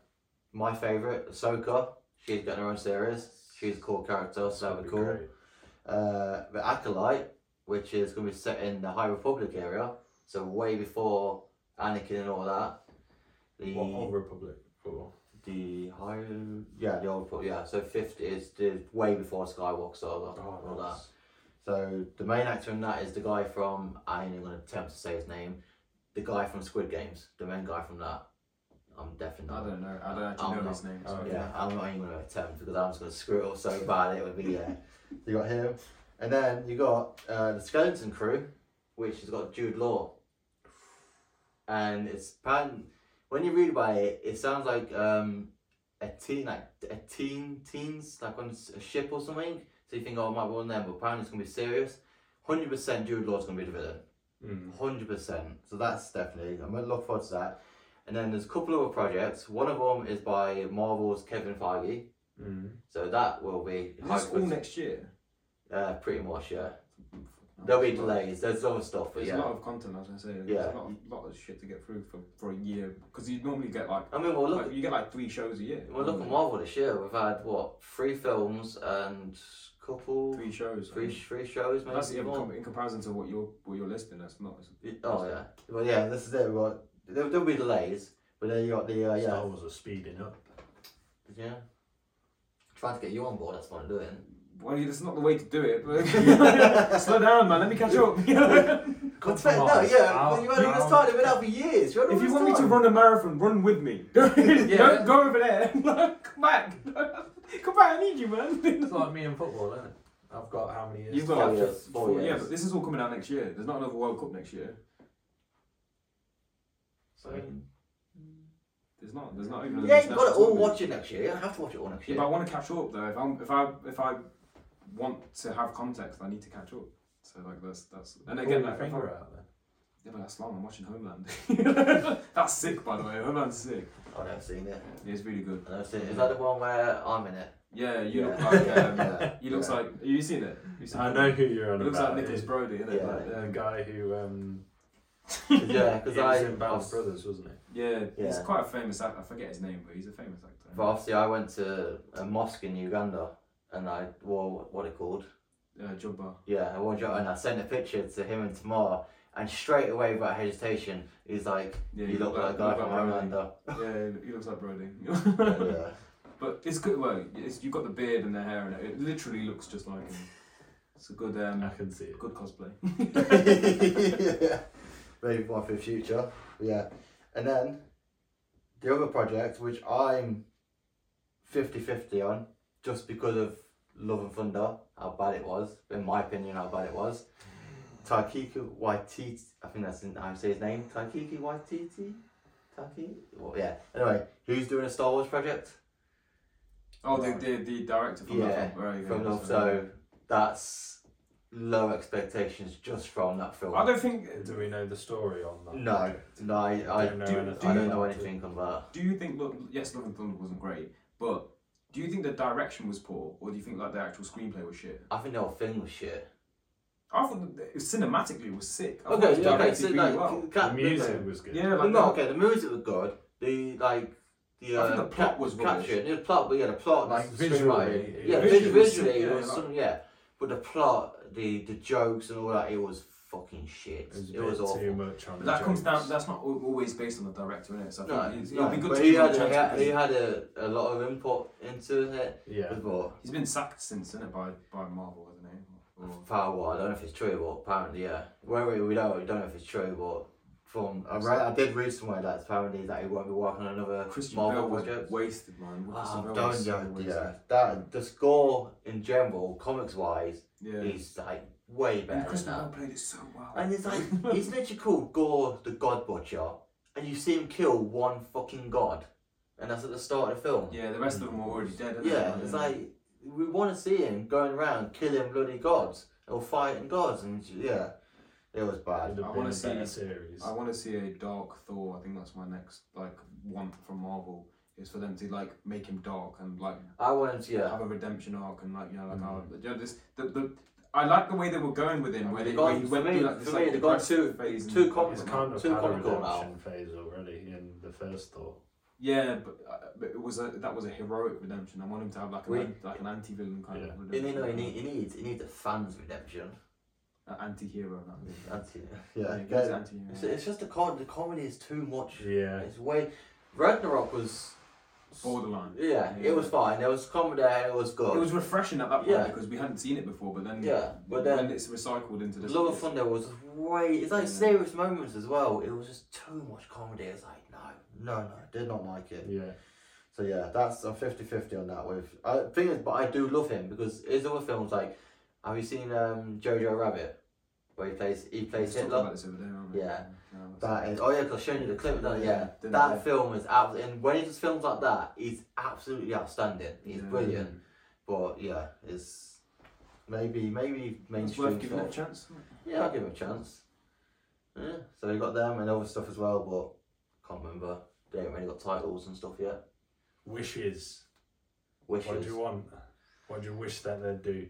Speaker 2: my favorite, Ahsoka. She's getting her own series. She's a cool character, so that'd be cool.
Speaker 1: Great.
Speaker 2: Uh, the Acolyte, which is going to be set in the High Republic area, so way before Anakin and all that. The
Speaker 1: What, Old Republic? Cool.
Speaker 2: the high yeah the old pro- yeah so fifth is the way before Skywalker saga
Speaker 1: Oh,
Speaker 2: all that. So the main actor in that is the guy from I ain't even gonna attempt to say his name, the guy from Squid Games, the main guy from that. I'm definitely
Speaker 3: I
Speaker 2: not.
Speaker 3: don't know. I don't
Speaker 2: Oh,
Speaker 3: actually know
Speaker 2: no.
Speaker 3: his name.
Speaker 1: Oh,
Speaker 3: so-
Speaker 2: Yeah, I'm not even gonna attempt because I'm just gonna screw it up so bad it would be yeah. So you got him, and then you got uh, the Skeleton Crew, which has got Jude Law, and it's apparent when you read about it, it sounds like um, a teen like a teen teens like on s- a ship or something. So you think oh it might be one of them, but apparently it's gonna be serious. Hundred percent Jude Law's gonna be the villain.
Speaker 1: Mm.
Speaker 2: Hundred percent. So that's definitely. I'm gonna look forward to that. And then there's a couple other projects. One of them is by Marvel's Kevin Feige.
Speaker 1: Mm.
Speaker 2: So that will be
Speaker 3: Is this all next year?
Speaker 2: uh, pretty much yeah.
Speaker 3: Oh,
Speaker 2: There'll be delays. There's other stuff, but
Speaker 3: There's
Speaker 2: yeah.
Speaker 3: a lot of content, I was gonna say. There's
Speaker 2: Yeah.
Speaker 3: a lot of, lot of shit to get through for, for a year because you normally get like,
Speaker 2: I mean, well look.
Speaker 3: like you get like three shows a year.
Speaker 2: Well look at Marvel this year. We've had what three films and couple
Speaker 3: Three shows. I
Speaker 2: three
Speaker 3: think.
Speaker 2: three shows maybe.
Speaker 3: That's in,
Speaker 2: more.
Speaker 3: com- in comparison to what you're what you're listing. That's not. It's,
Speaker 2: Oh yeah. Well yeah. This is it. We got there, there'll be delays, but then you got the uh,
Speaker 1: Star
Speaker 2: yeah
Speaker 1: Wars are speeding up.
Speaker 2: yeah. Trying to get you on board. That's what I'm doing.
Speaker 3: well, that's not the way to do it.
Speaker 2: (laughs)
Speaker 3: But (laughs) slow down, man. Let me catch up. (laughs) if
Speaker 1: Come
Speaker 2: That's fair,
Speaker 1: on,
Speaker 2: no, yeah,
Speaker 1: Al,
Speaker 2: well, you've only
Speaker 1: Al.
Speaker 2: been starting it out for years. You're
Speaker 3: you want me to run a marathon, run with me. (laughs) Don't
Speaker 2: Yeah.
Speaker 3: go over there. (laughs) Come back. (laughs) Come back. I need you, man.
Speaker 2: (laughs)
Speaker 1: It's like me in football, isn't it? I've got how many years?
Speaker 3: You've got
Speaker 2: Four years, four
Speaker 3: four- yeah,
Speaker 2: years.
Speaker 3: but this is all coming out next year. There's not another World Cup next year. There's not. There's not even. an
Speaker 2: yeah, you've got to
Speaker 3: international
Speaker 2: all
Speaker 3: tournament.
Speaker 2: watch it next year. You don't have to watch it all next
Speaker 3: Yeah,
Speaker 2: year.
Speaker 3: but I want to catch up though. If I'm if I if I want to have context, I need to catch up. So like that's that's and
Speaker 1: Pull
Speaker 3: again
Speaker 1: your
Speaker 3: like, if I-
Speaker 1: finger out then.
Speaker 3: yeah, but that's long. I'm watching Homeland. (laughs) that's sick, by the way. Homeland's sick.
Speaker 2: I've never seen it.
Speaker 3: Yeah, it's really good.
Speaker 2: I've never seen it. Is that the one where I'm in it?
Speaker 3: Yeah, you
Speaker 2: (laughs)
Speaker 3: look
Speaker 2: Yeah.
Speaker 3: like um,
Speaker 2: Yeah.
Speaker 3: you looks
Speaker 2: Yeah.
Speaker 3: like. Have you seen it? You seen
Speaker 1: I
Speaker 3: it?
Speaker 1: know who you're on
Speaker 3: It looks
Speaker 1: about.
Speaker 3: like Nicholas
Speaker 1: It-
Speaker 3: Brody, isn't it?
Speaker 2: Yeah.
Speaker 3: Like,
Speaker 1: the
Speaker 3: um,
Speaker 1: guy who um,
Speaker 2: yeah,
Speaker 1: he
Speaker 2: because
Speaker 1: was
Speaker 2: I.
Speaker 1: in Band
Speaker 2: I've-
Speaker 1: of Brothers, wasn't he?
Speaker 3: (laughs) yeah, he's
Speaker 2: Yeah.
Speaker 3: quite a famous actor. I forget his name, but he's a famous actor.
Speaker 2: But obviously, I went to a mosque in Uganda, and I wore what it called.
Speaker 3: Uh, Jubba.
Speaker 2: Yeah, I wore it, and I sent a picture to him and Tamar, and straight away without hesitation, he's like,
Speaker 3: Yeah,
Speaker 2: "You
Speaker 3: you
Speaker 2: look
Speaker 3: look
Speaker 2: like a guy
Speaker 3: like- you look
Speaker 2: from
Speaker 3: like
Speaker 2: Highlander."
Speaker 3: Yeah, he looks like Brody. (laughs)
Speaker 2: yeah.
Speaker 3: But it's good. Well, it's, you've got the beard and the hair, and it, it literally looks just like him. It's a good,
Speaker 1: I
Speaker 3: um,
Speaker 1: can see it.
Speaker 3: good cosplay.
Speaker 2: (laughs) Maybe one for the future. Yeah. And then the other project, which I'm 50 50 on, just because of Love and Thunder, how bad it was, in my opinion, how bad it was. Taikiki Waititi, I think that's how you say his name. Taikiki Waititi? Taiki? Well, yeah. Anyway, who's doing a Star Wars project?
Speaker 3: (laughs) Oh, the, the, the director from
Speaker 2: Yeah,
Speaker 3: Love. Right,
Speaker 2: From Love, so that's low expectations just from that film.
Speaker 3: I don't think.
Speaker 1: Do we know the story on that?
Speaker 2: No, no, I, I,
Speaker 1: Don't know
Speaker 2: do,
Speaker 1: anything
Speaker 2: I don't know
Speaker 1: about
Speaker 2: anything uh, about
Speaker 3: Do you think? Look, yes, Love and Thunder wasn't great, but do you think the direction was poor, or do you think like the actual screenplay was shit?
Speaker 2: I think the whole thing was shit.
Speaker 3: I thought that it, cinematically it was sick. Oh, I thought
Speaker 2: Okay,
Speaker 3: it
Speaker 2: yeah, okay,
Speaker 3: directed
Speaker 2: so
Speaker 3: really
Speaker 2: like,
Speaker 3: well.
Speaker 2: ca-
Speaker 1: The music was good.
Speaker 3: Yeah,
Speaker 2: No,
Speaker 3: like
Speaker 2: no, okay, the music was good. The like, the,
Speaker 3: I
Speaker 2: uh,
Speaker 3: think the plot was rubbish.
Speaker 2: caption, the plot, we had a plot,
Speaker 1: Like,
Speaker 2: the
Speaker 1: visually,
Speaker 2: screenwriting.
Speaker 1: it-
Speaker 2: yeah,
Speaker 1: it-
Speaker 2: visually,
Speaker 3: visually,
Speaker 2: visually
Speaker 3: yeah,
Speaker 2: it was
Speaker 3: like-
Speaker 2: some, yeah, but the plot, the the jokes and all that, it was fucking
Speaker 1: It
Speaker 2: shit.
Speaker 1: was, a
Speaker 2: It
Speaker 1: bit
Speaker 2: was
Speaker 1: too
Speaker 2: awful.
Speaker 1: much on
Speaker 3: But
Speaker 1: the
Speaker 3: that comes
Speaker 1: jokes.
Speaker 3: down. That's not al- always based on the director, innit? So I
Speaker 2: No,
Speaker 3: think it's,
Speaker 2: no,
Speaker 3: it'll be good
Speaker 2: but
Speaker 3: to
Speaker 2: he
Speaker 3: give him
Speaker 2: had,
Speaker 3: a
Speaker 2: he had,
Speaker 3: chance.
Speaker 2: he
Speaker 3: because
Speaker 2: had a, a lot of input into it,
Speaker 1: Yeah.
Speaker 2: but
Speaker 3: He's been sacked since, innit, by by Marvel, hasn't he? Or-
Speaker 2: Far well, I don't know if it's true, but apparently, yeah. Well, we, we don't, we don't know if it's true, but from I, read, I did read somewhere that apparently that he won't be working on another
Speaker 3: Christian
Speaker 2: Marvel
Speaker 3: Bale was
Speaker 2: project.
Speaker 3: wasted, man. Christian
Speaker 2: Wow,
Speaker 3: Bale
Speaker 2: Ah, don't
Speaker 3: was so
Speaker 2: know,
Speaker 3: wasted.
Speaker 2: yeah. That the score in general, comics wise,
Speaker 3: Yeah.
Speaker 2: is like way
Speaker 3: And
Speaker 2: better than
Speaker 3: Christian Bale
Speaker 2: that.
Speaker 3: played it so well.
Speaker 2: And it's
Speaker 3: (laughs)
Speaker 2: like he's literally called Gore the God Butcher, and you see him kill one fucking god, and that's at the start of the film.
Speaker 3: yeah, the rest of them were already dead.
Speaker 2: Yeah, it's like we want to see him going around killing bloody gods, Or fighting gods and yeah, it was bad.
Speaker 3: I wanna see-
Speaker 1: better series.
Speaker 3: I want to see a dark Thor. I think that's my next like want from Marvel is for them to like make him dark and like
Speaker 2: I wanted to yeah. Mm.
Speaker 3: have a redemption arc and like you know like oh, you know, this the, the I like the way they were going with him where
Speaker 2: They
Speaker 3: they
Speaker 2: got-
Speaker 3: where he went
Speaker 2: for me-
Speaker 3: through like this
Speaker 2: for me,
Speaker 3: like
Speaker 2: they got
Speaker 3: depressive
Speaker 2: two-
Speaker 3: phase and-
Speaker 2: two comics
Speaker 1: It's
Speaker 2: It's
Speaker 1: kind of
Speaker 2: too
Speaker 1: had a
Speaker 2: comical now.
Speaker 1: redemption phase already in the first Thor.
Speaker 3: yeah but, uh, but it was a that was a heroic redemption I want him to have like an,
Speaker 2: We-
Speaker 3: an- like an anti villain kind
Speaker 1: Yeah.
Speaker 3: of
Speaker 2: You
Speaker 3: redemption
Speaker 2: know, you need, you need, you need the fans redemption.
Speaker 3: anti hero that would be-
Speaker 2: That's it.
Speaker 3: yeah,
Speaker 2: Yeah,
Speaker 3: he
Speaker 2: guys,
Speaker 3: was anti-hero.
Speaker 2: It's, it's just the com- the comedy is too much.
Speaker 1: Yeah.
Speaker 2: It's way. Ragnarok was.
Speaker 3: borderline
Speaker 2: Yeah, it was fine. There was comedy. and It was good.
Speaker 3: It was refreshing at that point
Speaker 2: Yeah.
Speaker 3: because we hadn't seen it before, but then
Speaker 2: Yeah, but
Speaker 3: when
Speaker 2: then-
Speaker 3: it's recycled into this,
Speaker 2: Love of Thunder was way. It's like
Speaker 3: Yeah.
Speaker 2: serious moments as well. It was just too much comedy. It's like no, no, no. Did not like it.
Speaker 1: Yeah.
Speaker 2: So yeah, that's I'm 50-50 on that with. I thing is, but I do love him because his other films like, have you seen um Jojo Rabbit, where he plays he
Speaker 3: we
Speaker 2: plays
Speaker 3: talked about
Speaker 2: Hitler.
Speaker 3: this over there, haven't
Speaker 2: Yeah.
Speaker 3: we? No, that's-
Speaker 2: That is. Oh yeah, 'cause I showed you the clip. That, yeah,
Speaker 3: Yeah, didn't
Speaker 2: that
Speaker 3: I?
Speaker 2: film is absolutely. And when he does films like that, he's absolutely outstanding. He's
Speaker 3: Yeah.
Speaker 2: brilliant. But yeah, it's maybe maybe
Speaker 3: It's
Speaker 2: mainstream.
Speaker 3: worth giving it a
Speaker 2: stuff.
Speaker 3: chance.
Speaker 2: Yeah, I'll give him a chance. Yeah, so you got them and other stuff as well, but can't remember. They haven't really got titles and stuff yet.
Speaker 1: Wishes. What
Speaker 2: Wishes.
Speaker 1: do you want? What do you wish that they'd do?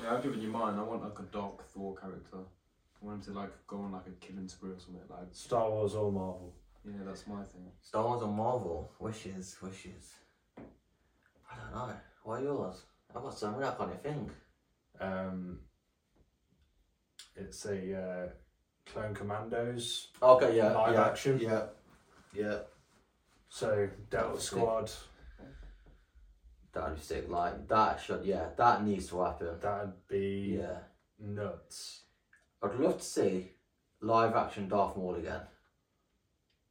Speaker 3: Yeah, I've given you mine. I want like a dark Thor character. I want him to like go on like a killing spree or something. Like,
Speaker 1: Star Wars or Marvel?
Speaker 3: yeah, that's my thing.
Speaker 2: Star Wars or Marvel? Wishes, wishes. I don't know. What are yours? I've got so many I can't even think.
Speaker 1: Um, it's a uh, Clone Commandos.
Speaker 2: Okay, yeah.
Speaker 1: Live
Speaker 2: yeah,
Speaker 1: action.
Speaker 2: Yeah. Yeah.
Speaker 1: So Delta
Speaker 2: That's sick.
Speaker 1: Squad.
Speaker 2: That'd be sick. Like, that should, yeah, that needs to happen.
Speaker 1: That'd be
Speaker 2: Yeah.
Speaker 1: nuts.
Speaker 2: I'd love to see live action Darth Maul again.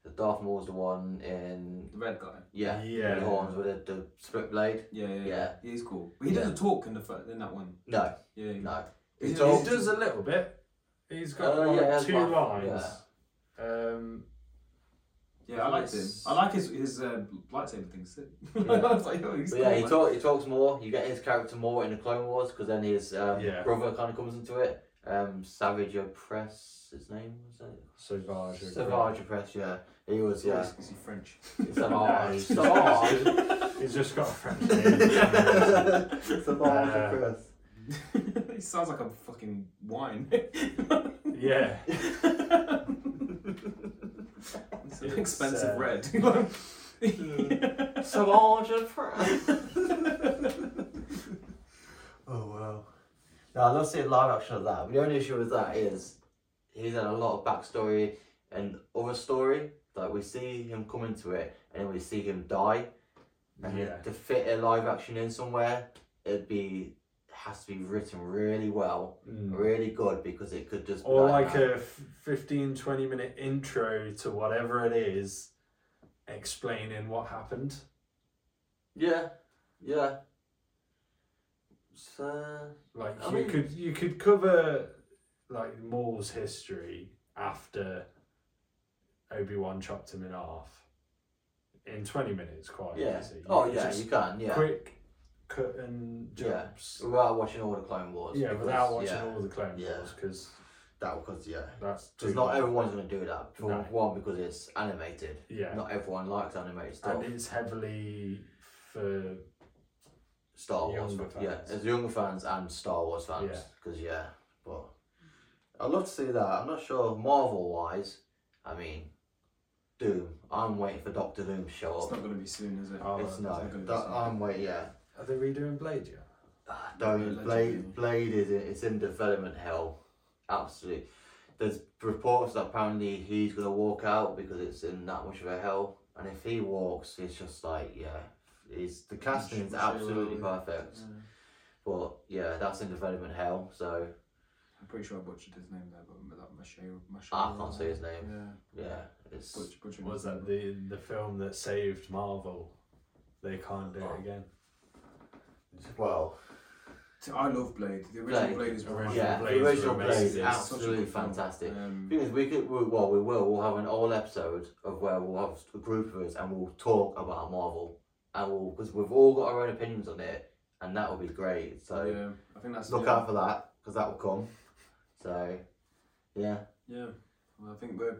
Speaker 2: The Darth Maul's the one in.
Speaker 3: The red guy.
Speaker 2: Yeah.
Speaker 1: Yeah.
Speaker 2: The horns with the, the split blade.
Speaker 3: Yeah, yeah, yeah.
Speaker 2: Yeah.
Speaker 3: He's cool. But he
Speaker 2: Yeah.
Speaker 3: doesn't talk in the fir- in that one.
Speaker 2: No,
Speaker 3: Yeah. yeah.
Speaker 2: no.
Speaker 1: He,
Speaker 3: He
Speaker 1: he
Speaker 3: talks-
Speaker 1: does a little bit. He's got
Speaker 2: Uh,
Speaker 1: like
Speaker 2: yeah, he has
Speaker 1: two
Speaker 2: one,
Speaker 1: lines. Um,
Speaker 3: Yeah, I liked him. I like his his uh, lightsaber thing. (laughs) Sick. I was like, oh, he's
Speaker 2: But
Speaker 3: cool,
Speaker 2: yeah, he,
Speaker 3: man.
Speaker 2: talk, he talks more. You get his character more in the Clone Wars because then his um,
Speaker 1: Yeah.
Speaker 2: brother kind of comes into it. Um, Savage Press, his name was it?
Speaker 1: Savage.
Speaker 2: Savage Press, yeah. He was,
Speaker 1: (laughs)
Speaker 2: yeah.
Speaker 3: Is he French?
Speaker 1: No, (laughs)
Speaker 2: Savage.
Speaker 1: he's-
Speaker 2: Savage.
Speaker 1: He's just got a French name.
Speaker 2: (laughs) Savage Press.
Speaker 3: (laughs) he sounds like a fucking wine. (laughs)
Speaker 1: yeah.
Speaker 3: It's an
Speaker 1: It's,
Speaker 3: expensive
Speaker 1: uh,
Speaker 3: red. (laughs)
Speaker 2: Savage Press. (laughs) Oh wow. No, I love seeing live action of that. But the only issue with that is he's had a lot of backstory and other story. Like we see him come into it and then we see him die. And
Speaker 1: Yeah.
Speaker 2: to fit a live action in somewhere, it'd be has to be written really well,
Speaker 1: Mm.
Speaker 2: really good because it could just be
Speaker 1: Or like
Speaker 2: that.
Speaker 1: a f- 15, 20 minute intro to whatever it is, explaining what happened.
Speaker 2: yeah, yeah. So
Speaker 1: Like
Speaker 2: I
Speaker 1: you
Speaker 2: mean-
Speaker 1: could you could cover like Maul's history after Obi Wan chopped him in half in twenty minutes, quite
Speaker 2: yeah.
Speaker 1: easy. You
Speaker 2: Oh
Speaker 1: could
Speaker 2: yeah,
Speaker 1: just
Speaker 2: you can yeah.
Speaker 1: quick cut and
Speaker 2: Yeah.
Speaker 1: jumps.
Speaker 2: Without watching all the Clone Wars.
Speaker 1: Yeah,
Speaker 2: because-
Speaker 1: without watching
Speaker 2: yeah.
Speaker 1: all the Clone
Speaker 2: Yeah.
Speaker 1: Wars because
Speaker 2: That because yeah,
Speaker 1: that's too
Speaker 2: because not
Speaker 1: much.
Speaker 2: everyone's gonna do that. For
Speaker 1: No.
Speaker 2: one, because it's animated.
Speaker 1: Yeah,
Speaker 2: Not everyone likes animated stuff.
Speaker 1: and it's heavily for
Speaker 2: Star Wars,
Speaker 1: younger
Speaker 2: yeah,
Speaker 1: fans.
Speaker 2: as younger fans and Star Wars fans,
Speaker 1: Yeah.
Speaker 2: because yeah. but I'd love to see that. I'm not sure Marvel wise. I mean, Doom. I'm waiting for Doctor Doom to show
Speaker 3: It's
Speaker 2: up.
Speaker 3: not going to be soon, is it?
Speaker 1: Oh,
Speaker 2: It's
Speaker 1: it's
Speaker 2: no, um,
Speaker 3: not gonna be
Speaker 2: that,
Speaker 3: soon.
Speaker 2: I'm waiting. Yeah,
Speaker 1: are they redoing Blade yet?
Speaker 2: Ah, Don't
Speaker 3: Legend.
Speaker 2: Blade. Blade is in, it's in development hell. Absolutely. There's reports that apparently he's gonna walk out because it's in that much of a hell, and if he walks, it's just like yeah, he's the casting is
Speaker 3: Sure,
Speaker 2: absolutely
Speaker 3: yeah.
Speaker 2: perfect.
Speaker 3: Yeah.
Speaker 2: But yeah, that's in development hell. So
Speaker 3: I'm pretty sure I butchered his name there, but that Maché. Maché
Speaker 2: Ah, I can't say his name.
Speaker 3: Yeah.
Speaker 2: Yeah, it's
Speaker 3: Butch, butchered
Speaker 1: Was
Speaker 3: his
Speaker 1: that
Speaker 3: name.
Speaker 1: the the film that saved Marvel? They can't do
Speaker 2: Oh.
Speaker 1: it again.
Speaker 2: well,
Speaker 3: T- I love Blade. The original
Speaker 2: Blade.
Speaker 3: Blade, is one of my
Speaker 1: Original
Speaker 2: yeah,
Speaker 3: favourite
Speaker 1: Blades
Speaker 2: the
Speaker 1: are
Speaker 2: original
Speaker 3: films.
Speaker 2: Blade is
Speaker 1: amazing.
Speaker 3: It's such a
Speaker 2: absolutely
Speaker 3: good film.
Speaker 2: fantastic.
Speaker 3: Um,
Speaker 2: Thing is, we could we, well we will we'll have an all episode of where we'll have a group of us and we'll talk about Marvel and we'll because we've all got our own opinions on it and that will be great. So
Speaker 3: yeah, I think that's
Speaker 2: look
Speaker 3: yeah.
Speaker 2: out for that because that will come. So yeah,
Speaker 3: Yeah, well, I think we're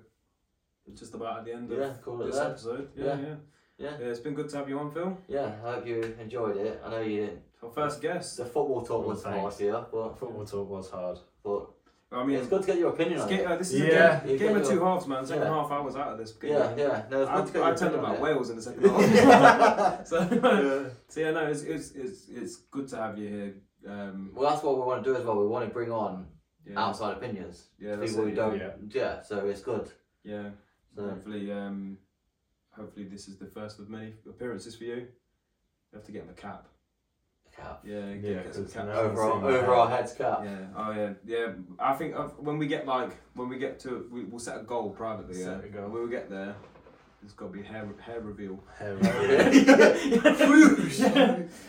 Speaker 3: just about at the end of
Speaker 2: Yeah, call it
Speaker 3: this
Speaker 2: there.
Speaker 3: episode. Yeah, yeah,
Speaker 2: Yeah.
Speaker 3: yeah,
Speaker 2: yeah,
Speaker 3: It's been good to have you on, Phil.
Speaker 2: yeah. I hope you enjoyed it. I know you didn't.
Speaker 3: Our first guest.
Speaker 2: The football talk
Speaker 1: Well,
Speaker 2: was hard
Speaker 1: thanks.
Speaker 2: here, but
Speaker 1: Football talk was
Speaker 2: (laughs)
Speaker 1: hard.
Speaker 2: but
Speaker 3: I mean,
Speaker 2: it's good to get your opinion
Speaker 3: it's
Speaker 2: on
Speaker 3: ga-
Speaker 2: it.
Speaker 3: uh, this is
Speaker 1: Yeah.
Speaker 3: a game,
Speaker 2: You
Speaker 3: game
Speaker 2: get
Speaker 3: of two
Speaker 2: your-
Speaker 3: halves, man. Second
Speaker 2: yeah.
Speaker 3: half, I was out of this game.
Speaker 2: Yeah, yeah. No, it's
Speaker 3: I,
Speaker 2: good to get your
Speaker 3: I turned
Speaker 2: opinion on
Speaker 3: about
Speaker 2: it.
Speaker 3: Wales in
Speaker 2: (laughs)
Speaker 3: the second half. (laughs)
Speaker 2: yeah.
Speaker 3: so, so yeah, no, it's, it's it's it's good to have you here. Um,
Speaker 2: Well, that's what we want to do as well. We want to bring on
Speaker 3: yeah,
Speaker 2: outside opinions,
Speaker 3: yeah, that's
Speaker 2: people
Speaker 3: it,
Speaker 2: who
Speaker 3: yeah.
Speaker 2: don't. Yeah.
Speaker 1: yeah.
Speaker 2: so it's good.
Speaker 3: Yeah.
Speaker 2: So
Speaker 3: Hopefully, um, hopefully this is the first of many appearances for you. You have to get him a cap.
Speaker 2: cap.
Speaker 3: Yeah, get,
Speaker 1: Yeah,
Speaker 3: get some
Speaker 1: 'cause
Speaker 3: cap.
Speaker 1: now- I haven't
Speaker 2: over our,
Speaker 1: seen that.
Speaker 2: over our heads cap. (laughs)
Speaker 3: Yeah. Oh yeah. Yeah. I think of, when we get like when we get to we, we'll set a goal privately.
Speaker 1: Set
Speaker 3: yeah.
Speaker 1: a goal.
Speaker 3: When we get there, there's got to be hair hair reveal. (laughs)
Speaker 1: Hair-
Speaker 2: (laughs)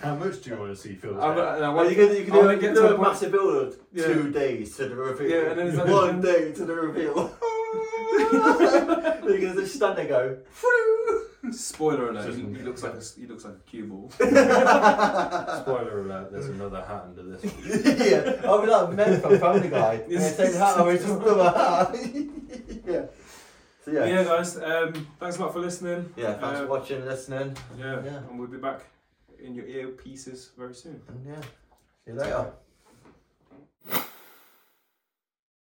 Speaker 1: How much do you want to see Phil's
Speaker 3: I'm,
Speaker 1: hair?
Speaker 3: and I
Speaker 2: Well,
Speaker 3: want
Speaker 2: Oh, you could, you could do,
Speaker 3: I wanna
Speaker 2: a-
Speaker 3: uh, oh,
Speaker 2: do
Speaker 3: get to
Speaker 2: a
Speaker 3: the point-
Speaker 2: massive build of
Speaker 3: Yeah.
Speaker 2: two days to the reveal.
Speaker 3: Yeah, and then it's like-
Speaker 2: one day to the
Speaker 3: (laughs)
Speaker 2: reveal. you can just stand there and go. (laughs)
Speaker 3: (laughs) Spoiler alert. He,
Speaker 1: Just-
Speaker 3: he looks like a, s- he looks like a cue ball.
Speaker 1: Spoiler alert, there's another hat under this one.
Speaker 2: yeah, I'll be like men from Family
Speaker 3: (laughs)
Speaker 2: Guy. And they take the hat away from the hat. (laughs) yeah. So (laughs) yeah.
Speaker 3: Yeah,
Speaker 2: Yeah,
Speaker 3: guys. Um, thanks a lot for listening.
Speaker 2: thanks
Speaker 3: Uh,
Speaker 2: for watching, listening,
Speaker 3: Yeah.
Speaker 2: Yeah.
Speaker 3: And we'll be back in your ear pieces very soon.
Speaker 2: and yeah. See you later.